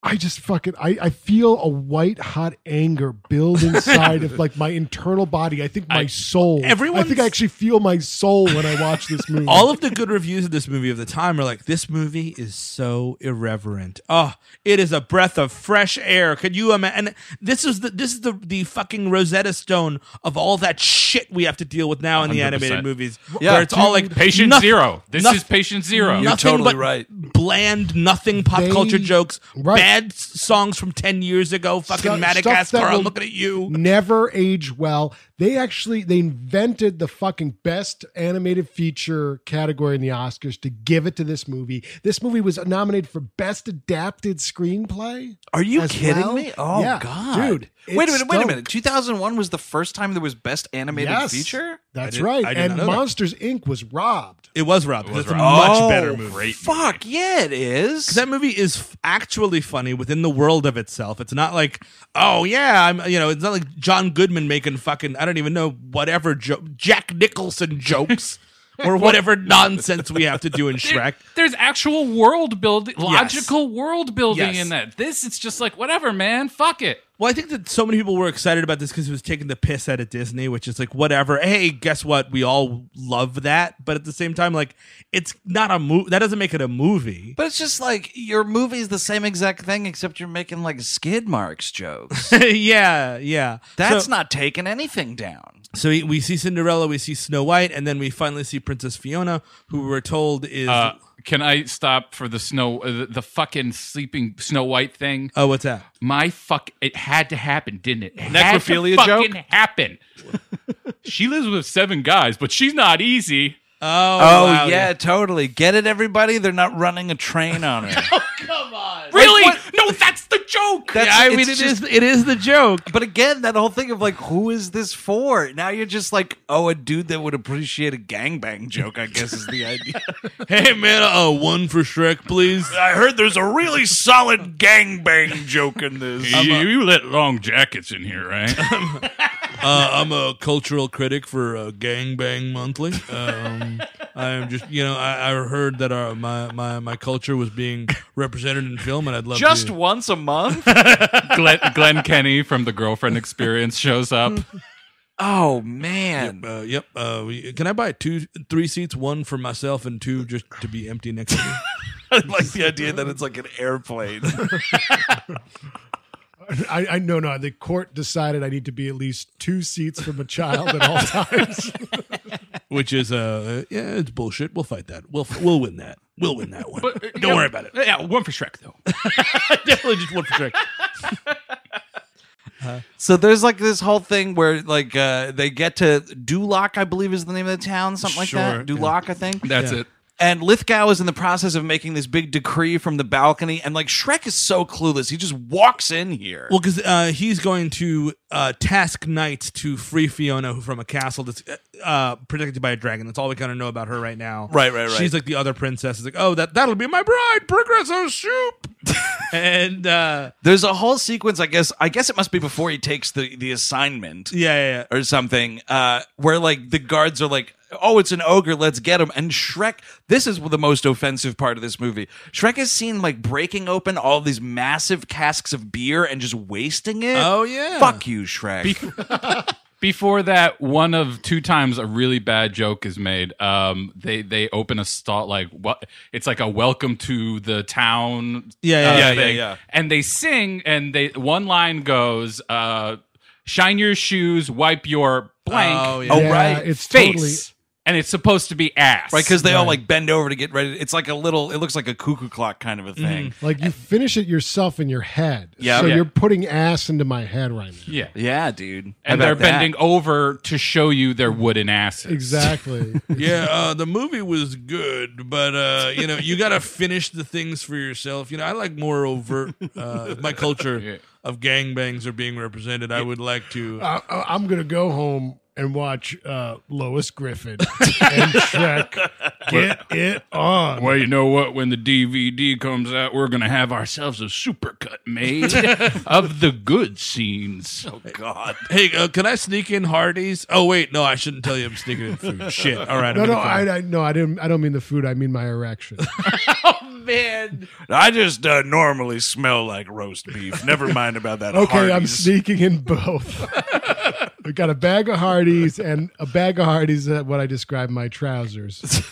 S9: I just fucking I, I feel a white hot anger build inside of like my internal body. I think my soul. I
S4: everyone's-
S9: think I actually feel my soul when I watch this movie.
S4: all of the good reviews of this movie of the time are like, "This movie is so irreverent. Oh, it is a breath of fresh air." Could you imagine? And this is the this is the the fucking Rosetta Stone of all that shit we have to deal with now in the
S6: 100%.
S4: animated movies,
S3: Yeah.
S4: where it's all like
S6: Patient
S4: noth-
S6: zero. This
S4: noth-
S6: is patient zero.
S3: You're
S4: nothing
S3: totally
S4: but
S3: right.
S4: bland nothing pop
S9: They-
S4: culture jokes,
S9: right.
S4: bad s- songs from 10 years ago, fucking
S9: Stuff- stuff that
S4: Madagascar, I'm
S9: will
S4: looking at you.
S9: never age well. They actually they invented the fucking best animated feature category in the Oscars to give it to this movie. This movie was nominated for best adapted screenplay.
S3: Are you
S9: as
S3: kidding
S9: well.
S3: me? Oh
S9: Yeah,
S3: god,
S9: dude!
S3: Wait a
S9: it
S3: minute, wait a
S9: stunk.
S3: minute. 2001 was the first time there was best animated
S9: Yes.
S3: feature.
S9: That's
S4: did-
S9: right.
S4: I did
S9: And
S4: not know that.
S9: Monsters Inc. was robbed.
S4: It was Rob. It's a
S3: Rob.
S4: much
S3: Oh,
S4: better movie.
S3: Fuck yeah, it is.
S4: That movie is f- actually funny within the world of itself. It's not like, oh yeah, I'm you know, it's not like John Goodman making fucking I don't even know whatever jo- Jack Nicholson jokes or whatever nonsense we have to do in Shrek.
S6: There's actual world building, logical world building
S4: Yes.
S6: in that. This, it's just like, whatever, man. Fuck it.
S4: Well, I think that so many people were excited about this because it was taking the piss out of Disney, which is like, whatever. Hey, guess what? We all love that. But at the same time, like, it's not a movie. That doesn't make it a movie.
S3: but it's just like your movie's the same exact thing, except you're making like skid marks jokes.
S4: yeah, yeah.
S3: That's
S4: So-
S3: not taking anything down.
S4: So we- we see Cinderella, we see Snow White, and then we finally see Princess Fiona, who we're told is.
S6: Uh, can I stop for the snow, uh, the, the fucking sleeping Snow White thing?
S4: oh, what's that?
S6: My fuck, it had to happen, didn't it? it
S3: Necrophilia
S6: had to fucking happen. she lives with seven guys, but she's not easy.
S4: Oh,
S3: Oh
S4: wow,
S3: yeah, totally. Get it, everybody. They're not running a train on her.
S6: Really? no, that's the joke.
S3: That's-
S4: I
S3: it's
S4: mean, it is
S3: just-
S4: it is the joke.
S3: But again, that whole thing of like, who is this for? Now you're just like, oh, a dude that would appreciate a gangbang joke, I guess is the idea.
S4: Hey man, uh, one for Shrek, please.
S3: I heard there's a really solid gangbang joke in this.
S6: you, you let long jackets in here, right?
S4: Uh, I'm a cultural critic for uh, Gang Bang Monthly. Um, I am just, you know, I, I heard that our my, my my culture was being represented in film, and I'd love
S3: Just
S4: to.
S3: once a month?
S6: Glenn, Glenn Kenny from the Girlfriend Experience shows up.
S3: Oh man.
S4: Uh, yep. Uh, we, can I buy two, three seats, one for myself and two just to be empty next to me?
S3: I like the idea that it's like an airplane.
S9: I, I no no. The court decided I need to be at least two seats from a child at all times.
S4: Which is, uh, yeah, it's bullshit. We'll fight that. We'll we'll win that. We'll win that one. Don't worry about it.
S6: Yeah, one for Shrek though.
S4: Definitely just one for Shrek.
S3: so there's like this whole thing where like uh they get to Duloc, I believe is the name of the town, something
S4: Sure,
S3: like that. Duloc, I think.
S6: That's it.
S3: And Lithgow is in the process of making this big decree from the balcony, and like Shrek is so clueless. He just walks in here.
S4: Well, because uh, he's going to uh, task knights to free Fiona from a castle that's uh, protected by a dragon. That's all we kind of know about her right now.
S3: Right, right, right.
S4: She's like the other princess. It's like, oh, that that'll be my bride, Progresso Shoop. and uh,
S3: There's a whole sequence, I guess. I guess it must be before he takes the the assignment
S4: yeah, yeah, yeah.
S3: or something, uh, where like the guards are like, "Oh, it's an ogre, let's get him." And Shrek, this is the most offensive part of this movie. Shrek is seen like breaking open all these massive casks of beer and just wasting it.
S4: Oh, yeah.
S3: fuck you, Shrek.
S6: Before that, one of two times a really bad joke is made. Um, they they open a stall like what? It's like a welcome to the town. uh,
S4: Yeah, yeah, yeah, yeah,
S6: thing.
S4: yeah.
S6: And they sing, and they one line goes, uh, "Shine your shoes, wipe your blank."
S1: Oh, yeah. Oh, right.
S9: It's
S6: face,
S9: totally-
S6: and it's supposed to be ass,
S1: Right, because they all like bend over to get ready. It's like a little. It looks like a cuckoo clock kind of a thing.
S9: Like you finish it yourself in your head.
S1: Yeah.
S9: So
S1: Yeah.
S9: you're putting ass into my head right now.
S6: yeah.
S1: Yeah, dude. How
S6: And they're
S1: about that?
S6: bending over to show you their wooden asses.
S9: Exactly.
S4: yeah, uh, the movie was good, but uh, you know, you gotta finish the things for yourself. You know, I like more overt. Uh, if my culture of gangbangs are being represented, I would like to.
S9: I, I- Uh, I'm gonna go home and watch uh, Lois Griffin and Shrek. Get it on.
S6: Well, you know what? When the DVD comes out, we're going to have ourselves a supercut made of the good scenes.
S1: Oh, God.
S4: Hey, uh, can I sneak in Hardee's? Oh wait, no, I shouldn't tell you I'm sneaking in food. Shit. All right. I'm
S9: No, no,
S4: gonna call.
S9: I, I no, I didn't. I don't mean the food. I mean my erection.
S1: I just uh, normally smell like roast beef. Never mind about that.
S9: Okay, I'm
S1: Hardee's.
S9: sneaking in both. I got a bag of Hardee's and a bag of Hardee's. At what I describe my trousers.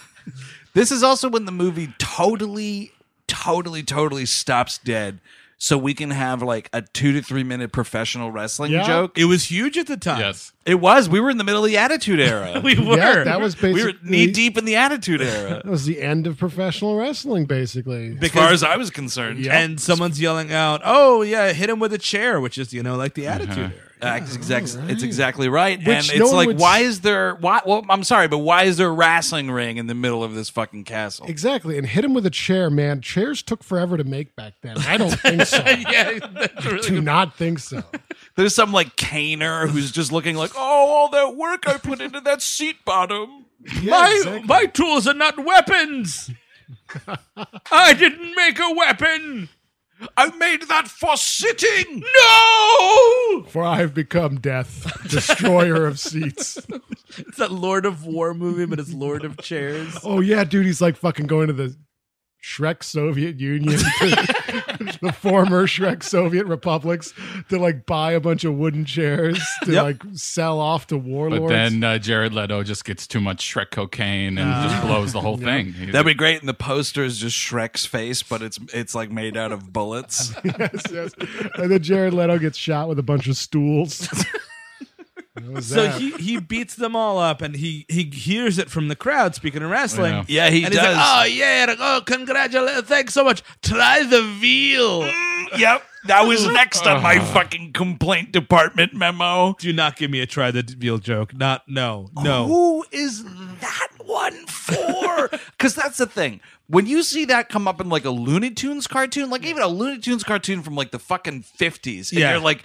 S1: This is also when the movie totally, totally, totally stops dead. So we can have like a two to three minute professional wrestling
S9: Yeah.
S1: joke.
S4: It was huge at the time.
S6: Yes.
S1: It was. We were in the middle of the Attitude Era. we were.
S9: Yeah, that was
S1: We were
S9: basically
S1: knee deep in the Attitude Era.
S9: That was the end of professional wrestling, basically.
S1: as far as I was concerned.
S4: And someone's yelling out, "Oh yeah, hit him with a chair," which is you know like
S9: Uh-huh.
S4: the attitude. era.
S1: Uh, it's, exact, it's exactly right.
S9: Which
S1: and
S9: no
S1: it's
S9: one
S1: like,
S9: would s-
S1: why is there, why, well, I'm sorry, but why is there a wrestling ring in the middle of this fucking castle?
S9: Exactly, and hit him with a chair, man. Chairs took forever to make back then. I don't think so.
S4: Yeah, that's a really
S9: Do not think so.
S1: There's some like caner who's just looking like, oh, all that work I put into that seat bottom.
S4: my
S9: exactly.
S4: my tools are not weapons. I didn't make a weapon.
S1: I made that for sitting.
S4: No,
S9: For I have become death, destroyer of seats.
S4: it's that Lord of War movie, but it's Lord of Chairs.
S9: Oh yeah, dude, he's like fucking going to the Shrek Soviet Union, the former Shrek Soviet republics, to like buy a bunch of wooden chairs to like sell off to warlords.
S6: But then uh, Jared Leto just gets too much Shrek cocaine and just
S9: Uh,
S6: blows the whole thing. He's-
S1: That'd be great. And the poster is just Shrek's face, but it's it's like made out of bullets.
S9: yes, yes. And then Jared Leto gets shot with a bunch of stools. That was
S4: So
S9: that.
S4: he, he beats them all up, and he he hears it from the crowd. Speaking of wrestling,
S6: Yeah.
S1: Yeah, he
S4: and he's
S1: does.
S4: like, "Oh yeah, oh congratulations, thanks so much. Try the veal.
S1: yep. That was next on my fucking complaint department memo.
S4: Do not give me a try the veal joke. Not no no.
S1: Who is that one for? Because that's the thing. When you see that come up in like a Looney Tunes cartoon, like even a Looney Tunes cartoon from like the fucking 50s, and
S4: Yeah.
S1: you're like,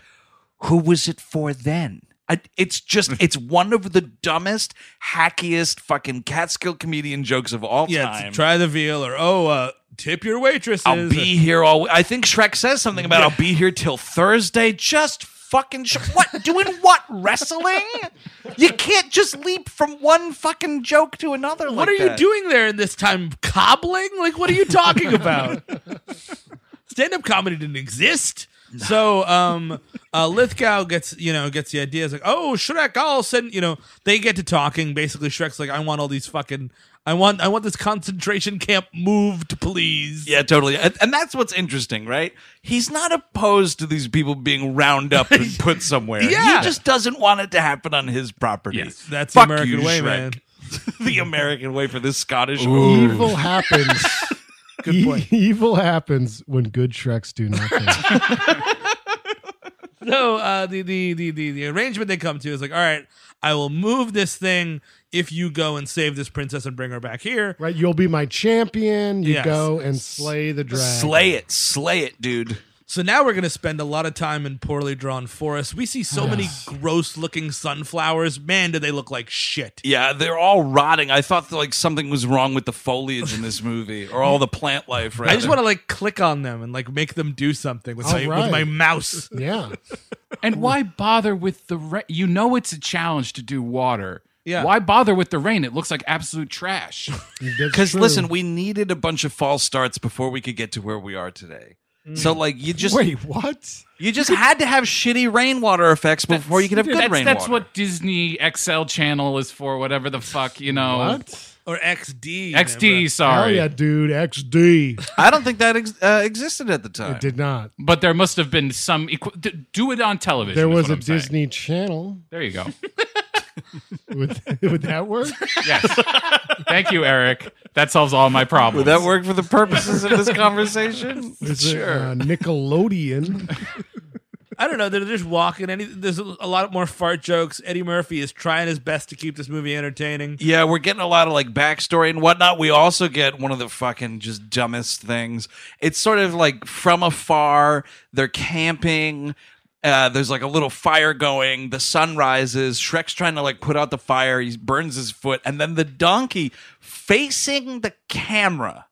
S1: who was it for then? I, it's just, it's one of the dumbest, hackiest fucking Catskill comedian jokes of all
S4: Yeah,
S1: time.
S4: it's try the veal or oh, uh, tip your waitresses.
S1: I'll be here all. I think Shrek says something about I'll be here till Thursday. Just fucking sh- what? Doing what? Wrestling? You can't just leap from one fucking joke to another.
S4: What are you doing there in this time? Cobbling? Like, what are you talking about? Stand up comedy didn't exist. So um, uh, Lithgow gets you know gets the idea. It's like, oh Shrek, I'll send you know. They get to talking. Basically, Shrek's like, I want all these fucking, I want, I want this concentration camp moved, please.
S1: Yeah, totally. And, and that's what's interesting, right? He's not opposed to these people being round up and put somewhere.
S4: Yeah.
S1: He just doesn't want it to happen on his property.
S6: Yes,
S4: that's
S1: Fuck
S4: the American
S1: you,
S4: way,
S1: Shrek.
S4: man.
S1: the American way for this Scottish.
S9: evil happens. E- evil happens when good Shreks do nothing.
S4: So uh, the, the the the the arrangement they come to is like, all right, I will move this thing if you go and save this princess and bring her back here.
S9: right? You'll be my champion. You
S4: Yes.
S9: go and slay the dragon.
S1: Slay it, slay it, dude.
S4: So now we're going to spend a lot of time in poorly drawn forests. We see so many gross looking sunflowers. Man, do they look like shit.
S1: Yeah, they're all rotting. I thought that, like something was wrong with the foliage in this movie, or all the plant life. Right?
S4: I just want to like click on them and like make them do something with, my,
S9: Alright.
S4: with my mouse.
S9: Yeah.
S6: and why bother with the rain? You know it's a challenge to do water.
S4: Yeah.
S6: Why bother with the rain? It looks like absolute trash.
S9: That's
S1: because
S9: true.
S1: listen, we needed a bunch of false starts before we could get to where we are today.
S4: Mm.
S1: So like you just
S9: Wait, what?
S1: you just had to have shitty rainwater effects before you could have good
S6: that's,
S1: rainwater.
S6: that's what Disney XL channel is for, whatever the fuck, you know.
S9: What?
S4: Or XD.
S6: XD,
S9: Hell
S6: Uh, sorry.
S9: yeah, dude. XD.
S1: I don't think that ex- uh, existed at the time.
S9: It did not.
S6: But there must have been some. Equi- d- do it on television.
S9: There
S6: is
S9: was
S6: what
S9: a
S6: I'm saying.
S9: Disney Channel.
S6: There you go.
S9: Would, would that work?
S6: Yes. Thank you, Eric. That solves all my problems.
S1: Would that work for the purposes of this conversation?
S9: Is it, uh, Nickelodeon.
S4: I don't know. They're just walking. Any, there's a lot more fart jokes. Eddie Murphy is trying his best to keep this movie entertaining.
S1: Yeah, we're getting a lot of like backstory and whatnot. We also get one of the fucking just dumbest things. It's sort of like from afar, they're camping. Uh, there's like a little fire going. The sun rises. Shrek's trying to like put out the fire. He burns his foot, and then the donkey facing the camera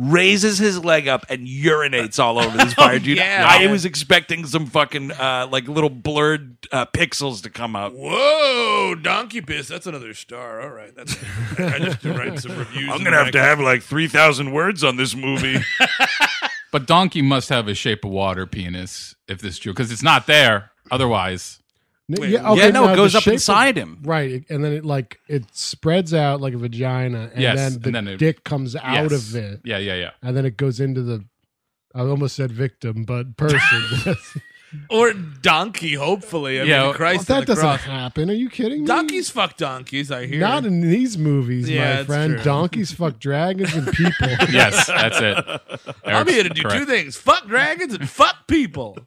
S1: raises his leg up and urinates all over this fire, dude.
S4: yeah.
S1: I was expecting some fucking uh, like little blurred uh, pixels to come up.
S4: Whoa, donkey piss. That's another star. All right, that's. I just to write some reviews.
S1: I'm gonna have to have like three thousand words on this movie.
S6: But Donkey must have a shape of water penis if this is true, because it's not there otherwise.
S9: N-
S4: Wait,
S1: yeah, no,
S9: now
S1: it
S9: the
S1: goes up
S9: shape of-
S1: inside him.
S9: Right, and then it like it spreads out like a vagina, and
S6: Yes,
S9: then
S6: and
S9: the
S6: then it-
S9: dick comes out
S6: Yes.
S9: of it,
S6: Yeah, yeah, yeah.
S9: and then it goes into the. I almost said victim, but person.
S4: or donkey. Hopefully, I
S6: Yeah,
S4: mean,
S6: well,
S4: Christ on
S9: that
S4: the
S9: doesn't
S4: cross.
S9: happen. Are you kidding me?
S4: Donkeys fuck donkeys. I hear.
S9: Not in these movies,
S4: Yeah,
S9: my
S4: that's
S9: friend.
S4: true.
S9: Donkeys fuck dragons and people.
S6: Yes, that's it.
S4: I'm
S6: Eric's
S4: here to do
S6: correct.
S4: two things: fuck dragons and fuck people.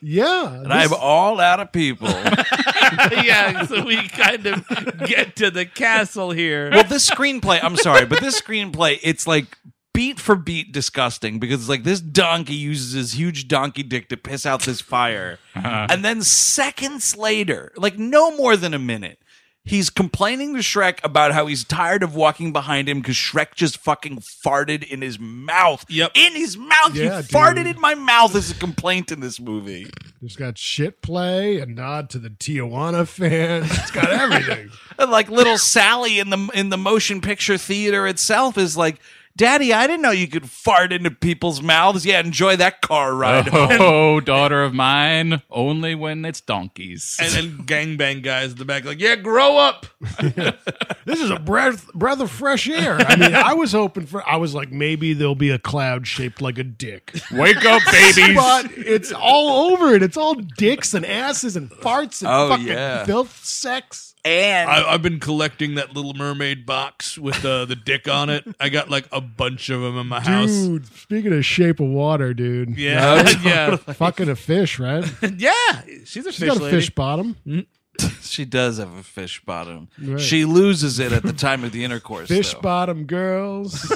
S9: Yeah,
S1: And I'm all out of people. well,
S4: yeah, so we kind of get to the castle here.
S1: this screenplay, I'm sorry, but this screenplay, it's like beat for beat disgusting because it's like this donkey uses his huge donkey dick to piss out this fire. And then seconds later, like no more than a minute, he's complaining to Shrek about how he's tired of walking behind him because Shrek just fucking farted in his mouth.
S4: Yep.
S1: In his mouth.
S9: Yeah,
S1: he farted
S9: dude.
S1: in my mouth is a complaint in this movie.
S9: It's got shit play, a nod to the Tijuana fans. It's got everything.
S1: And, like little Sally in the in the motion picture theater itself is like, "Daddy, I didn't know you could fart into people's mouths." Yeah, enjoy that car ride.
S6: Oh, daughter of mine, only when it's donkeys.
S4: And then gangbang guys in the back, like, yeah, grow up.
S9: this is a breath breath of fresh air. I mean, I was hoping for. I was like, maybe there'll be a cloud shaped like a dick.
S6: Wake up, babies.
S9: but it's all over it. It's all dicks and asses and farts and
S1: Oh,
S9: fucking
S1: yeah.
S9: filth sex.
S1: And
S4: I, I've been collecting that Little Mermaid box with uh, the dick on it. I got like a bunch of them in my house.
S9: Dude, speaking of shape of water, dude.
S4: Yeah, yeah,
S9: Fucking a fish, right? She's
S4: yeah. She's a fish
S9: got a
S4: lady.
S9: fish bottom.
S1: she does have a fish bottom.
S9: Right.
S1: She loses it at the time of the intercourse.
S9: Fish
S1: though.
S9: bottom girls.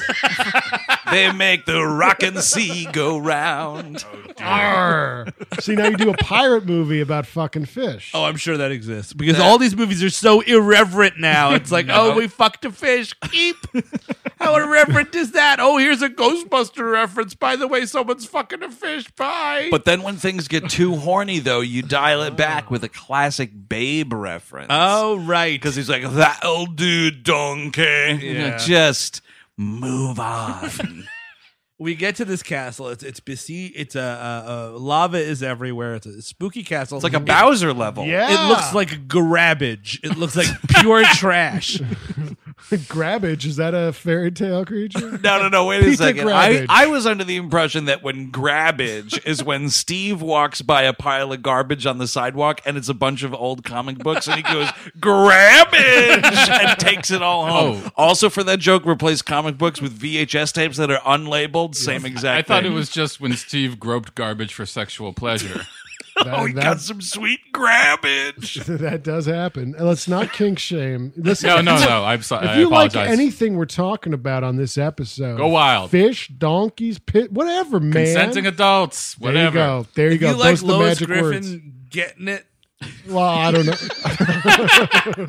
S1: They make the rockin' sea go round.
S9: Arr. See, now you do a pirate movie about fucking fish.
S4: Oh, I'm sure that exists because all these movies are so irreverent now. It's like, oh, we fucked a fish. Keep. How irreverent is that? Oh, here's a Ghostbuster reference. By the way, someone's fucking a fish. Bye.
S1: But then when things get too horny, though, you dial it back with a classic Babe reference.
S4: oh, right.
S1: because he's like that old dude donkey. You know,
S4: Yeah.
S1: just move on.
S4: we get to this castle. It's it's busy. It's a uh, uh, lava is everywhere. It's a spooky castle.
S1: It's like a Bowser level.
S9: yeah.
S4: It looks like grabbage. It looks like pure trash.
S9: grabbage. Is that a fairy tale creature?
S1: No, no, no. Wait a
S9: Peter
S1: second. I,
S9: Grabbage.
S1: I was under the impression that when grabbage is when Steve walks by a pile of garbage on the sidewalk and it's a bunch of old comic books and he goes, grabbage, and takes it all home.
S6: Oh.
S1: Also, for that joke, replace comic books with VHS tapes that are unlabeled. Same exact
S6: I thought it
S1: thing.
S6: was just when Steve groped garbage for sexual pleasure.
S9: That,
S1: Oh, he got
S9: that,
S1: some sweet grabbage.
S9: that does happen. And Let's not kink shame. Listen,
S6: No, no,
S9: if you-
S6: no. I'm sorry.
S9: If
S6: I
S9: you like
S6: apologize.
S9: anything we're talking about on this episode,
S6: Go wild.
S9: Fish, donkeys, pit, whatever, man.
S6: Consenting adults,
S9: there you
S6: whatever.
S9: go. There you
S4: you
S9: go.
S4: like
S9: Those are the
S4: Lois
S9: magic
S4: Griffin
S9: words.
S4: getting it?
S9: Well, I don't know.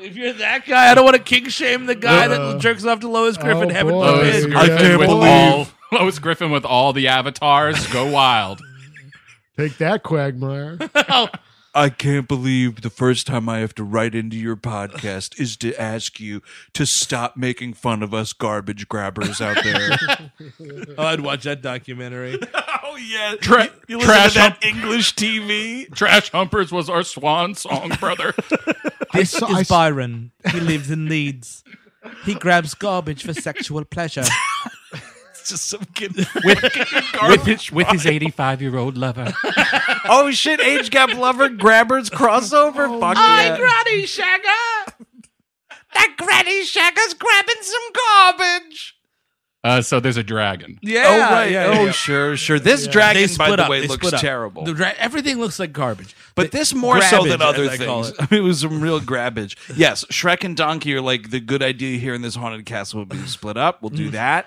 S4: If you're that guy, I don't want to king shame the guy that jerks off to Lois Griffin.
S9: oh,
S4: having
S9: boy.
S4: the
S6: Lois
S4: bid.
S9: I
S6: Griffin
S9: can't
S6: with
S9: believe-
S6: all Lois Griffin with all the avatars. Go wild.
S9: Take that, Quagmire.
S3: I can't believe the first time I have to write into your podcast is to ask you to stop making fun of us garbage grabbers out there.
S4: Oh, I'd watch that documentary.
S3: oh yeah,
S6: Tra-
S3: you, you
S6: trash
S3: listen to that
S6: hump-
S3: English TV.
S6: Trash Humpers was our swan song, brother.
S4: This
S9: saw- I
S4: is
S9: s-
S4: Byron. He lives in Leeds. He grabs garbage for sexual pleasure.
S3: It's just some kid.
S6: with his, with his 85 year old lover.
S3: oh shit! Age gap lover grabbers crossover. Fuck yeah.
S6: Granny Shagger!
S3: that Granny Shagger's grabbing some garbage.
S6: Uh, so there's a dragon.
S4: Yeah.
S3: oh right.
S4: yeah,
S3: oh
S4: yeah.
S3: sure, sure. This
S4: They
S3: dragon,
S4: split
S3: by the
S4: up.
S3: way,
S4: They
S3: looks
S4: split up.
S3: terrible.
S4: The dra- everything looks like garbage.
S3: But
S4: The
S3: this more so than
S4: grabbage,
S3: other
S4: as I call
S3: things.
S4: it.
S3: I mean, it was some real grabbage. Yes, Shrek and Donkey are like the good idea here in this haunted castle would be split up. We'll do that.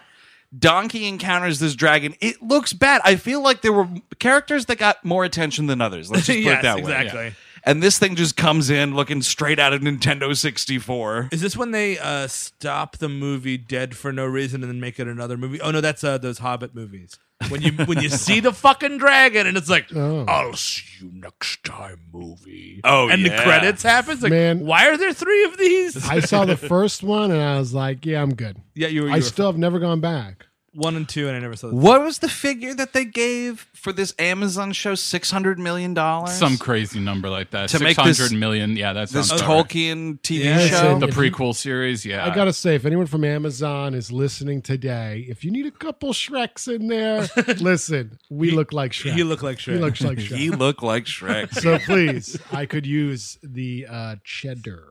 S3: Donkey encounters this dragon. It looks bad. I feel like there were characters that got more attention than others. Let's just put
S4: Yes,
S3: it that way.
S4: exactly.
S3: And this thing just comes in looking straight out of Nintendo 64.
S4: Is this when they uh, stop the movie dead for no reason and then make it another movie? Oh no, that's uh, those Hobbit movies. When you when you see the fucking dragon and it's like,
S9: Oh.
S4: I'll see you next time, movie.
S3: Oh,
S4: and
S3: yeah.
S4: the credits happen. It's like,
S9: Man.
S4: why are there three of these?
S9: I saw the first one and I was like, yeah, I'm good.
S4: yeah, you were, you
S9: I
S4: were
S9: still have never gone back.
S4: one and two, and I never saw. The
S3: What was the figure that they gave for this Amazon show? $600 million?
S6: Some crazy number like that.
S3: To
S6: Six
S3: make
S6: hundred million.
S3: this-
S6: Yeah, that's
S3: This Tolkien TV
S9: Yes,
S3: show?
S9: and
S6: The
S9: if you-
S6: prequel series. Yeah.
S9: I gotta say, if anyone from Amazon is listening today, if you need a couple Shreks in there, listen, we look like Shrek.
S4: You look like Shrek.
S9: We look like Shrek.
S3: he looked like Shrek.
S9: so please, I could use the uh, cheddar.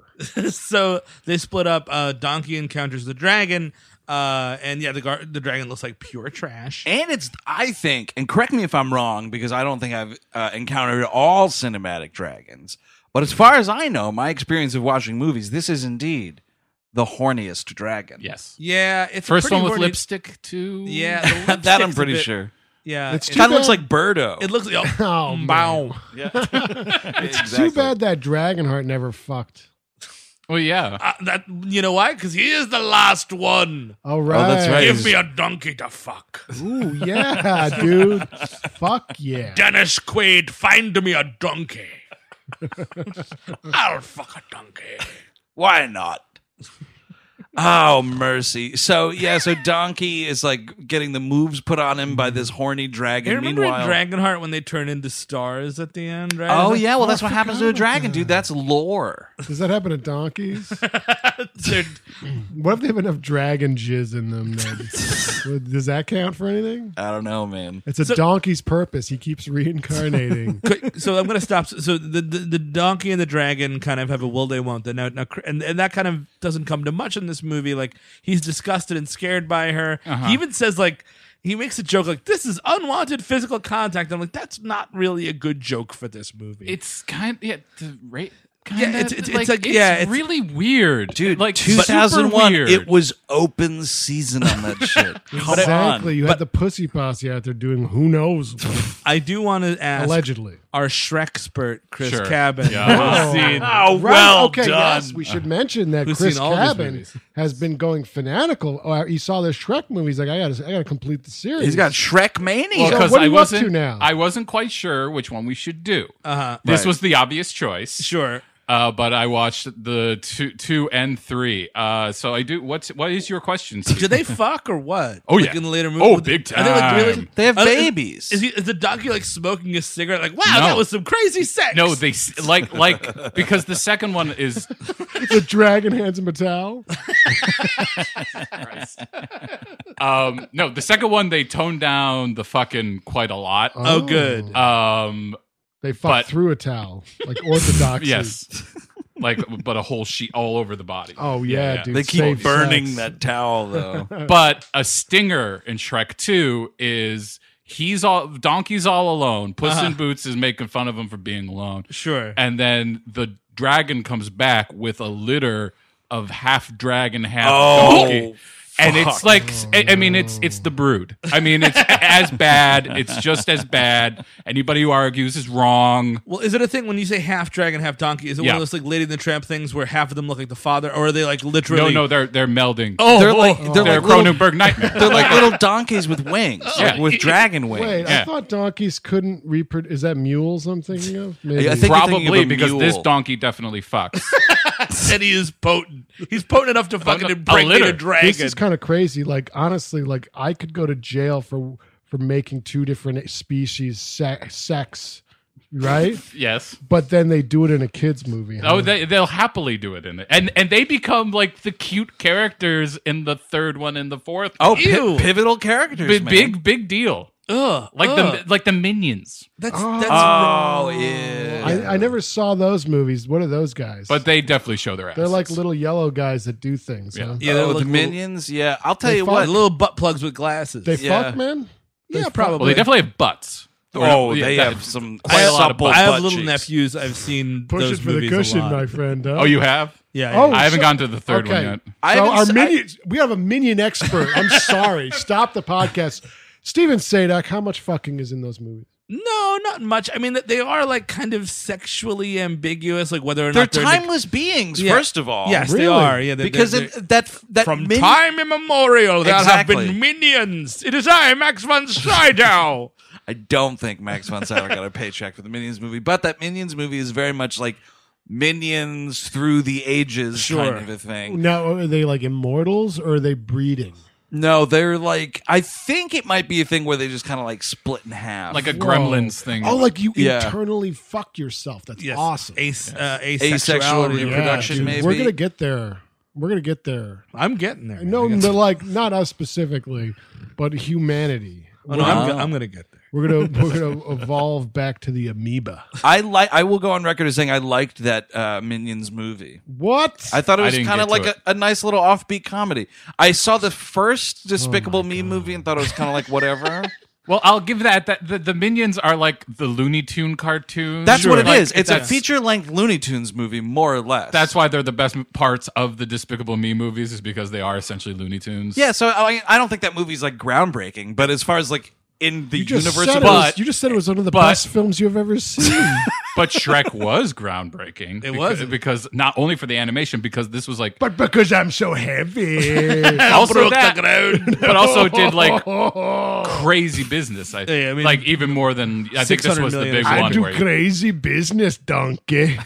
S4: so they split up. Uh, Donkey encounters the dragon, uh, and yeah, the gar- the dragon looks like pure trash.
S3: And it's, I think, and correct me if I'm wrong, because I don't think I've uh, encountered all cinematic dragons. But as far as I know, my experience of watching movies, this is indeed the horniest dragon.
S6: yes.
S4: yeah, it's a
S6: First
S4: pretty
S6: one with
S4: horny-
S6: lipstick too.
S4: Yeah, the
S3: that I'm
S4: lipstick's a
S3: pretty
S4: bit-
S3: sure.
S4: Yeah,
S9: It's
S4: it-
S9: too
S3: Kind of looks
S9: bad.
S3: like Birdo.
S4: It looks like
S9: Oh,
S4: oh,
S9: man.
S4: bow.
S3: yeah.
S9: It's
S3: Exactly.
S9: too bad that Dragonheart never fucked.
S6: Well, yeah.
S4: Uh, that you know why? Because he is the last one.
S3: Oh,
S9: All right.
S3: that's right.
S4: Give me a donkey to fuck.
S9: Ooh, yeah, dude. Fuck yeah.
S4: Dennis Quaid, find me a donkey. I'll fuck a donkey.
S3: Why not? Oh mercy! So yeah, so Donkey is like getting the moves put on him by this horny dragon.
S4: You remember in
S3: Meanwhile,
S4: Dragonheart when they turn into stars at the end, right?
S3: oh yeah, well that's what happens to a
S9: forgot about
S3: dragon, dude. That's lore.
S9: Does that happen to donkeys?
S4: They're-
S9: What if they have enough dragon jizz in them? Then? Does that count for anything?
S1: Uh,
S3: I don't know, man.
S9: It's a donkey's purpose. He keeps reincarnating.
S4: Quick, so I'm gonna stop. So the, the the donkey and the dragon kind of have a will they won't they now, now cr- and and that kind of doesn't come to much in this movie. Like he's disgusted and scared by her.
S9: Uh-huh.
S4: He even says like he makes a joke like this is unwanted physical contact. I'm like that's not really a good joke for this movie.
S6: It's kind yeah, the rate kind
S4: Yeah, it's- it's- it's like- yeah, it's-
S6: really weird.
S3: Dude,
S6: like
S3: like
S6: super
S3: 2001,
S6: weird.
S3: it was open season on that shit. Come
S9: exactly.
S3: on.
S9: You had the pussy posse out there doing who knows,
S4: I do want to ask
S9: allegedly.
S4: our Shrek Chris
S6: Sure.
S4: Cabin.
S6: Yeah.
S4: who's seen-
S3: Oh,
S9: Right,
S3: well
S9: okay,
S3: done.
S9: Yes, we should mention that
S4: Who's
S9: Chris
S4: seen all these
S9: Cabin
S4: movies?
S9: has been going fanatical. Oh, he saw the Shrek movies. Like I got, to I got to complete the series.
S3: He's got Shrek mania.
S9: Well,
S6: because
S9: what are
S6: I
S9: you up
S6: wasn't
S9: to now?
S6: I wasn't quite sure which one we should do. Uh-huh. This was the obvious choice.
S4: Uh, Sure.
S6: Uh, but I watched the two, two and three. Uh, so I do. What's what is your question? Steve?
S4: Do they fuck or what?
S6: Oh,
S4: Like,
S6: yeah.
S4: in the later
S6: Oh,
S4: movie.
S6: big
S4: Are they like really?
S6: time.
S3: They have
S4: Are-
S3: babies.
S4: Is, he, is the donkey like smoking a cigarette? Like wow,
S6: No.
S4: that was some crazy sex.
S6: No, they s- like like because the second one is
S9: the dragon hands him a towel.
S6: um no the second one they toned down the fucking quite a lot.
S4: Oh, good.
S6: Um
S9: They fuck
S6: but-
S9: through a towel like orthodoxy.
S6: yes, like but a whole sheet all over the body.
S9: Oh yeah, dude.
S3: They
S9: safe
S3: keep burning
S9: sex.
S3: that towel, though.
S6: But a stinger in Shrek 2 is he's all donkey's all alone. Puss in Boots is making fun of him for being alone.
S4: Uh-huh. Sure.
S6: And then the dragon comes back with a litter of half dragon, half
S3: Oh,
S6: donkey. and it's like I, I mean it's it's the brood i mean it's as bad it's just as bad anybody who argues is wrong
S4: Well, is it a thing when you say half dragon, half donkey? Is it one
S6: Yeah.
S4: of those like Lady in the Tramp things where half of them look like the father, or are they like
S6: no
S4: literally?
S6: no they're they're melding
S4: Oh,
S3: They're
S4: oh,
S3: like-
S6: they're,
S3: they're like little-
S6: cronenberg nightmare
S3: They're like little donkeys with wings, like
S6: Yeah.
S3: with dragon wings.
S9: Wait, I
S6: Yeah.
S9: thought donkeys couldn't reproduce. Is that mules I'm thinking of? Maybe.
S3: I think you're thinking of
S6: probably
S3: a
S6: because this
S3: mule.
S6: donkey definitely fucks
S4: and he is potent. He's potent enough to fucking
S6: no, a
S4: impregnate a,
S6: litter.
S4: dragon.
S9: this is kind of crazy. Like honestly, like I could go to jail for for making two different species se- sex, right?
S6: yes
S9: but then they do it in a kids movie. huh?
S6: Oh, they, they'll happily do it in it, and and they become like the cute characters in the third one and the fourth.
S3: Oh, pi-
S4: Ew.
S3: pivotal characters,
S6: big
S3: man.
S6: big, big deal.
S4: Ugh,
S6: Like
S4: ugh.
S6: the like the minions,
S4: that's
S9: Oh.
S4: that's
S3: Oh yeah.
S9: I, I never saw those movies. What are those guys?
S6: but they definitely show their ass.
S9: they're like little yellow guys that do things. huh?
S4: yeah.
S3: oh,
S4: they're
S3: the
S4: like
S3: minions. Yeah, I'll tell
S9: They
S3: you
S9: fought
S3: what.
S4: little, little butt plugs with glasses.
S9: They
S3: Yeah.
S9: fuck man.
S4: yeah, probably.
S6: Well, they definitely have butts.
S3: Oh,
S6: Yeah,
S3: they
S6: that-
S3: have some
S4: I have,
S3: supple
S4: I have
S3: butt
S4: little
S3: cheeks.
S4: nephews. I've seen
S9: Push
S4: those
S9: it for the
S4: movies a
S9: cushion,
S4: lot.
S9: my friend. Huh?
S6: Oh, you have?
S4: Yeah.
S9: Oh,
S6: I haven't
S9: shit.
S6: gone to the third
S9: Okay.
S6: one yet.
S3: I
S9: so
S3: haven't
S9: our
S3: s- I-
S9: minions. we have a minion expert. I'm sorry. Stop the podcast. Steven Sadak, how much fucking is in those movies?
S4: No, not much. I mean, th- they are like kind of sexually ambiguous, like whether or
S3: They're
S4: not they're Oh, like-
S3: timeless beings,
S4: Yeah.
S3: first of all.
S4: Yes, they
S9: Really?
S4: are. Yeah, they're-
S3: because
S4: they're-
S3: it, that that
S4: from
S3: min-
S4: time immemorial, there
S3: Exactly.
S4: have been minions. It is I, Max von Sydow.
S3: I don't think Max von Sydow got a paycheck for the Minions movie, but that Minions movie is very much like Minions through the ages
S4: Sure.
S3: kind of a thing.
S9: Now, are they like immortals or are they breeding?
S3: No, they're like I think it might be a thing where they just kind of like split in half,
S6: Like a Gremlins thing.
S9: Oh, like you
S3: Yeah.
S9: internally fuck yourself. That's awesome.
S4: Ace, uh,
S3: asexual
S4: asexuality.
S3: reproduction.
S9: dude,
S3: maybe
S9: We're gonna get there. We're gonna get there.
S4: I'm getting there.
S9: No,
S4: I'm,
S9: but like not us specifically, but humanity.
S4: no, I'm,
S3: Uh-huh.
S4: go- I'm gonna get there.
S9: We're gonna we're gonna evolve back to the amoeba.
S3: I like. I will go on record as saying I liked that uh, Minions movie.
S9: What?
S3: I thought it
S6: I
S3: was
S6: didn't
S3: kind of
S6: get to
S3: like a,
S6: it.
S3: a nice little offbeat comedy. I saw the
S9: Oh
S3: first Despicable Me movie and thought it was kind of like whatever.
S6: well, I'll give that, that the, the minions are like the Looney Tune cartoons.
S3: That's what it is.
S6: Like,
S3: It's a
S6: that's-
S3: feature length Looney Tunes movie, more or less.
S6: That's why they're the best parts of the Despicable Me movies is because they are essentially Looney Tunes.
S3: Yeah, so I, I don't think that movie's like groundbreaking, but as far as like in the
S9: you just
S3: universe,
S9: said
S3: of
S9: it was-
S6: but-
S9: you just said it was one of the
S6: but-
S9: best films you have ever seen.
S6: But Shrek was groundbreaking. It
S4: was.
S6: because not only for the animation, because this was like
S9: but because I'm so heavy,
S6: also that, but also did like crazy business. I,
S4: Yeah, I mean,
S6: like even more than I think this
S4: 600
S6: was the
S4: million
S6: big
S4: is a
S6: one. where you-
S9: crazy business, donkey.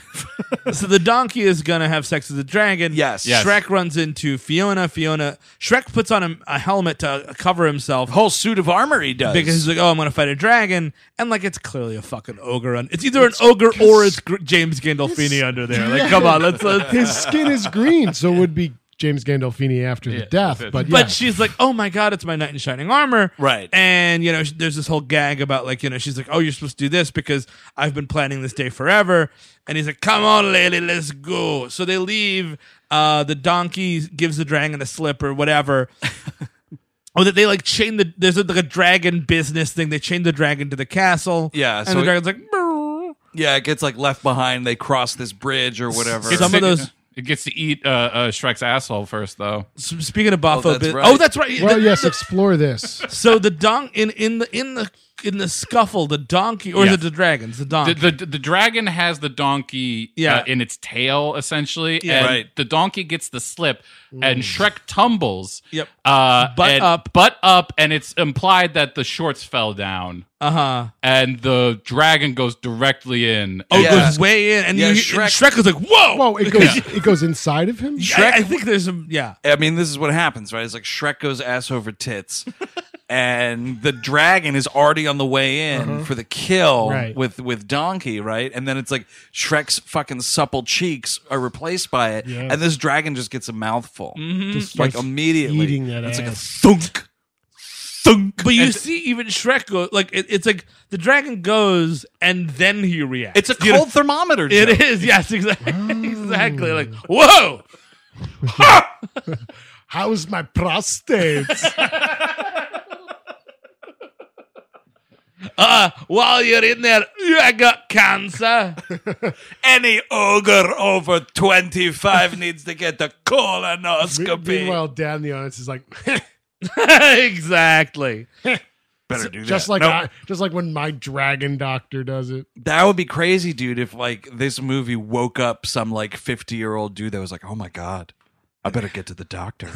S4: So the donkey is gonna have sex with the dragon.
S3: Yes.
S6: Yes.
S4: Shrek runs into Fiona. Fiona. Shrek puts on a, a helmet to cover himself.
S3: a whole suit of armor he does.
S4: Because he's like, oh, I'm gonna fight a dragon, and like it's clearly a fucking ogre. Un- it's either an ogre or it's gr- James Gandolfini under there. Like, come on, let's. let's
S9: His skin is green, so it would be James Gandolfini after the death. But yeah.
S4: But she's like, oh my god, it's my knight in shining armor.
S3: Right.
S4: And, you know, sh- there's this whole gag about, like, you know, she's like, oh, you're supposed to do this because I've been planning this day forever. And he's like, come on, lady, let's go. So they leave. Uh, the donkey gives the dragon a slip or whatever. Oh, that they like chain the there's like a dragon business thing. They chain the dragon to the castle.
S3: Yeah,
S4: and
S3: so
S4: the
S3: it-
S4: dragon's like, "Brrr."
S3: yeah, it gets like left behind. They cross this bridge or whatever.
S4: Some of those.
S6: It gets to eat uh, uh, Shrek's asshole first, though.
S4: s- Speaking of Boffo,
S3: Oh, that's
S4: bus-
S3: right.
S4: oh, that's right.
S9: well,
S4: The-
S9: yes, explore this.
S4: So the don in in the in the in the scuffle, the donkey or is
S6: Yeah.
S4: it the dragons, the donkey.
S6: The, the the dragon has the donkey
S4: Yeah.
S6: uh, in its tail essentially,
S4: Yeah. Mm.
S6: and
S3: Right.
S6: the donkey gets the slip, and Shrek tumbles.
S4: Yep.
S6: uh,
S4: Butt
S6: and-
S4: up.
S6: butt up, and it's implied that the shorts fell down,
S4: uh huh.
S6: and the dragon goes directly in.
S4: Oh,
S3: Yeah.
S4: it goes way in, and,
S3: Yeah,
S4: you,
S3: Shrek-
S4: and Shrek is like, "Whoa!"
S9: Whoa, Oh, it goes it goes inside of him.
S4: Shrek. I, I think there's some. Yeah,
S3: I mean, this is what happens, right? It's like Shrek goes ass over tits, and the dragon is already on the way in for the kill
S9: Uh-huh. Right.
S3: with with Donkey, right? And then it's like Shrek's fucking supple cheeks are replaced by it,
S9: Yeah. Mm-hmm.
S3: and this dragon just gets a mouthful,
S9: Just
S3: mm, like
S9: starts
S3: immediately.
S9: eating that
S3: it's like a
S9: ass.
S3: thunk, thunk.
S4: but you see, even Shrek goes like it, it's like the dragon goes, and then he reacts.
S3: It's a cold thermometer.
S4: It
S3: joke.
S4: is. Yes, exactly.
S9: Oh.
S4: exactly. Like, whoa!
S9: How's my prostate?
S4: Uh, while you're in there, I got cancer.
S3: Any ogre over 25 needs to get a colonoscopy.
S9: Meanwhile, Dan in the audience is like,
S4: exactly.
S3: Better do that.
S9: just like
S3: Nope.
S9: I, just like when my dragon doctor does it.
S3: That would be crazy, dude, if like this movie woke up some like 50 year old dude that was like, oh my God, I better get to the doctor.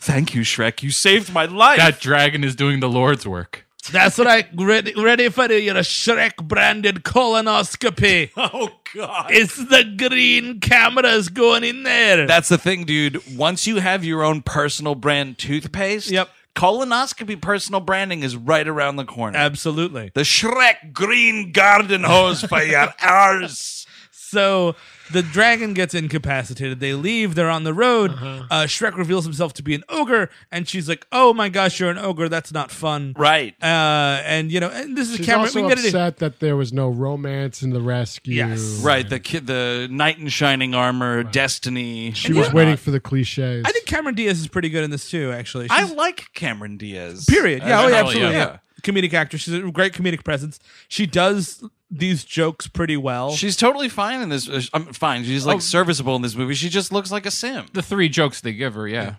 S3: Thank you, Shrek. You saved my life.
S6: That dragon is doing the Lord's work.
S4: That's right. Ready, ready for your Shrek branded colonoscopy.
S3: oh, God.
S4: It's the green cameras going in there.
S3: That's the thing, dude. Once you have your own personal brand toothpaste,
S4: Yep.
S3: colonoscopy personal branding is right around the corner.
S4: Absolutely.
S3: the Shrek green garden hose for your arse.
S4: So the dragon gets incapacitated. They leave. They're on the road. uh Shrek reveals himself to be an ogre, and she's like, "Oh my gosh, you're an ogre. That's not fun."
S3: Right.
S4: Uh, and you know, and this is
S9: She's
S4: a camera. we
S9: also
S4: can get it.
S9: upset that there was no romance in the rescue.
S4: Yes.
S3: Right. The kid, the knight in shining armor, destiny.
S9: She was waiting for the cliches.
S4: I think Cameron Diaz is pretty good in this too. Actually,
S3: I
S4: She's-
S3: like Cameron Diaz.
S4: period. Yeah, oh yeah,
S6: hell
S4: absolutely.
S6: yeah.
S4: Yeah. comedic actor. She's a great comedic presence. She does these jokes pretty well.
S3: She's totally fine in this. uh, sh- I'm fine. She's like serviceable in this movie. She just looks like a sim.
S6: Oh. The three jokes they give her, yeah.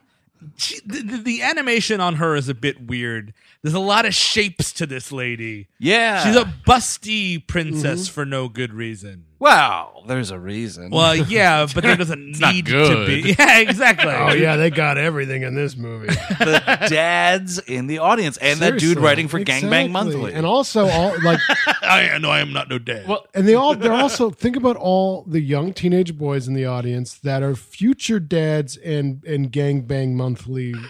S4: she, the, the, the animation on her is a bit weird. There's a lot of shapes to this lady.
S3: Yeah.
S4: She's a busty princess
S9: Mm-hmm.
S4: for no good reason.
S3: Wow. There's a reason.
S4: Well, yeah, but there doesn't
S6: not
S4: need to
S6: good.
S4: be. Yeah, exactly.
S9: Oh yeah, they got everything in this movie.
S3: the dads in the audience and that dude
S9: Seriously.
S3: writing for
S9: Exactly.
S3: Gangbang Monthly.
S9: and also all like
S4: I know I am not no dad. Well,
S9: and they all they're also think about all the young teenage boys in the audience that are future dads and and gangbang monthly writers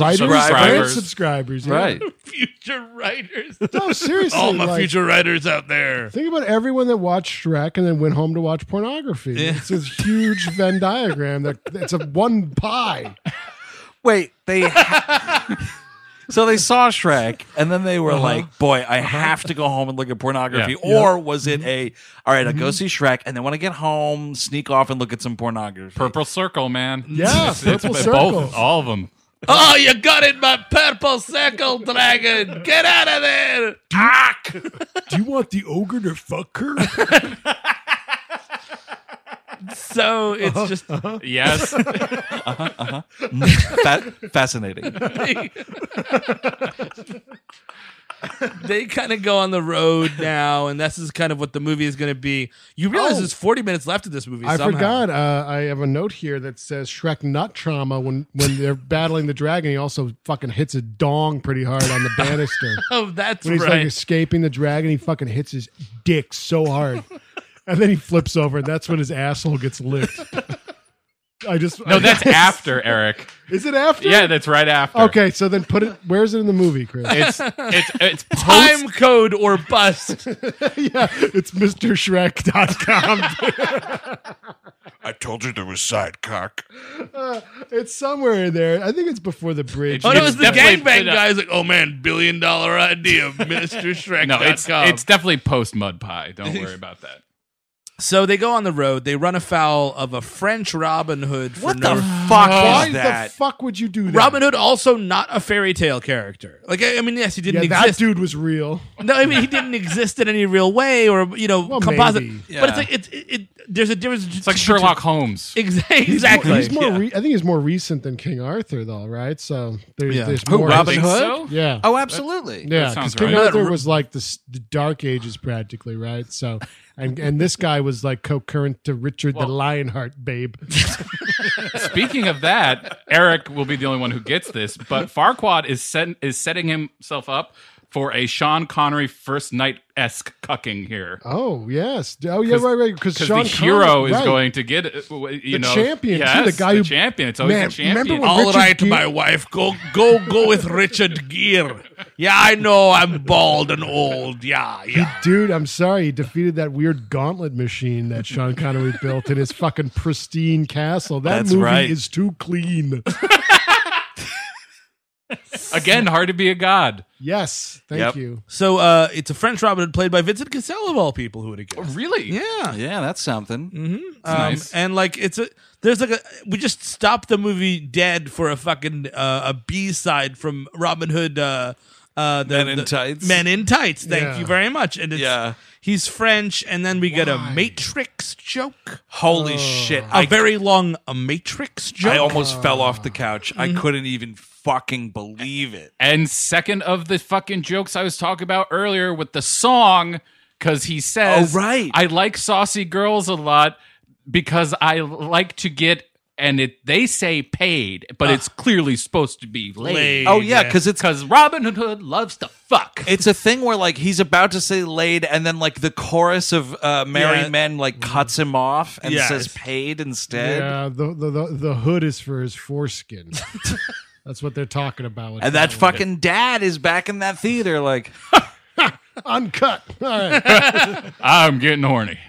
S9: and
S3: Subscribers.
S9: subscribers yeah.
S3: right.
S4: future writers.
S9: no seriously
S4: All my
S9: like,
S4: future writers out there.
S9: think about everyone that watched shrek and then went home to watch pornography it's this huge venn diagram that it's a one pie
S3: Wait, they. so they saw Shrek, and then they were like, "Boy, I have to go home and look at pornography." Or was it a, "All right, I'll go see Shrek, and then when I get home, sneak off and look at some pornography."
S6: Purple Circle, man.
S9: Yeah, Purple Circle.
S6: Both, all of them.
S4: Oh, you got in my purple circle, dragon. Get out of there.
S9: do you want the ogre to fuck her
S4: So
S9: Uh-huh.
S4: it's just
S6: Yes.
S3: Fa- fascinating.
S4: they, kind of go on the road now, and this is kind of what the movie is going to be. You realize there's 40 minutes left of this movie.
S9: Oh. I
S4: somehow.
S9: forgot. Uh, I have a note here that says Shrek nut trauma when when they're battling the dragon. He also fucking hits a dong pretty hard on the banister
S4: Oh, that's
S9: when he's
S4: right.
S9: like escaping the dragon. He fucking hits his dick so hard, and then he flips over, and that's when his asshole gets licked. I just
S6: No, that's after, Eric.
S9: is it after?
S6: Yeah, that's right after.
S9: Okay, so then put it. Where's it in the movie, Chris?
S6: It's it's it's post
S4: Time code or bust.
S9: yeah, it's MrShrek.com.
S1: I told you there was side cock.
S9: uh, it's somewhere in there. I think it's before the bridge.
S4: Oh, no, it was
S6: It's
S4: the
S6: definitely-
S4: gangbang guys. Like, oh man, billion dollar idea, Mister Shrek.
S6: No, it's it's definitely post mud pie. Don't worry about that.
S4: so they go on the road. They run afoul of a French Robin Hood. For
S3: What
S4: no-
S3: the fuck
S9: Why
S3: is that?
S9: the fuck would you do that?
S4: Robin Hood also not a fairy tale character. Like I I mean, yes, he
S9: yeah,
S4: didn't
S9: that
S4: exist.
S9: dude was real.
S4: No, I mean he didn't exist in any real way, or you know,
S9: Well,
S4: composite.
S9: maybe.
S4: But it's like it's it, it. There's a difference.
S6: It's like Sherlock Holmes.
S4: Exactly.
S9: He's
S4: exactly.
S9: More, he's more. Re- I think he's more recent than King Arthur, though, right? So there's,
S4: Yeah.
S9: there's
S3: Who,
S9: more.
S3: Robin
S6: Think
S3: Hood?
S6: so?
S9: Yeah.
S3: Oh, absolutely.
S6: that
S9: yeah, because
S6: sounds
S9: King
S6: right.
S9: Arthur was like the, s- the Dark Ages, practically, right? So, and and this guy was like concurrent to Richard the Lionheart, babe.
S6: Speaking of that, Eric will be the only one who gets this, but Farquaad is set, is setting himself up for a Sean Connery first night esque cucking here.
S9: Oh yes, oh yeah, right, right. Because
S6: Because the hero is going to get, uh, you
S9: The
S6: know,
S9: champion, too,
S6: Yes,
S9: the guy who-
S6: champion. It's always
S9: Man,
S6: the champion.
S9: remember when-
S4: All
S9: Richard
S4: right,
S9: Gere-
S4: my wife, go go go with Richard Gere. Yeah, I know I'm bald and old. Yeah, yeah.
S9: Dude, I'm sorry, he defeated that weird gauntlet machine that Sean Connery built in his fucking pristine castle. That
S3: That's
S9: movie
S3: right.
S9: is too clean.
S6: Again, hard to be a god.
S9: Yes, thank
S3: Yep.
S9: you.
S4: So uh, it's a French Robin Hood played by Vincent Cassell of all people. Who would have guessed?
S6: Really?
S4: Yeah.
S3: Yeah, that's something.
S4: Um,
S6: nice.
S4: And like it's a there's like a we just stopped the movie dead for a fucking uh, a B side from Robin Hood. Uh, uh, the,
S3: Men in
S4: the-
S3: Tights.
S4: Men in tights. Thank
S9: Yeah.
S4: you very much. And it's,
S3: Yeah.
S4: he's French, and then we get a Matrix joke,
S3: Holy shit!
S4: a very long a Matrix joke.
S3: I almost fell off the couch. I couldn't even fucking believe it.
S6: And second of the fucking jokes I was talking about earlier with the song, because he says,
S3: Oh, right.
S6: I like saucy girls a lot because I like to get." And it, they say paid, but it's
S4: Ah.
S6: clearly supposed to be laid.
S3: Oh yeah, because it's
S6: because Robin Hood loves to fuck.
S3: it's a thing where like he's about to say laid, and then like the chorus of uh, "Merry
S4: Yeah.
S3: Men" like cuts him off and
S4: Yes.
S3: says "paid" instead.
S9: Yeah, the, the the the hood is for his foreskin. That's what they're talking about. with
S3: And that
S9: one.
S3: fucking dad is back in that theater, like
S9: uncut. All right.
S6: I'm getting horny.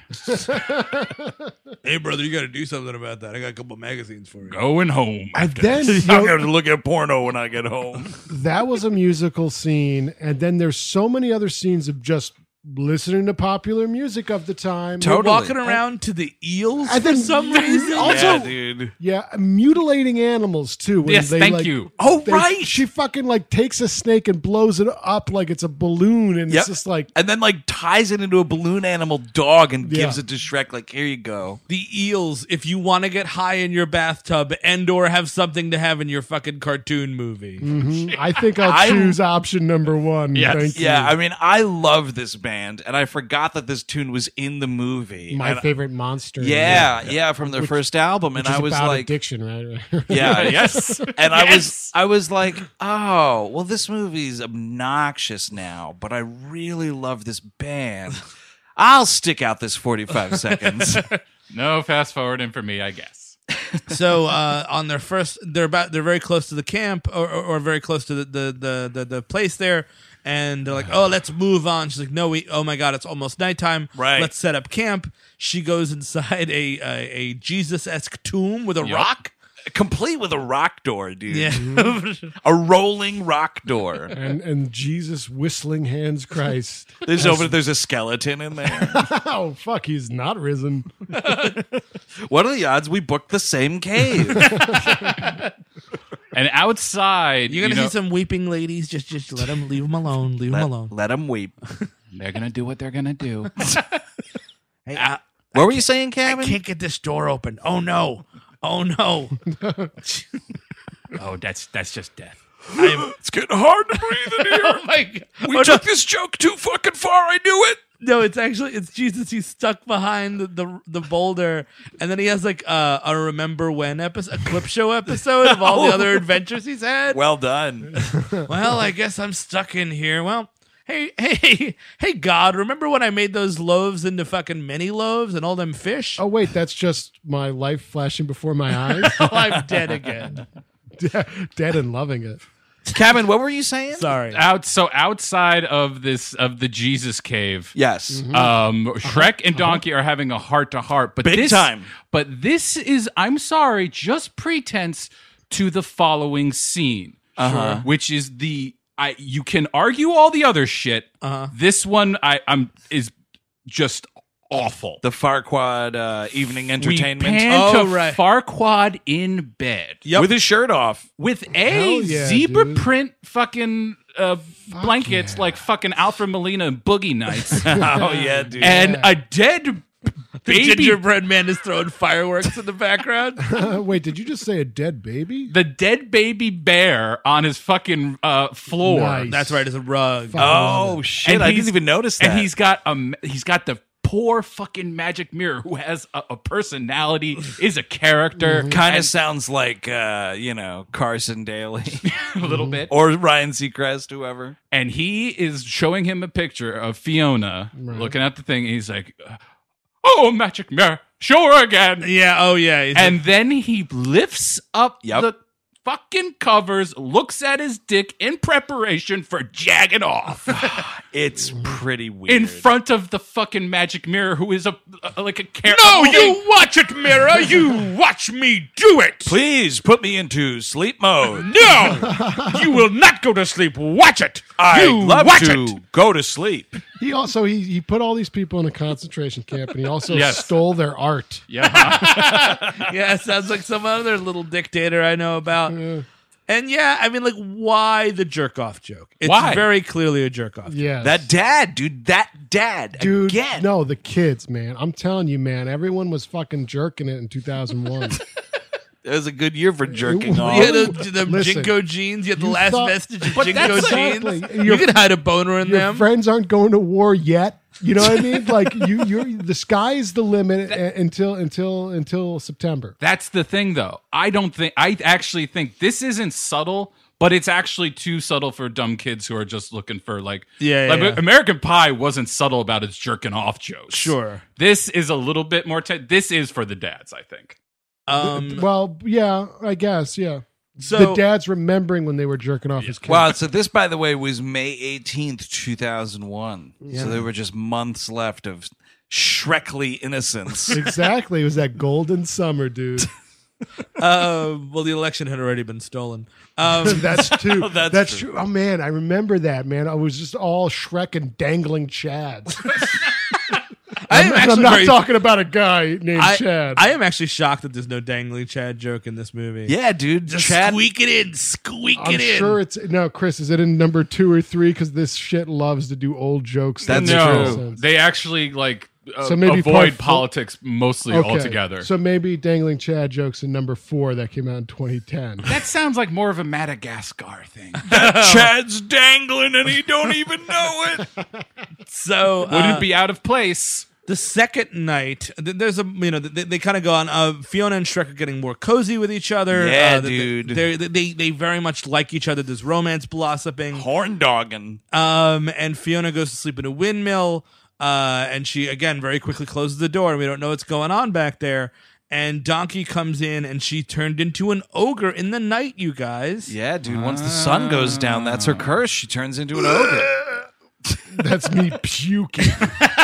S4: Hey, brother, you got to do something about that. I got a couple magazines for you.
S6: Going home.
S9: And then you
S3: I'm
S9: know,
S3: going to look at porno when I get home.
S9: that was a musical scene, and then there's so many other scenes of just listening to popular music of the time.
S3: Totally.
S4: Walking around to the eels
S9: I
S4: for
S9: think-
S4: some reason.
S9: Also-
S3: yeah, dude.
S9: Yeah, mutilating animals too. when
S6: Yes,
S9: they,
S6: thank
S9: like-
S6: you.
S3: Oh
S9: they-
S3: right,
S9: She fucking like takes a snake and blows it up like it's a balloon, and
S3: Yep.
S9: it's just like
S3: and then like ties it into a balloon animal dog and
S9: Yeah.
S3: gives it to Shrek. Like here you go.
S4: the eels if you want to get high in your bathtub and or have something to have in your fucking cartoon movie.
S9: mhm, I think I'll
S3: I-
S9: choose option number one.
S6: Yes.
S9: Thank
S3: Yeah,
S9: you.
S3: I mean, I love this band, and I forgot that this tune was in the movie.
S9: My
S3: And-
S9: favorite monster.
S3: Yeah, yeah, from their
S9: Which-
S3: first album,
S9: which
S3: and
S9: is
S3: I was
S9: about
S3: like,
S9: addiction, right?
S3: yeah,
S6: yes.
S3: and I was, I was like, oh, well, this movie's obnoxious now, but I really love this band. I'll stick out this forty-five seconds.
S6: No fast forwarding for me, I guess.
S4: so uh, on their first they're about they're very close to the camp or, or, or very close to the the, the the the place there and they're like oh let's move on she's like no we oh my god it's almost nighttime
S3: Right.
S4: let's set up camp she goes inside a a, a jesus-esque tomb with a rock
S3: Complete with a rock door, dude.
S4: yeah
S3: A rolling rock door.
S9: and and Jesus whistling hands Christ.
S3: There's over. There's a skeleton in there.
S9: oh fuck, he's not risen.
S3: what are the odds we booked the same cave?
S6: And outside,
S4: you're gonna
S6: you know,
S4: see some weeping ladies just just let them leave them alone leave them
S6: Um,
S4: alone
S3: let, let 'em weep.
S6: they're gonna do what they're gonna do.
S4: hey, I,
S3: What were you saying,
S4: I
S3: Kevin?
S4: can't get this door open oh no oh no
S6: oh, that's that's just death.
S3: It's getting hard to breathe in here.
S4: oh my god
S3: We took this joke too fucking far. I knew it.
S4: No, it's actually it's Jesus. He's stuck behind the the, the boulder, and then he has like uh, a remember when episode, a clip show episode of all the other adventures he's had. Well,
S3: Oh. Well done.
S4: I guess I'm stuck in here. Well, hey, hey, hey, God, remember when I made those loaves into fucking mini loaves and all them fish?
S9: Oh wait, that's just my life flashing before my eyes.
S4: I'm dead again.
S9: Dead and loving it.
S3: Kevin, what were you saying?
S4: Sorry.
S6: Out so outside of this of the Jesus cave.
S3: Yes.
S6: Um, Shrek and Donkey are having a heart to heart, but
S3: Big
S6: this,
S3: time.
S6: But this is, I'm sorry, just pretense to the following scene, uh-huh. which is the I. You can argue all the other shit. Uh-huh. This one, I, I'm is just awful.
S3: The Farquad uh, evening entertainment
S6: We pan
S4: Oh,
S6: to
S4: right.
S6: Farquaad in bed
S3: with his shirt off.
S6: with a
S9: Hell yeah,
S6: zebra
S9: dude.
S6: print fucking uh, blankets like fucking Alfred Molina and Boogie Nights,
S3: Oh yeah, dude.
S6: and a dead
S4: The
S6: baby.
S4: gingerbread man is throwing fireworks in the background.
S9: wait, did you just say a dead baby?
S6: the dead baby bear on his fucking uh, floor,
S9: Nice.
S4: That's right, it's a rug.
S9: Fuck.
S3: oh shit! I
S6: he's-
S3: didn't even notice that.
S6: and he's got a ma- he's got the poor fucking magic mirror who has a, a personality, is a character,
S3: kind of sounds like uh, you know Carson Daly
S9: Mm-hmm,
S6: a little bit,
S3: or Ryan Seacrest, whoever.
S6: and he is showing him a picture of Fiona looking at the thing. And he's like, "Oh, magic mirror, sure again."
S4: Yeah. Oh yeah. he's
S6: And then he lifts up
S3: Yep.
S6: the fucking covers, looks at his dick in preparation for jagging off
S3: It's pretty weird.
S6: in front of the fucking magic mirror, who is a, a- like a Oh, character.
S4: No, you watch it, mirror. You watch me do it.
S3: Please put me into sleep mode.
S4: No, you will not go to sleep. Watch it.
S3: I
S4: you
S3: love
S4: watch
S3: to
S4: it.
S3: go to sleep.
S9: He also he, he put all these people in a concentration camp and he also
S6: Yes.
S9: stole their art.
S6: Yeah, huh?
S4: Yeah, it sounds like some other little dictator I know about. And yeah, I mean, like, why the jerk off joke? It's
S6: Why?
S4: very clearly a jerk off.
S9: Yes.
S3: That dad, dude, that dad
S9: Dude,
S3: again.
S9: no, the kids, man. I'm telling you, man. Everyone was fucking jerking it in 2001.
S3: It was a good year for jerking
S9: It-
S3: off.
S4: You had the, the
S9: Listen,
S4: Jinko jeans. You had the
S9: you
S4: last
S9: thought-
S4: vestige of
S9: But
S4: Jinko
S9: that's-
S4: jeans.
S9: Exactly.
S4: You
S9: Your-
S4: could hide a boner in
S9: Your
S4: them.
S9: friends aren't going to war yet. You know what I mean? Like you, you're the sky is the limit a- until until until September.
S6: That's the thing, though. I don't think I actually think this isn't subtle, but it's actually too subtle for dumb kids who are just looking for like
S4: Yeah, yeah,
S6: like,
S4: yeah.
S6: American Pie wasn't subtle about its jerking off jokes.
S4: Sure.
S6: this is a little bit more. Te- this is for the dads, I think.
S4: Um,
S9: Well, yeah, I guess, yeah.
S4: so
S9: the dad's remembering when they were jerking off his kids.
S3: Wow, so this, by the way, was May 18th, 2001.
S9: Yeah.
S3: So there were just months left of Shrekly innocence.
S9: exactly. It was that golden summer, dude.
S4: uh, well, the election had already been stolen. Um,
S9: That's true. that's true. Oh man, I remember that, man. I was just all Shrek and dangling Chads.
S4: I am
S9: And I'm
S4: actually
S9: not
S4: very-
S9: talking about a guy named
S4: I,
S9: Chad.
S4: I am actually shocked that there's no dangly Chad joke in this movie.
S3: yeah, dude.
S4: Just
S3: Chad,
S4: squeak it in, squeak
S9: I'm
S4: it in.
S9: sure it's no, Chris. Is it in number two or three? Because this shit loves to do old jokes. that
S3: That's
S9: make
S6: no,
S9: no sense.
S6: they actually like uh,
S9: So maybe part
S6: avoid
S9: four-
S6: politics mostly
S9: Okay,
S6: altogether.
S9: So maybe dangling Chad jokes in number four that came out in 2010.
S6: that sounds like more of a Madagascar thing.
S3: Chad's dangling and he don't even know it.
S4: So
S6: Wouldn't
S4: uh,
S6: be out of place.
S4: the second night th- there's a you know they, they kind of go on uh, fiona and shrek are getting more cozy with each other
S3: Yeah,
S4: uh, they-
S3: dude.
S4: they, they, they, they very much like each other there's romance blossoming
S3: Horn dogging.
S4: um, and fiona goes to sleep in a windmill uh, and she again very quickly closes the door and we don't know what's going on back there and donkey comes in and she turned into an ogre in the night you guys
S3: Yeah, dude. Once the sun goes down, that's her curse. She turns into an ogre.
S9: That's me puking.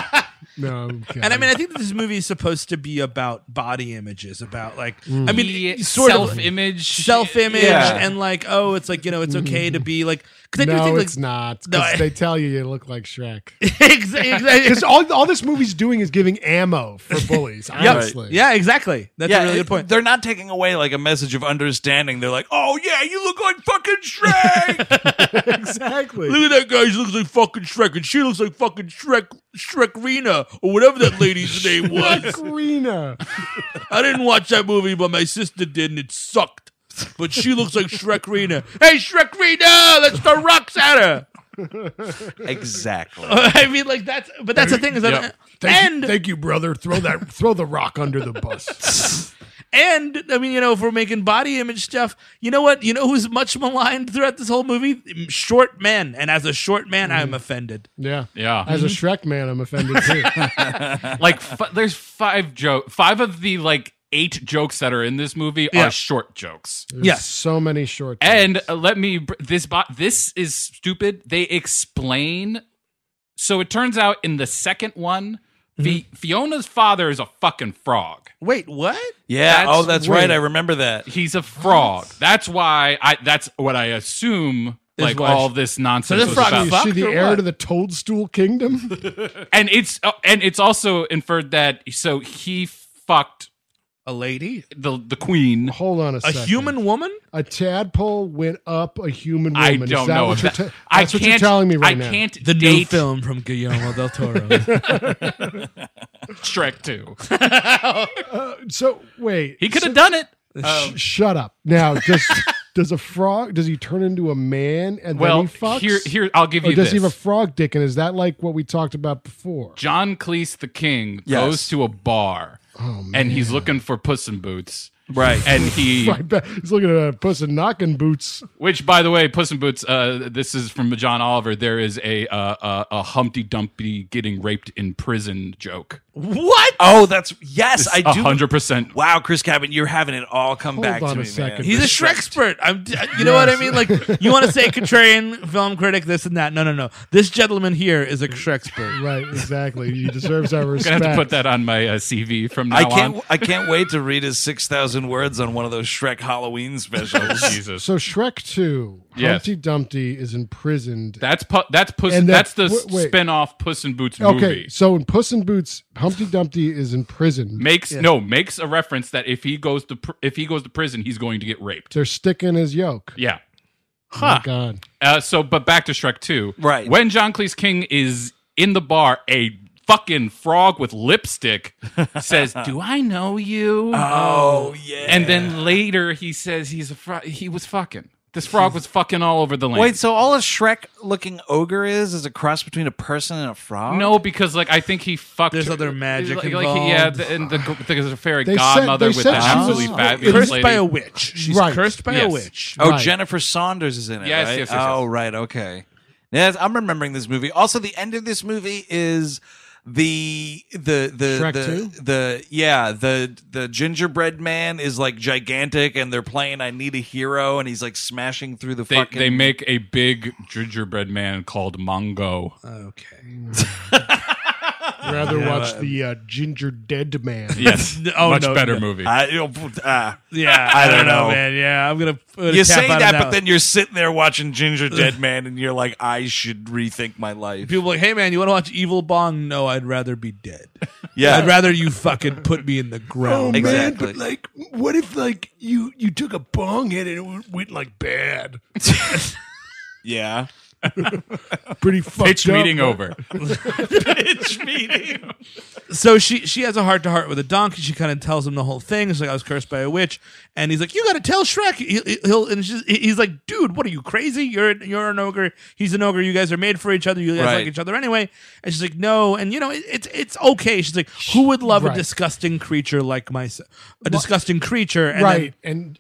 S9: no, okay.
S4: And I mean, I think that this movie is supposed to be about body images, about like,
S9: Mm.
S4: I mean,
S6: The
S4: it- sort of-
S6: self-image.
S4: self image,
S3: Yeah.
S4: and like, oh, it's like you know, it's okay to be like, because I do
S9: Mm-hmm. no,
S4: think like,
S9: it's not. 'cause
S4: No, I-
S9: they tell you you look like Shrek.
S4: Exa-
S9: Because
S4: exactly,
S9: all, all this movie's doing is giving ammo for bullies. honestly,
S4: yeah, exactly. That's a really
S3: it-
S4: good point.
S3: They're not taking away like a message of understanding. They're like, oh yeah, you look like fucking Shrek.
S9: exactly.
S4: Look at that guy. She looks like fucking Shrek, and she looks like fucking Shrek, Shrek Rena, or whatever that lady's name was.
S9: Greener.
S4: I didn't watch that movie, but my sister did, and it sucked. But she looks like Shrek Rena. Hey, Shrek Rena, let's throw rocks at her.
S3: exactly.
S4: I mean, like that's, but that's the thing is that, and
S9: Thank you, brother. Throw that. Throw the rock under the bus.
S4: And I mean, you know, if we're making body image stuff, you know what? You know who's much maligned throughout this whole movie? Short men. And as a short man, I'm offended.
S9: Yeah.
S6: Yeah. Mm-hmm.
S9: As a Shrek man, I'm offended too.
S6: like f- there's five joke five of the like eight jokes that are in this movie
S4: Yeah.
S6: are short jokes
S9: There's
S4: Yes.
S9: So many short.
S6: and uh, let me br- this bo- this is stupid they explain so it turns out in the second one Fi-
S9: Mm-hmm.
S6: fiona's father is a fucking frog
S4: Wait, what?
S3: Yeah.
S6: That's
S3: oh, that's right.
S6: weird.
S3: I remember that.
S6: he's a frog that's why i that's what i assume like
S4: why
S6: all
S4: she-
S6: this nonsense
S4: this
S6: was
S4: frog
S6: about.
S9: Is she
S4: fucked
S9: the
S4: or
S9: heir
S4: what?
S9: to the toadstool kingdom?
S6: and it's uh, and it's also inferred that so he fucked
S4: A lady?
S6: the the queen
S9: Hold on a
S4: A
S9: second.
S4: human woman?
S9: A tadpole went up a human woman.
S6: I
S9: Is
S6: don't
S9: that
S6: know.
S9: What
S6: if
S9: you're
S6: that-
S9: te-
S6: I
S9: that's
S6: can't,
S9: what you're telling me right
S6: I
S9: now.
S6: can't
S4: The new
S6: date
S4: film from Guillermo del Toro.
S6: Shrek 2.
S9: So wait,
S6: He could Oh. have done it.
S9: sh- shut up. Now, does does a frog? Does he turn into a man and
S6: Well,
S9: then he fucks?
S6: here, here, I'll give
S9: Or
S6: you
S9: does
S6: this.
S9: he have a frog dick? And is that like what we talked about before?
S6: John Cleese the King
S3: Yes.
S6: goes to a bar
S9: Oh,
S6: and he's looking for Puss in Boots.
S3: Right.
S6: And he,
S9: I bet he's looking at a puss in knocking boots.
S6: which by the way, Puss in Boots, uh, this is from John Oliver. There is a, uh, a, a Humpty Dumpty getting raped in prison joke.
S4: what?
S3: Oh, that's yes. I do.
S6: 100%.
S3: Wow, Chris Cabin, you're having it all come
S9: Hold
S3: back
S9: on
S3: to
S9: a
S3: me,
S9: second.
S3: man.
S4: He's a Shrek expert. I'm, you know what I mean? Like, you want to say contrarian film critic, this and that. No, no, no. This gentleman here is a Shrek expert.
S9: Right, exactly. He deserves our
S6: I'm going
S9: respect.
S6: to have to put that on my uh, CV from now
S3: I can't.
S6: on.
S3: I can't wait to read his six thousand words on one of those Shrek Halloween specials.
S6: Oh, Jesus.
S9: so Shrek Two,
S6: Yes.
S9: Humpty Dumpty is imprisoned.
S6: That's pu- that's puss.
S9: And
S6: that's
S9: that-
S6: the
S9: wait, wait.
S6: spin off Puss in Boots
S9: okay,
S6: movie.
S9: so in Puss in Boots, Humpty Dumpty is in prison.
S6: Makes no makes a reference that if he goes to pr- if he goes to prison, he's going to get raped.
S9: They're sticking his yoke.
S6: Yeah.
S9: Oh, God.
S6: Uh, so, but back to Shrek 2.
S1: Right.
S6: When John Cleese King is in the bar, a fucking frog with lipstick says, Do I know you?
S1: Oh yeah.
S6: And then later he says he's a fro- he was fucking. This frog was fucking all over the land.
S1: Wait, so all a Shrek looking ogre is is a cross between a person and a frog?
S6: no, because like I think he fucked.
S4: There's
S6: her-
S4: other magic
S6: Like, like, he- yeah, the, and the, gr- there's a fairy
S9: They said-
S6: godmother
S9: they
S6: with
S9: said
S6: that
S9: she was
S6: absolutely fabulous
S4: Cursed
S6: lady.
S4: by a witch. She's
S9: Right.
S4: cursed by
S6: Yes.
S4: a witch.
S1: Oh,
S9: Right.
S1: Jennifer Saunders is in it.
S6: Yes,
S1: right?
S6: yes, yes,
S1: Oh,
S6: yes.
S1: right. Okay. Yes, I'm remembering this movie. Also, the end of this movie is the the the
S9: Shrek
S1: the,
S9: 2?
S1: the yeah the the gingerbread man is like gigantic, and they're playing "I Need a Hero," and he's like smashing through the
S6: they,
S1: fucking.
S6: they make a big gingerbread man called Mongo.
S4: Uh, Okay.
S9: rather watch the uh, Ginger Dead Man.
S6: Yes,
S4: Oh,
S6: much
S4: no,
S6: better
S4: no.
S6: movie.
S1: I, you know, ah.
S4: Yeah,
S1: I don't know.
S4: man. Yeah, I'm gonna. I'm gonna
S1: you
S4: tap
S1: say
S4: out
S1: that,
S4: on
S1: but
S4: one.
S1: then you're sitting there watching Ginger Dead Man, and you're like, I should rethink my life.
S4: people are like, hey man, you want to watch Evil Bong? No, I'd rather be dead.
S1: Yeah.
S4: I'd rather you fucking put me in the ground.
S1: Exactly.
S9: Oh, but like, what if like you you took a bong hit and it went, went like bad?
S1: yeah.
S9: Pretty fucked
S6: Pitch
S9: up.
S6: meeting over.
S4: So she she has a heart to heart with a donkey. She kind of tells him the whole thing. She's like, I was cursed by a witch, and he's like, you got to tell Shrek. He, will and she's, he's like, dude, what are you crazy? You're an- you're an ogre. He's an ogre. You guys are made for each other. You guys
S1: Right.
S4: like each other anyway. And she's like, no. And you know, it, it's it's okay. She's like, who would love
S9: Right.
S4: a disgusting creature like myself? A disgusting creature, and
S9: right? and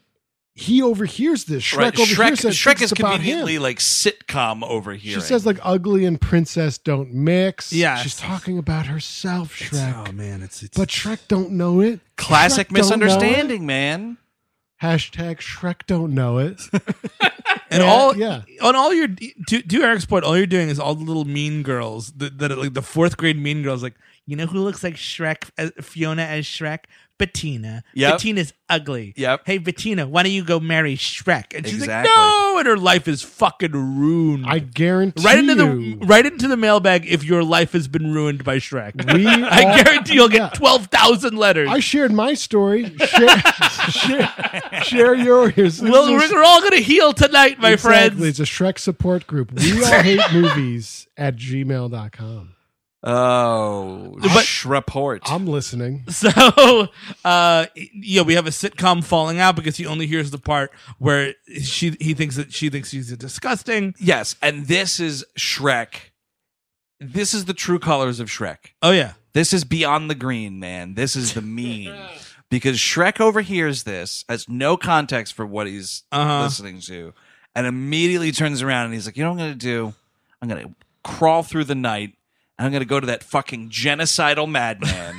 S9: he overhears this. Shrek
S1: right. Shrek,
S9: overhears that
S1: Shrek
S9: it's
S1: is
S9: about him.
S1: conveniently like sitcom over here.
S9: She says like ugly and princess don't mix.
S4: Yeah.
S9: she's talking about herself,
S4: Then,
S9: Shrek.
S4: oh man, it's it's
S9: but Shrek don't know it.
S1: classic
S9: Shrek don't know it.
S1: misunderstanding, man.
S9: Hashtag Shrek don't know it.
S4: And
S9: Yeah,
S4: all
S9: yeah.
S4: on all your to, to Eric's point, all you're doing is all the little mean girls that, that are like the fourth grade mean girls. Like you know who looks like Shrek, as, Fiona as Shrek, Bettina.
S1: Yep.
S4: Bettina's ugly.
S1: Yep.
S4: Hey Bettina, why don't you go marry Shrek? And she's
S1: Exactly.
S4: like, no, and her life is fucking ruined.
S9: I guarantee
S4: right into
S9: you.
S4: the right into the mailbag if your life has been ruined by Shrek.
S9: We all-
S4: I guarantee you'll get
S9: Yeah.
S4: twelve thousand letters.
S9: I shared my story. Share, share, share yours. This
S4: Well,
S9: is-
S4: we're, we're all gonna heal tonight, my
S9: Exactly.
S4: friends.
S9: It's a Shrek support group. We all hate movies at gmail.com.
S1: Oh,
S4: But-
S1: Shreport.
S9: I'm listening.
S4: So, uh, yeah, we have a sitcom falling out because he only hears the part where she he thinks that she thinks he's disgusting.
S1: yes, and this is Shrek. This is the true colors of Shrek.
S4: Oh yeah,
S1: This is beyond the green, man. This is the mean. because Shrek overhears this, has no context for what he's
S4: Uh-huh.
S1: listening to, and immediately turns around and he's like, You know what I'm going to do? I'm going to crawl through the night and I'm going to go to that fucking genocidal madman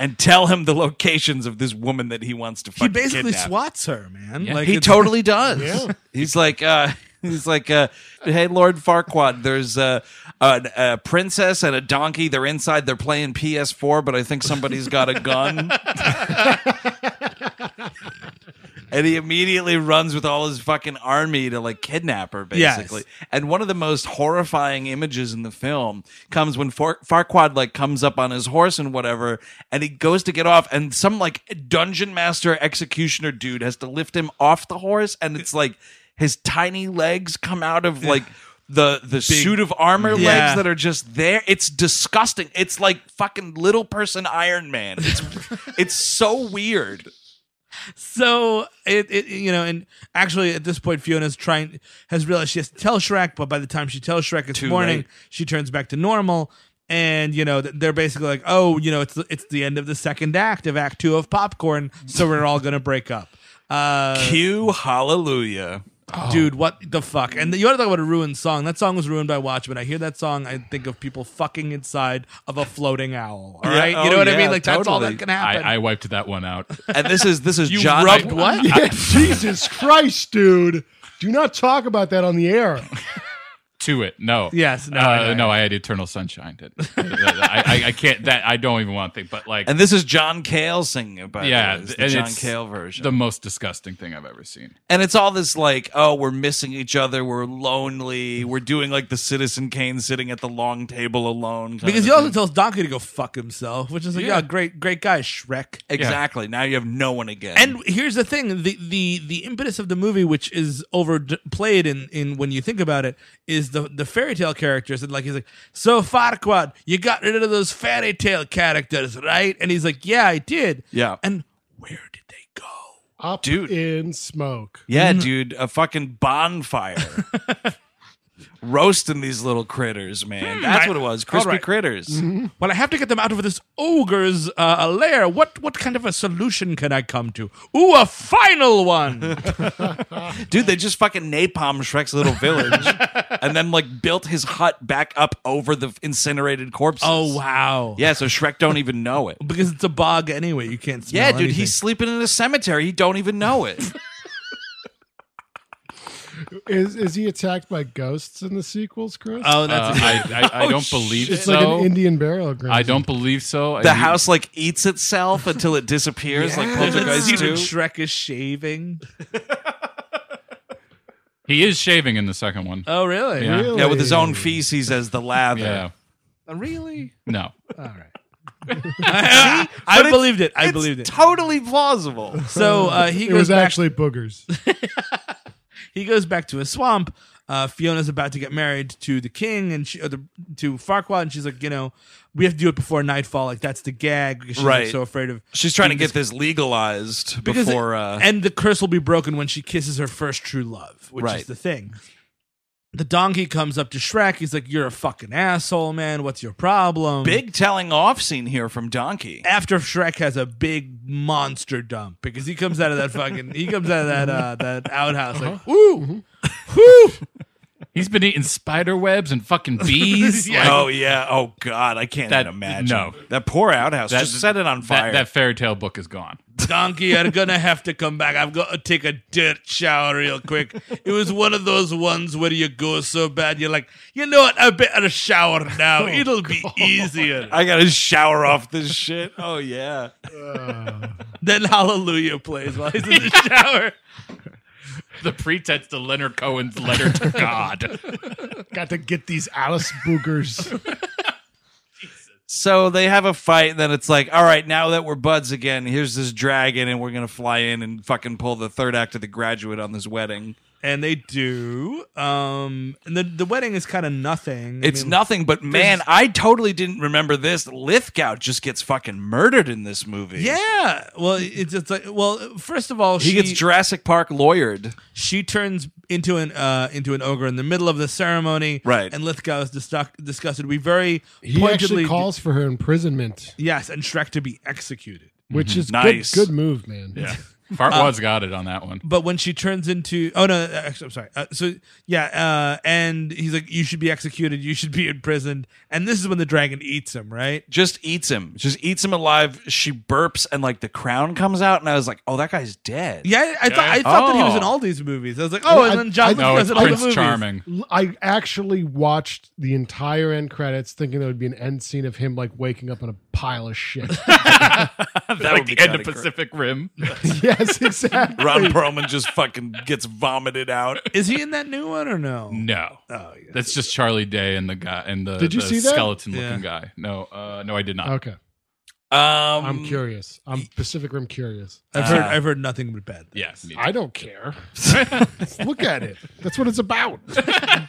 S1: and tell him the locations of this woman that he wants to
S4: he
S1: fucking
S4: basically
S1: kidnap.
S4: swats her, man.
S6: Yeah.
S4: Like
S1: He
S4: it's-
S1: totally does. He's like, uh, he's like, uh, hey, Lord Farquaad, there's a, a, a princess and a donkey. They're inside. They're playing PS4, but I think somebody's got a gun. and he immediately runs with all his fucking army to like kidnap her,
S4: Yes.
S1: basically. And one of the most horrifying images in the film comes when Far- Farquaad like comes up on his horse and whatever, and he goes to get off, and some like dungeon master executioner dude has to lift him off the horse, and it's like his tiny legs come out of like. The the suit of armor legs
S4: Yeah.
S1: that are just there. It's disgusting. It's like fucking little person Iron Man. It's it's so weird.
S4: so it, it you know, and actually at this point Fiona's trying has realized she has to tell Shrek, but by the time she tells Shrek it's
S1: Too
S4: morning,
S1: late.
S4: she turns back to normal. And you know th- they're basically like, oh, you know, it's the- it's the end of the second act of Act Two of Popcorn, so we're all gonna break up. Uh,
S1: Cue hallelujah.
S4: Dude, what the fuck? And you want to talk about a ruined song? That song was ruined by Watchmen. I hear that song, I think of people fucking inside of a floating owl. All
S1: Yeah,
S4: right, you
S1: oh,
S4: know what
S1: yeah,
S4: I mean? Like that's all
S1: totally.
S4: that can
S6: I,
S4: happen.
S6: I wiped that one out.
S1: And this is this is
S6: You
S1: John.
S6: rubbed
S1: I-
S6: what?
S9: Yeah, Jesus Christ, dude. Do not talk about that on the air.
S6: to it. No.
S4: Yes, no,
S6: No. Uh,
S4: yeah,
S6: no. I had Eternal Sunshine. Did I, I, I can't. That I don't even want to think. But like,
S1: And this is John Cale singing about
S6: yeah,
S1: it. It's
S6: and
S1: the John
S6: it's
S1: Cale version.
S6: The most disgusting thing I've ever seen.
S1: and it's all this like, oh, we're missing each other, we're lonely, we're doing like the Citizen Kane sitting at the long table alone. kind
S4: Because
S1: of
S4: he
S1: thing.
S4: also tells Donkey to go fuck himself, which is like, yeah, great, great guy, Shrek.
S1: Exactly. Now you have no one again.
S4: And here's the thing: the the the impetus of the movie, which is overplayed in in when you think about it, is the the fairy tale characters. And like he's like, so Farquaad, you got rid of those fairy tale characters, right? And he's like, yeah, I did.
S1: Yeah.
S4: And where did they go?
S9: Up
S1: Dude.
S9: in smoke.
S1: yeah,
S4: Mm-hmm.
S1: dude, a fucking bonfire. Roasting these little critters, man. That's
S4: Hmm. I- Mm-hmm.
S1: what it was. Crispy
S4: alright.
S1: critters.
S4: Well, I have to get them out of this ogre's uh, lair. What what kind of a solution can I come to? Ooh, a final one.
S1: Dude, they just fucking napalm Shrek's little village and then like built his hut back up over the incinerated corpses.
S4: oh wow.
S1: Yeah, so Shrek don't even know it.
S4: Because it's a bog anyway. You can't smell.
S1: Yeah, dude,
S4: anything.
S1: he's sleeping in a cemetery. He don't even know it.
S9: Is is he attacked by ghosts in the sequels, Chris?
S4: Oh,
S6: Uh,
S4: that's
S6: I, I, I don't believe
S9: it's
S6: so.
S9: like an Indian burial ground.
S6: I don't believe so. I
S1: The
S6: mean-
S1: house like eats itself until it disappears, like Poltergeist
S4: Steven
S1: too.
S4: Shrek is shaving.
S6: He is shaving in the second one.
S4: Oh, really?
S6: Yeah.
S9: Really?
S1: Yeah, with his own feces as the lather.
S6: Yeah.
S4: Uh, Really?
S6: No.
S4: All right. I, I believed it. I
S1: It's
S4: believed it.
S1: Totally plausible.
S4: So uh, he
S9: It
S4: goes
S9: was
S4: back.
S9: actually boogers.
S4: he goes back to his swamp. Uh, Fiona's about to get married to the king and she, or the, to Farquaad, and she's like, you know, we have to do it before nightfall. Like that's the gag. Because she's like,
S1: Right.
S4: so afraid of
S1: She's trying to get this legalized
S4: because it-
S1: before. uh,
S4: and the curse will be broken when she kisses her first true love, which
S1: Right.
S4: is the thing. The donkey comes up to Shrek. He's like, "You're a fucking asshole, man. What's your problem?"
S1: big telling off scene here from Donkey.
S4: after Shrek has a big monster dump because he comes out of that fucking he comes out of that uh, that outhouse like
S1: Uh-huh.
S4: woo woo
S6: He's been eating spider webs and fucking bees.
S4: Yeah.
S1: Oh yeah. Oh god, I can't
S6: That-
S1: even imagine.
S6: no.
S1: that poor outhouse
S6: That-
S1: just set it on fire.
S6: That, that fairy tale book is gone.
S4: donkey I'm gonna have to come back I've got to take a dirt shower real quick it was one of those ones where you go so bad you're like you know what I better shower now
S1: Oh,
S4: it'll be easier
S1: I gotta shower off this shit. Oh yeah.
S4: then Hallelujah plays while he's in the shower
S6: The pretense to Leonard Cohen's letter to God.
S9: Got to get these Alice boogers.
S1: So they have a fight, and then it's like, all right, now that we're buds again, here's this dragon, and we're gonna fly in and fucking pull the third act of the graduate on this wedding.
S4: and they do um and the the wedding is kind of nothing I
S1: It's
S4: mean,
S1: nothing, but man, I totally didn't remember this. Lithgow just gets fucking murdered in this movie.
S4: Yeah. Well, it's it's like well, first of all,
S1: He
S4: she
S1: gets Jurassic Park lawyered.
S4: she turns into an uh into an ogre in the middle of the ceremony.
S1: Right.
S4: And Lithgow is distuck disgusted. We very
S9: He
S4: pointedly
S9: actually calls for her imprisonment,
S4: yes, and Shrek to be executed.
S9: which is
S1: Nice.
S9: good, good move, man. Yeah.
S1: Uh,
S6: Fartwad's got it on that one.
S4: But when she turns into oh no, actually I'm sorry. Uh, so yeah, uh and he's like you should be executed, you should be imprisoned. And this is when the dragon eats him, right?
S1: Just eats him. Just eats him alive. She burps, and like the crown comes out, and I was like, oh, that guy's dead.
S4: Yeah, I thought I thought that he was in
S1: Oh.
S4: all these movies. I was like, oh,
S9: I-
S4: and then John
S9: I-
S4: Lithgow
S6: No,
S4: was
S6: it's
S4: in all the
S6: Prince
S4: movies.
S6: Charming.
S9: L- I actually watched the entire end credits thinking there would be an end scene of him like waking up in a pile of shit.
S1: that
S6: like
S1: would be
S6: the end of
S1: kinda great.
S6: Pacific Rim.
S9: yes, exactly.
S1: Ron Perlman just fucking gets vomited
S3: Uh,
S1: out.
S4: Is he in that new one or no?
S6: No.
S4: Oh, yeah.
S6: That's just Charlie Day and the guy and the,
S9: Did you
S6: the
S9: see that?
S6: skeleton looking guy. No, uh, no, I did not.
S9: Okay.
S1: Um,
S9: I'm curious. I'm Pacific Rim curious.
S4: I've heard I've heard nothing but bad.
S6: Yes. me too.
S9: I don't care. Look at it. That's what it's about.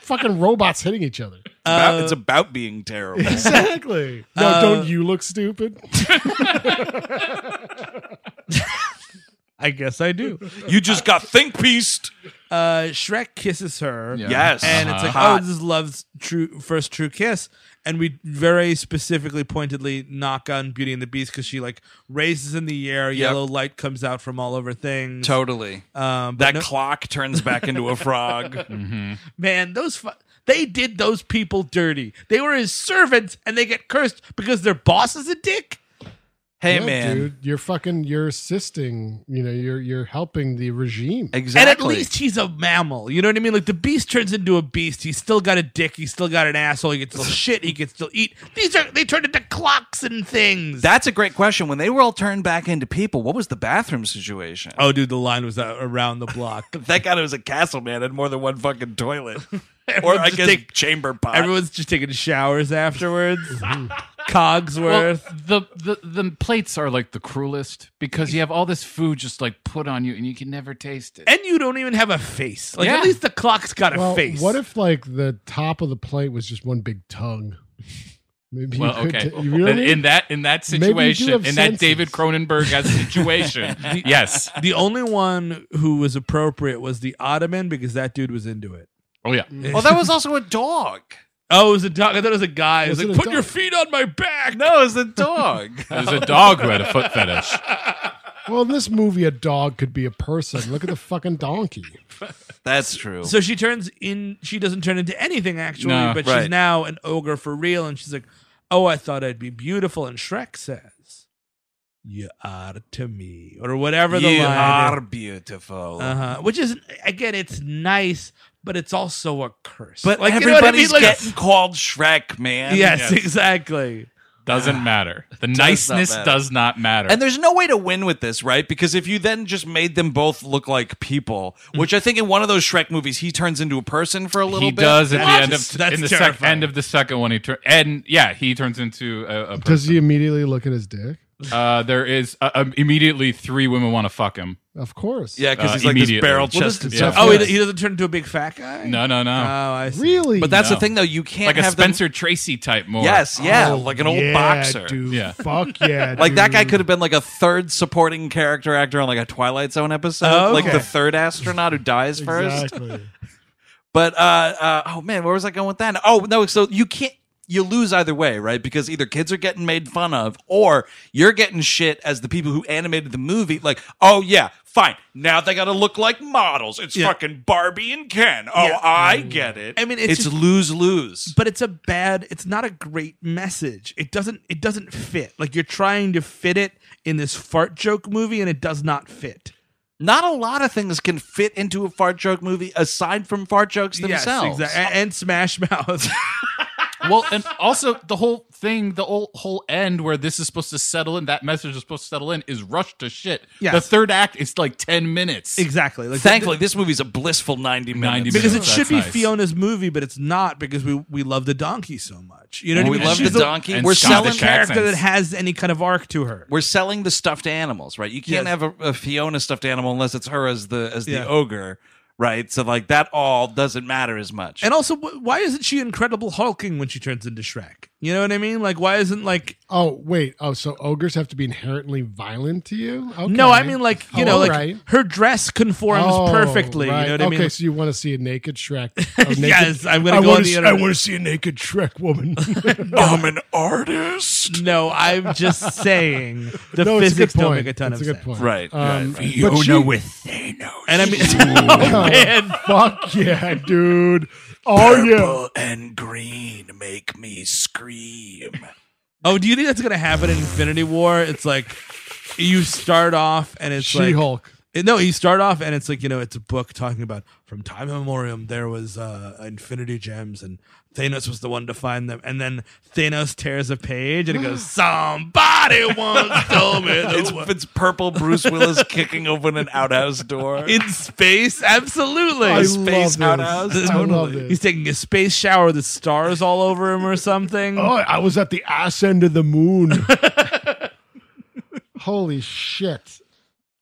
S9: Fucking robots hitting each other.
S1: about, it's about being terrible.
S9: Exactly. No,
S3: Oh,
S9: don't you look stupid?
S4: I guess I do.
S1: you just got think pieced.
S4: Uh, Shrek kisses her.
S6: Yeah.
S1: Yes.
S4: And it's like,
S1: Uh-huh.
S4: oh, this is love's true first true kiss. And we very specifically, pointedly knock on Beauty and the Beast because she like raises in the air. Yellow light comes out from all over things.
S1: totally.
S4: um, but
S1: that
S4: no-
S1: clock turns back into a frog.
S4: Mm-hmm. man, those fu- they did those people dirty. They were his servants, and they get cursed because their boss is a dick.
S3: Hey,
S9: No,
S3: man.
S9: dude, you're fucking, you're assisting. You know, you're you're helping the regime.
S3: Exactly.
S4: And at least he's a mammal. You know what I mean? Like the beast turns into a beast. He's still got a dick. He's still got an asshole. He can still shit. He can still eat. These are they turned into clocks and things.
S3: That's a great question. When they were all turned back into people, what was the bathroom situation?
S4: oh, dude, the line was uh, around the block.
S3: Thank God it was a castle, man. Had more than one fucking toilet, or I
S4: just
S3: guess
S4: take-
S3: chamber pot.
S4: Everyone's just taking showers afterwards. Cogsworth.
S6: the, the the plates are like the cruelest because you have all this food just like put on you and you can never taste it.
S4: and you don't even have a face. Like
S6: Yeah.
S4: at least the clock's got a
S9: Well,
S4: face.
S9: what if like the top of the plate was just one big tongue? Maybe
S6: well,
S9: you could.
S6: okay.
S9: ta- you know what I
S6: in,
S9: mean?
S6: in that in that
S9: Maybe you do
S6: situation, in
S9: have
S6: that David
S9: senses.
S6: Cronenberg situation, yes.
S4: the only one who was appropriate was the Ottoman because that dude was into it.
S6: Oh yeah.
S3: well, that was also a dog.
S4: Oh, it was a dog. I thought it was a guy. It was,
S9: Was
S4: like,
S9: it a
S4: put your
S9: dog?
S4: feet on my back.
S3: No, it was a dog.
S6: There's a dog who had a foot fetish.
S9: well, in this movie, a dog could be a person. Look at the fucking donkey.
S3: That's true.
S4: So she turns in. She doesn't turn into anything actually,
S6: No.
S4: but she's
S3: Right.
S4: now an ogre for real. And she's like, "Oh, I thought I'd be beautiful." And Shrek says, "You are to me," or whatever the
S3: you
S4: line.
S3: are beautiful.
S4: Uh huh. Which is again, it's nice, but it's also a curse.
S3: but
S4: like you know what I mean?
S3: everybody's
S4: Like-
S3: getting called Shrek, man.
S4: yes, exactly.
S6: Doesn't matter. The niceness
S3: matter.
S6: does not matter.
S3: And there's no way to win with this, right? Because if you then just made them both look like people, which I think in one of those Shrek movies, he turns into a person for a little
S6: he
S3: bit.
S6: does at the end
S4: That's-
S6: of
S4: that's
S6: in the sec-
S4: terrifying.
S6: end of the second one. He turn and yeah, he turns into a, a
S9: Does
S6: person.
S9: he immediately look at his dick?
S6: uh, there is uh, um, immediately three women want to fuck him.
S9: Of course.
S3: Yeah, because
S6: Uh,
S3: he's like this
S6: immediately.
S3: barrel chested.
S9: Well, this-
S4: Oh, he,
S9: Yes.
S4: he doesn't turn into a big fat guy.
S6: No, no, no.
S4: Oh, I see.
S9: Really?
S3: But that's
S6: No.
S3: the thing, though. You can't
S6: like a
S3: have them-
S6: Spencer Tracy type more.
S3: Yes, yeah, like an old
S9: yeah,
S3: boxer.
S9: Dude.
S6: Yeah.
S9: Fuck yeah.
S3: Like that guy
S9: dude.
S3: could have been like a third supporting character actor on like a Twilight Zone episode,
S4: Oh,
S3: like
S4: okay.
S3: the third astronaut who dies first.
S9: Exactly.
S3: But uh, uh, oh man, where was I going with that? Oh no, so you can't you lose either way, right? Because either kids are getting made fun of, or you're getting shit as the people who animated the movie. Like, oh yeah, fine, now they got to look like models. It's fucking Barbie and Ken. Oh, I get it.
S4: I mean, it's just-
S3: lose lose.
S4: but it's a bad it's not a great message it doesn't it doesn't fit like you're trying to fit it in this fart joke movie and it does not fit
S3: Not a lot of things can fit into a fart joke movie aside from fart jokes themselves.
S4: yes, exactly and smash mouth
S6: Well, and also the whole thing, the whole whole end where this is supposed to settle in, that message is supposed to settle in, is rushed to shit.
S4: Yes.
S6: The third act is like ten minutes.
S4: exactly like
S3: Thankfully, this movie's a blissful 90 minutes.
S6: 90
S4: because it
S6: That's
S4: should be
S6: nice.
S4: fiona's movie but it's not because we we love the donkey so much you know
S3: When
S4: what
S3: we
S4: I mean?
S3: love the
S4: She's
S3: donkey.
S6: and
S3: We're selling
S6: Scottish
S4: a character that
S6: accents.
S4: has any kind of arc to her
S3: we're selling the stuffed animals, right? You can't
S4: Yes.
S3: have a, a Fiona stuffed animal unless it's her as the as the
S4: Yeah.
S3: ogre, right? So like that all doesn't matter as much.
S4: and also wh- why isn't she incredible hulking when she turns into shrek you know what i mean like why isn't like
S9: Oh wait. Oh, so ogres have to be inherently violent to you? Okay.
S4: No, I mean like you
S9: Oh,
S4: know, like
S9: right.
S4: her dress conforms
S9: Oh,
S4: perfectly. You
S9: right.
S4: know what I mean?
S9: Okay, so you want to see a naked Shrek? a naked-
S4: Yes, I'm gonna
S9: I
S4: go on
S9: wanna
S4: the
S9: see-
S4: internet.
S9: I want to see a naked Shrek woman.
S3: I'm an artist,
S4: no, I'm just saying the
S9: no, it's a good
S4: physics
S9: point.
S4: don't make a ton
S9: it's
S4: of
S9: a good
S4: sense.
S9: point.
S3: right? right.
S9: Um, but she,
S4: And I mean, oh man,
S9: fuck yeah, dude. Oh yeah.
S3: Purple and green make me scream.
S4: oh, do you think that's gonna happen in Infinity War? It's like you start off and it's like
S9: She-Hulk.
S4: No, you start off and it's like you know, it's a book talking about from time immemorial there was uh, infinity gems and Thanos was the one to find them, and then Thanos tears a page and it goes, "Somebody once told me the
S3: It's,
S4: wo-"
S3: it's purple Bruce Willis kicking open an outhouse door.
S4: in space, absolutely."
S9: I
S3: space
S9: love
S3: outhouse.
S9: this. I love
S4: He's
S9: this.
S4: taking a space shower with stars all over him or something.
S9: Oh, I was at the ass end of the moon. Holy shit.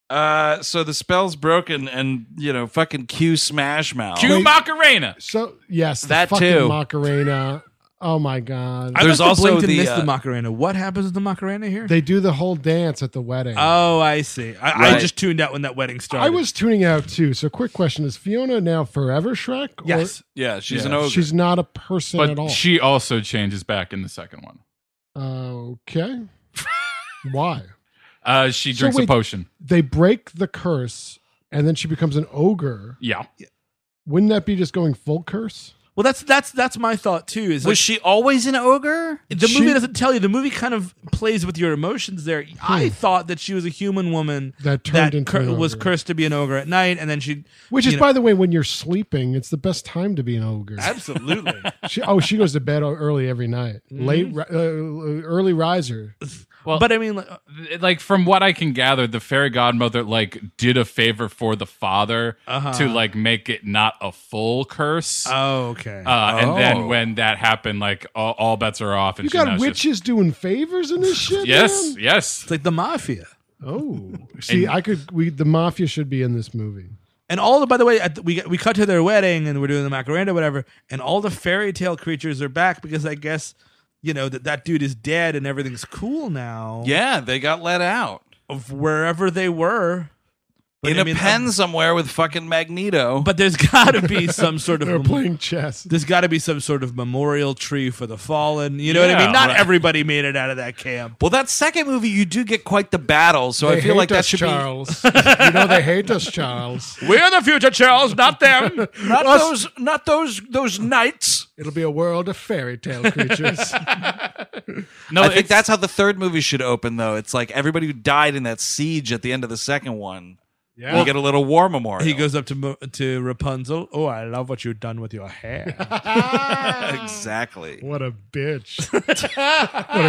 S3: Uh, so the spell's broken, and you know, fucking Q Smash Mouth.
S6: Cue Macarena.
S9: So yes, the
S3: That
S9: fucking
S3: too.
S9: Macarena. Oh my god.
S4: I
S3: There's
S4: must have
S3: also
S4: blinked and
S3: the,
S4: missed
S3: uh,
S4: the Macarena. What happens with the Macarena here?
S9: they do the whole dance at the wedding.
S4: oh, I see. I, I
S3: Right.
S4: just tuned out when that wedding started.
S9: I was tuning out too. So quick question: Is Fiona now forever Shrek? Or
S4: yes.
S3: Yeah, she's
S6: Yeah.
S3: an ogre.
S9: She's not a person at all.
S6: But she also changes back in the second one.
S9: okay. Why?
S6: Uh, she
S9: So
S6: drinks a
S9: wait-
S6: potion.
S9: They break the curse, and then she becomes an ogre.
S6: Yeah.
S9: Wouldn't that be just going full curse?
S4: Well, that's that's that's my thought too. Is
S3: Was
S4: like,
S3: she always an ogre?
S4: the
S9: she-
S4: movie doesn't tell you. The movie kind of plays with your emotions there. I thought that she was a human woman
S9: That turned into
S4: cur-
S9: an
S4: was
S9: ogre.
S4: cursed to be an ogre at night, and then she,
S9: Which
S4: you
S9: is,
S4: know-
S9: by the way, when you're sleeping, it's the best time to be an ogre.
S4: absolutely.
S9: She, oh, she goes to bed early every night. Late, ri- uh, early riser.
S6: Well,
S4: but I mean, like,
S6: like from what I can gather, the fairy godmother like did a favor for the father
S9: Uh-huh.
S6: to like make it not a full curse. Uh,
S4: oh okay.
S6: And then when that happened, like all, all bets are off. And
S9: oh. You
S6: she
S9: got
S6: knows
S9: witches doing favors in this shit.
S6: Just, yes,
S9: man?
S6: yes.
S4: it's like the mafia.
S9: Oh, see, I could. We the mafia should be in this movie.
S4: And all the by the way, at the, we we cut to their wedding and we're doing the Macarena, whatever. And all the fairy tale creatures are back because I guess you know that that dude is dead and everything's cool now.
S3: Yeah, they got let out
S4: of wherever they were. But
S3: in
S4: I
S3: a
S4: mean,
S3: pen
S4: um,
S3: somewhere with fucking Magneto.
S4: But there's got to be some sort of
S9: They're
S4: mem-
S9: playing chess.
S4: there's got to be some sort of memorial tree for the fallen. You know what I
S6: Yeah,
S4: mean? Not
S6: right.
S4: everybody made it out of that camp.
S3: well, that second movie, you do get quite the battle, so
S9: They
S3: I feel
S9: hate
S3: like that
S9: us,
S3: should
S9: Charles. you know they hate us, Charles.
S6: We're the future, Charles, not them.
S3: be not those, not those, those knights.
S9: It'll be a world of fairy tale creatures.
S6: No,
S3: I think
S6: it's-
S3: that's how the third movie should open, though. It's like everybody who died in that siege at the end of the second one. Yeah. We get a little war memorial.
S4: He goes up to Mo- to Rapunzel. Oh, I love what you've done with your hair.
S3: exactly.
S9: what a bitch! what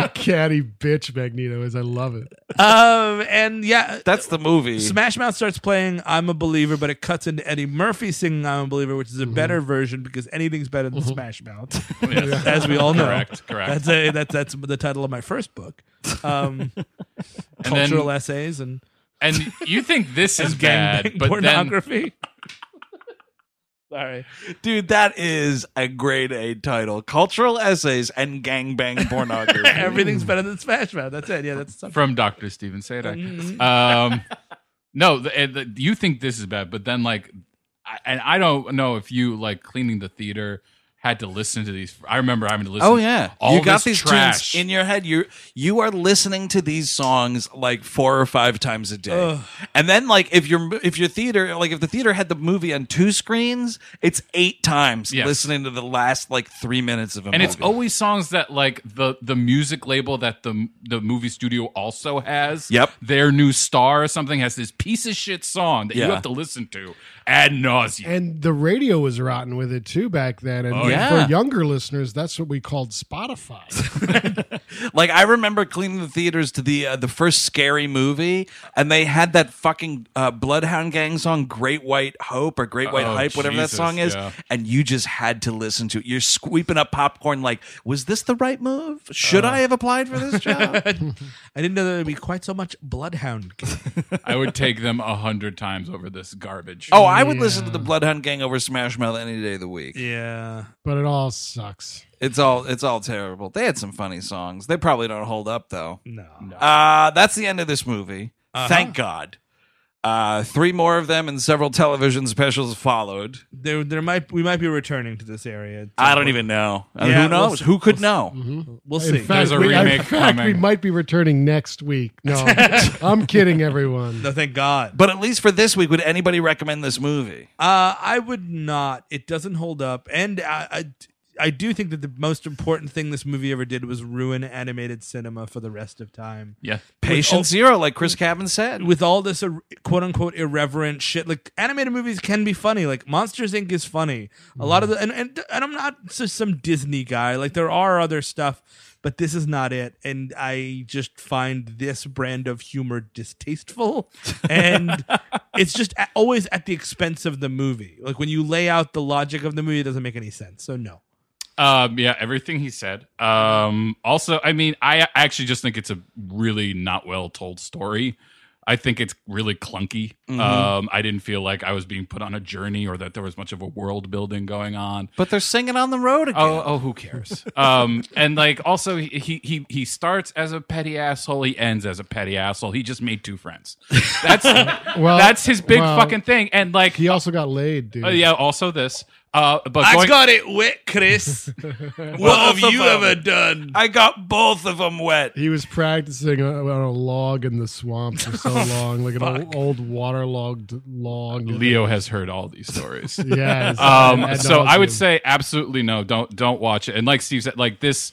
S9: a catty bitch Magneto is. I love it.
S4: um, and yeah,
S3: That's the movie.
S4: Smash Mouth starts playing "I'm a Believer," but it cuts into Eddie Murphy singing "I'm a Believer," which
S6: Mm-hmm.
S4: is a better version because anything's better than Smash Mouth,
S6: Yes.
S4: as we all know.
S6: Correct, correct.
S4: That's a that's that's the title of my first book, um,
S6: And then-
S4: cultural essays and
S6: and you think this is bad,
S4: gangbang
S6: but then
S4: pornography. Sorry,
S3: Dude, that is a grade A title. Cultural essays and gangbang pornography.
S4: everything's better than Smash Mouth. That's it. Yeah, that's
S6: from Dr. Steven
S3: Mm.
S6: Sadek. Um, no, the, uh, the, you think this is bad, but then like, I, and I don't know if you like cleaning the theater had to listen to these. I remember having to listen.
S3: Oh yeah,
S6: all
S3: you got
S6: this
S3: these
S6: trash.
S3: tunes in your head. You you are listening to these songs like four or five times a day, and then like if your if your theater like if the theater had the movie on two screens, it's eight times
S6: Yes.
S3: listening to the last like three minutes of a
S6: and
S3: movie.
S6: it's always songs that like the the music label that the the movie studio also has.
S3: Yep.
S6: their new star or something has this piece of shit song that you
S3: Yeah.
S6: have to listen to ad nauseum.
S9: And the radio was rotten with it too back then. And
S3: yeah.
S9: for younger listeners, that's what we called Spotify.
S3: Like I remember cleaning the theaters to the uh, the first scary movie, and they had that fucking uh, Bloodhound Gang song, "Great White Hope" or "Great White
S6: Oh,
S3: Hype," whatever
S6: Jesus,
S3: that song is,
S6: yeah.
S3: and you just had to listen to it. You're sweeping up popcorn. Like, was this the right move? Should
S6: Uh.
S3: I have applied for this job?
S4: it. I didn't know there would be quite so much bloodhound.
S6: I would take them a hundred times over this garbage.
S3: oh, I would listen to the Bloodhound Gang over Smash Mouth any day of the week.
S4: yeah,
S9: but it all sucks.
S3: It's all it's all terrible. They had some funny songs. They probably don't hold up though.
S4: no.
S3: Uh, that's the end of this movie. Thank God. Uh, three more of them and several television specials followed.
S4: There, there might we might be returning to this area.
S3: I don't even know. I mean,
S4: Yeah,
S3: who knows?
S4: we'll-
S3: who could know?
S4: We'll
S9: In
S4: see.
S9: fact,
S6: There's a
S9: we, in
S6: remake
S9: fact, we
S6: coming.
S9: might be returning next week. No, I'm kidding, everyone.
S4: no, thank God.
S3: But at least for this week, would anybody recommend this movie?
S4: Uh, I would not. It doesn't hold up, and I, I, I do think that the most important thing this movie ever did was ruin animated cinema for the rest of time.
S6: yeah.
S3: Patient Zero, like Chris Cabin said.
S4: With all this ir- quote unquote irreverent shit, like animated movies can be funny. Like Monsters Inc. is funny. A lot of the and and, and I'm not just some Disney guy. Like there are other stuff, but this is not it. And I just find this brand of humor distasteful, and it's just a- always at the expense of the movie. Like when you lay out the logic of the movie, it doesn't make any sense. So no.
S6: Um, yeah, everything he said. Um, also, I mean, I I actually just think it's a really not well told story. I think it's really clunky. Um, I didn't feel like I was being put on a journey or that there was much of a world building going on.
S3: But they're singing on the road again.
S6: Oh, oh, who cares? um, and like, also, he, he he he starts as a petty asshole. He ends as a petty asshole. He just made two friends. That's
S9: Well,
S6: that's his big
S9: well,
S6: fucking thing. And like,
S9: He also got laid, dude.
S6: uh, yeah, also this. Uh, but
S4: I
S6: going,
S4: got it wet, Chris. what have you ever done?
S3: I got both of them wet.
S9: He was practicing on on a log in the swamp for so long, like an old, old waterlogged log.
S6: Leo has heard all these stories.
S9: Yeah. it's-
S6: um,
S9: ad
S6: so I would
S9: nauseam.
S6: say absolutely no. Don't don't watch it. And like Steve said, like this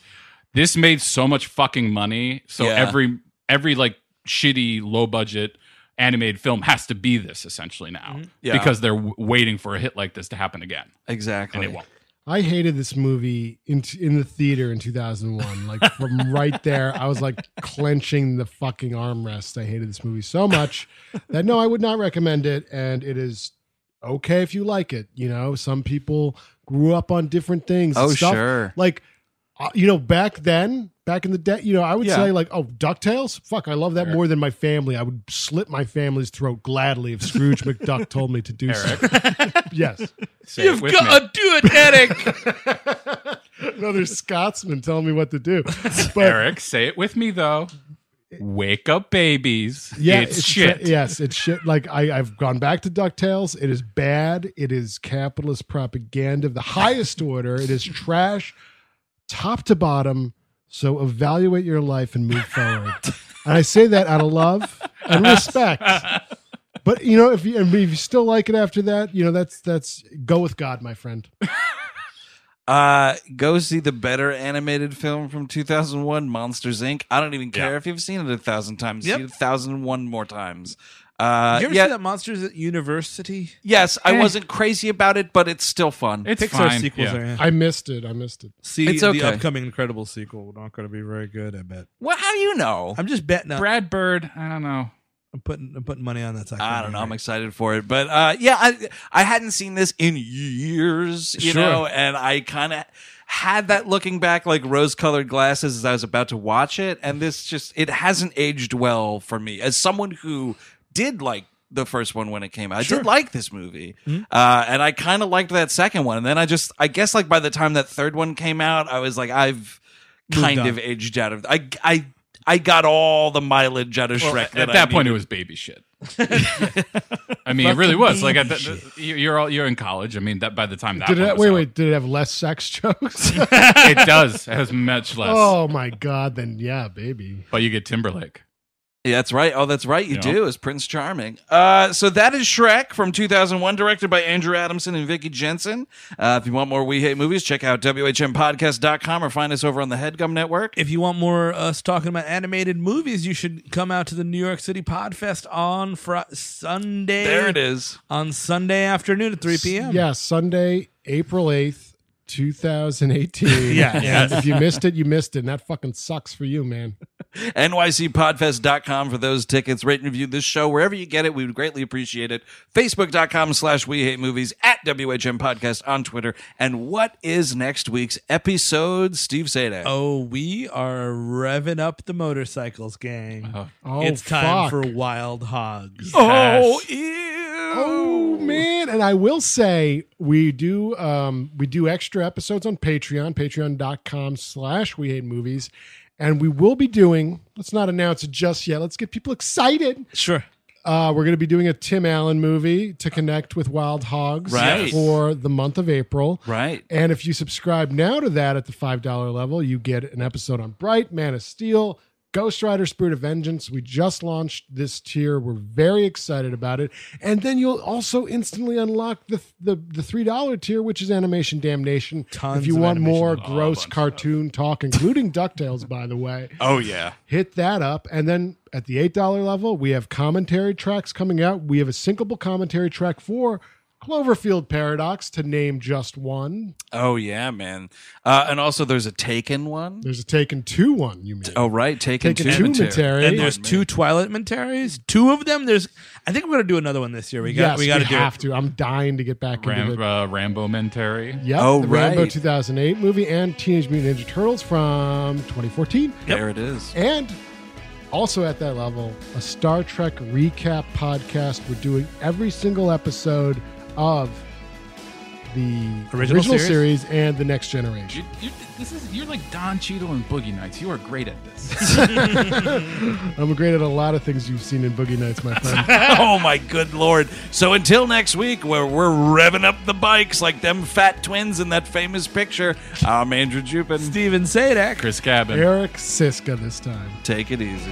S6: this made so much fucking money. So
S3: Yeah.
S6: every every like shitty low budget animated film has to be this essentially now
S3: Yeah.
S6: because they're w- waiting for a hit like this to happen again,
S3: Exactly.
S6: and it won't.
S9: I hated this movie in in the theater in 2001. Like from right there, I was like clenching the fucking armrest. I hated this movie so much that no, I would not recommend it. And it is okay if you like it. You know, some people grew up on different things. and
S3: Oh,
S9: stuff.
S3: sure.
S9: Like, uh, you know, back then, back in the day, you know, I would
S3: Yeah.
S9: say like, oh, Ducktales. Fuck, I love that more than my family. I would slit my family's throat gladly if Scrooge McDuck told me to do so. yes.
S6: Say it with me.
S4: do it, Eric.
S9: another Scotsman telling me what to do. But
S6: Eric, say it with me though. Wake up, babies!
S9: yeah,
S6: it's, shit.
S9: yes, it's shit. Like I, I've gone back to Ducktales. It is bad. It is capitalist propaganda of the highest order. It is trash, top to bottom. So evaluate your life and move forward. and I say that out of love and respect. But you know, if you, if you still like it after that, you know that's that's go with God, my friend.
S3: Uh, go see the better animated film from 2001, Monsters Inc. I don't even care if you've seen it a thousand times.
S4: Yep.
S3: See it a thousand and one more times. Uh,
S4: you ever
S3: yeah,
S4: see that Monsters at University?
S3: yes, I
S6: Eh.
S3: wasn't crazy about it, but it's still fun.
S6: It's
S4: Pixar
S6: fine.
S4: sequels
S6: Yeah.
S4: are. eh.
S9: I missed it. I missed it.
S4: See,
S3: It's okay.
S4: the upcoming Incredible sequel not going to be very good. I bet.
S3: well, how do you know?
S4: I'm just betting. on-
S6: Brad Bird, I don't know.
S4: I'm putting. I'm putting money on that.
S3: I don't know. I'm excited for it, but uh, yeah, I I hadn't seen this in years, you know, and I kind of had that looking back like rose-colored glasses as I was about to watch it, and this just it hasn't aged well for me as someone who did like the first one when it came out. I did like this movie, uh, and I kind of liked that second one, and then I just I guess like by the time that third one came out, I was like I've kind
S4: on.
S3: of aged out of I I. I got all the mileage out of Shrek.
S6: At
S3: that
S6: that,
S3: I
S6: point,
S3: needed.
S6: it was baby shit. I mean, it really was. Like, at the, you- you're all you're in college. I mean, that by the time that
S9: Did
S6: one
S9: it?
S6: was
S9: Wait,
S6: out,
S9: wait. Did it have less sex jokes?
S6: it does. It has much less.
S9: Oh my god, then yeah, baby.
S6: But you get Timberlake.
S3: Yeah, that's right. Oh, that's right. You
S6: Yeah.
S3: do as Prince Charming. Uh, so that is Shrek from 2001, directed by Andrew Adamson and Vicky Jensen. Uh, if you want more We Hate Movies, check out WHMPodcast.com or find us over on the Headgum Network.
S4: If you want more us talking about animated movies, you should come out to the New York City Podfest on Fri Sunday.
S3: There it is.
S4: On Sunday afternoon at 3 p.m.
S9: Yeah, Sunday, April 8th, 2018. yeah, If you missed it, you missed it. And that fucking sucks for you, man.
S3: NYCPodfest.com for those tickets. Rate and review this show wherever you get it. We would greatly appreciate it. Facebook.com slash We Hate Movies at WHM Podcast on Twitter. And what is next week's episode, Steve Sadak?
S4: Oh, we are revving up the motorcycles, gang.
S9: Oh,
S4: it's time
S9: fuck.
S4: for Wild Hogs.
S3: Oh,
S6: Yes.
S3: ew.
S9: Oh man, and I will say we do um we do extra episodes on Patreon, patreon.com slash we hate movies. And we will be doing, let's not announce it just yet. Let's get people excited.
S4: Sure.
S9: Uh, we're going to be doing a Tim Allen movie to connect with Wild Hogs
S3: Right.
S9: for the month of April.
S3: Right.
S9: And if you subscribe now to that at the $5 level, you get an episode on Bright, Man of Steel, Ghost Rider, Spirit of Vengeance. We just launched this tier. We're very excited about it. And then you'll also instantly unlock the the, the $3 tier, which is Animation Damnation.
S4: Tons
S9: if you
S4: of
S9: want
S4: animation. Oh,
S9: more
S4: A
S9: gross cartoon talk, including DuckTales, by the way
S1: Oh, yeah.
S9: hit that up. And then at the $8 level, we have commentary tracks coming out. We have a syncable commentary track for Cloverfield Paradox, to name just one.
S3: Oh, yeah, man. Uh, and also, there's a Taken one.
S9: There's a Taken 2 one, you mean?
S3: Oh right, taking
S9: Taken 2 commentary.
S4: Mm. And there's two Twilight Mentaries. Two of them. There's. I think we're gonna do another one this year. We got.
S9: yes,
S4: we got to do.
S9: have
S4: it.
S9: to. I'm dying to get back
S6: Ram,
S9: into it.
S6: uh, Rambo Mentary.
S9: Yep,
S3: Oh,
S9: the Rambo
S3: right.
S9: 2008 movie and Teenage Mutant Ninja Turtles from 2014.
S3: There it is.
S9: And also at that level, a Star Trek recap podcast. We're doing every single episode of the
S4: Original series?
S9: series and the Next Generation.
S6: You, you, this is you're like Don Cheadle and Boogie Nights. You are great at this.
S4: Mm-hmm.
S9: I'm great at a lot of things you've seen in Boogie Nights, my friend.
S3: oh my good lord! So until next week, where we're revving up the bikes like them fat twins in that famous picture. I'm Andrew Jupin.
S4: Steven Sadak.
S6: Chris Cabin.
S9: Eric Siska this time.
S3: Take it easy.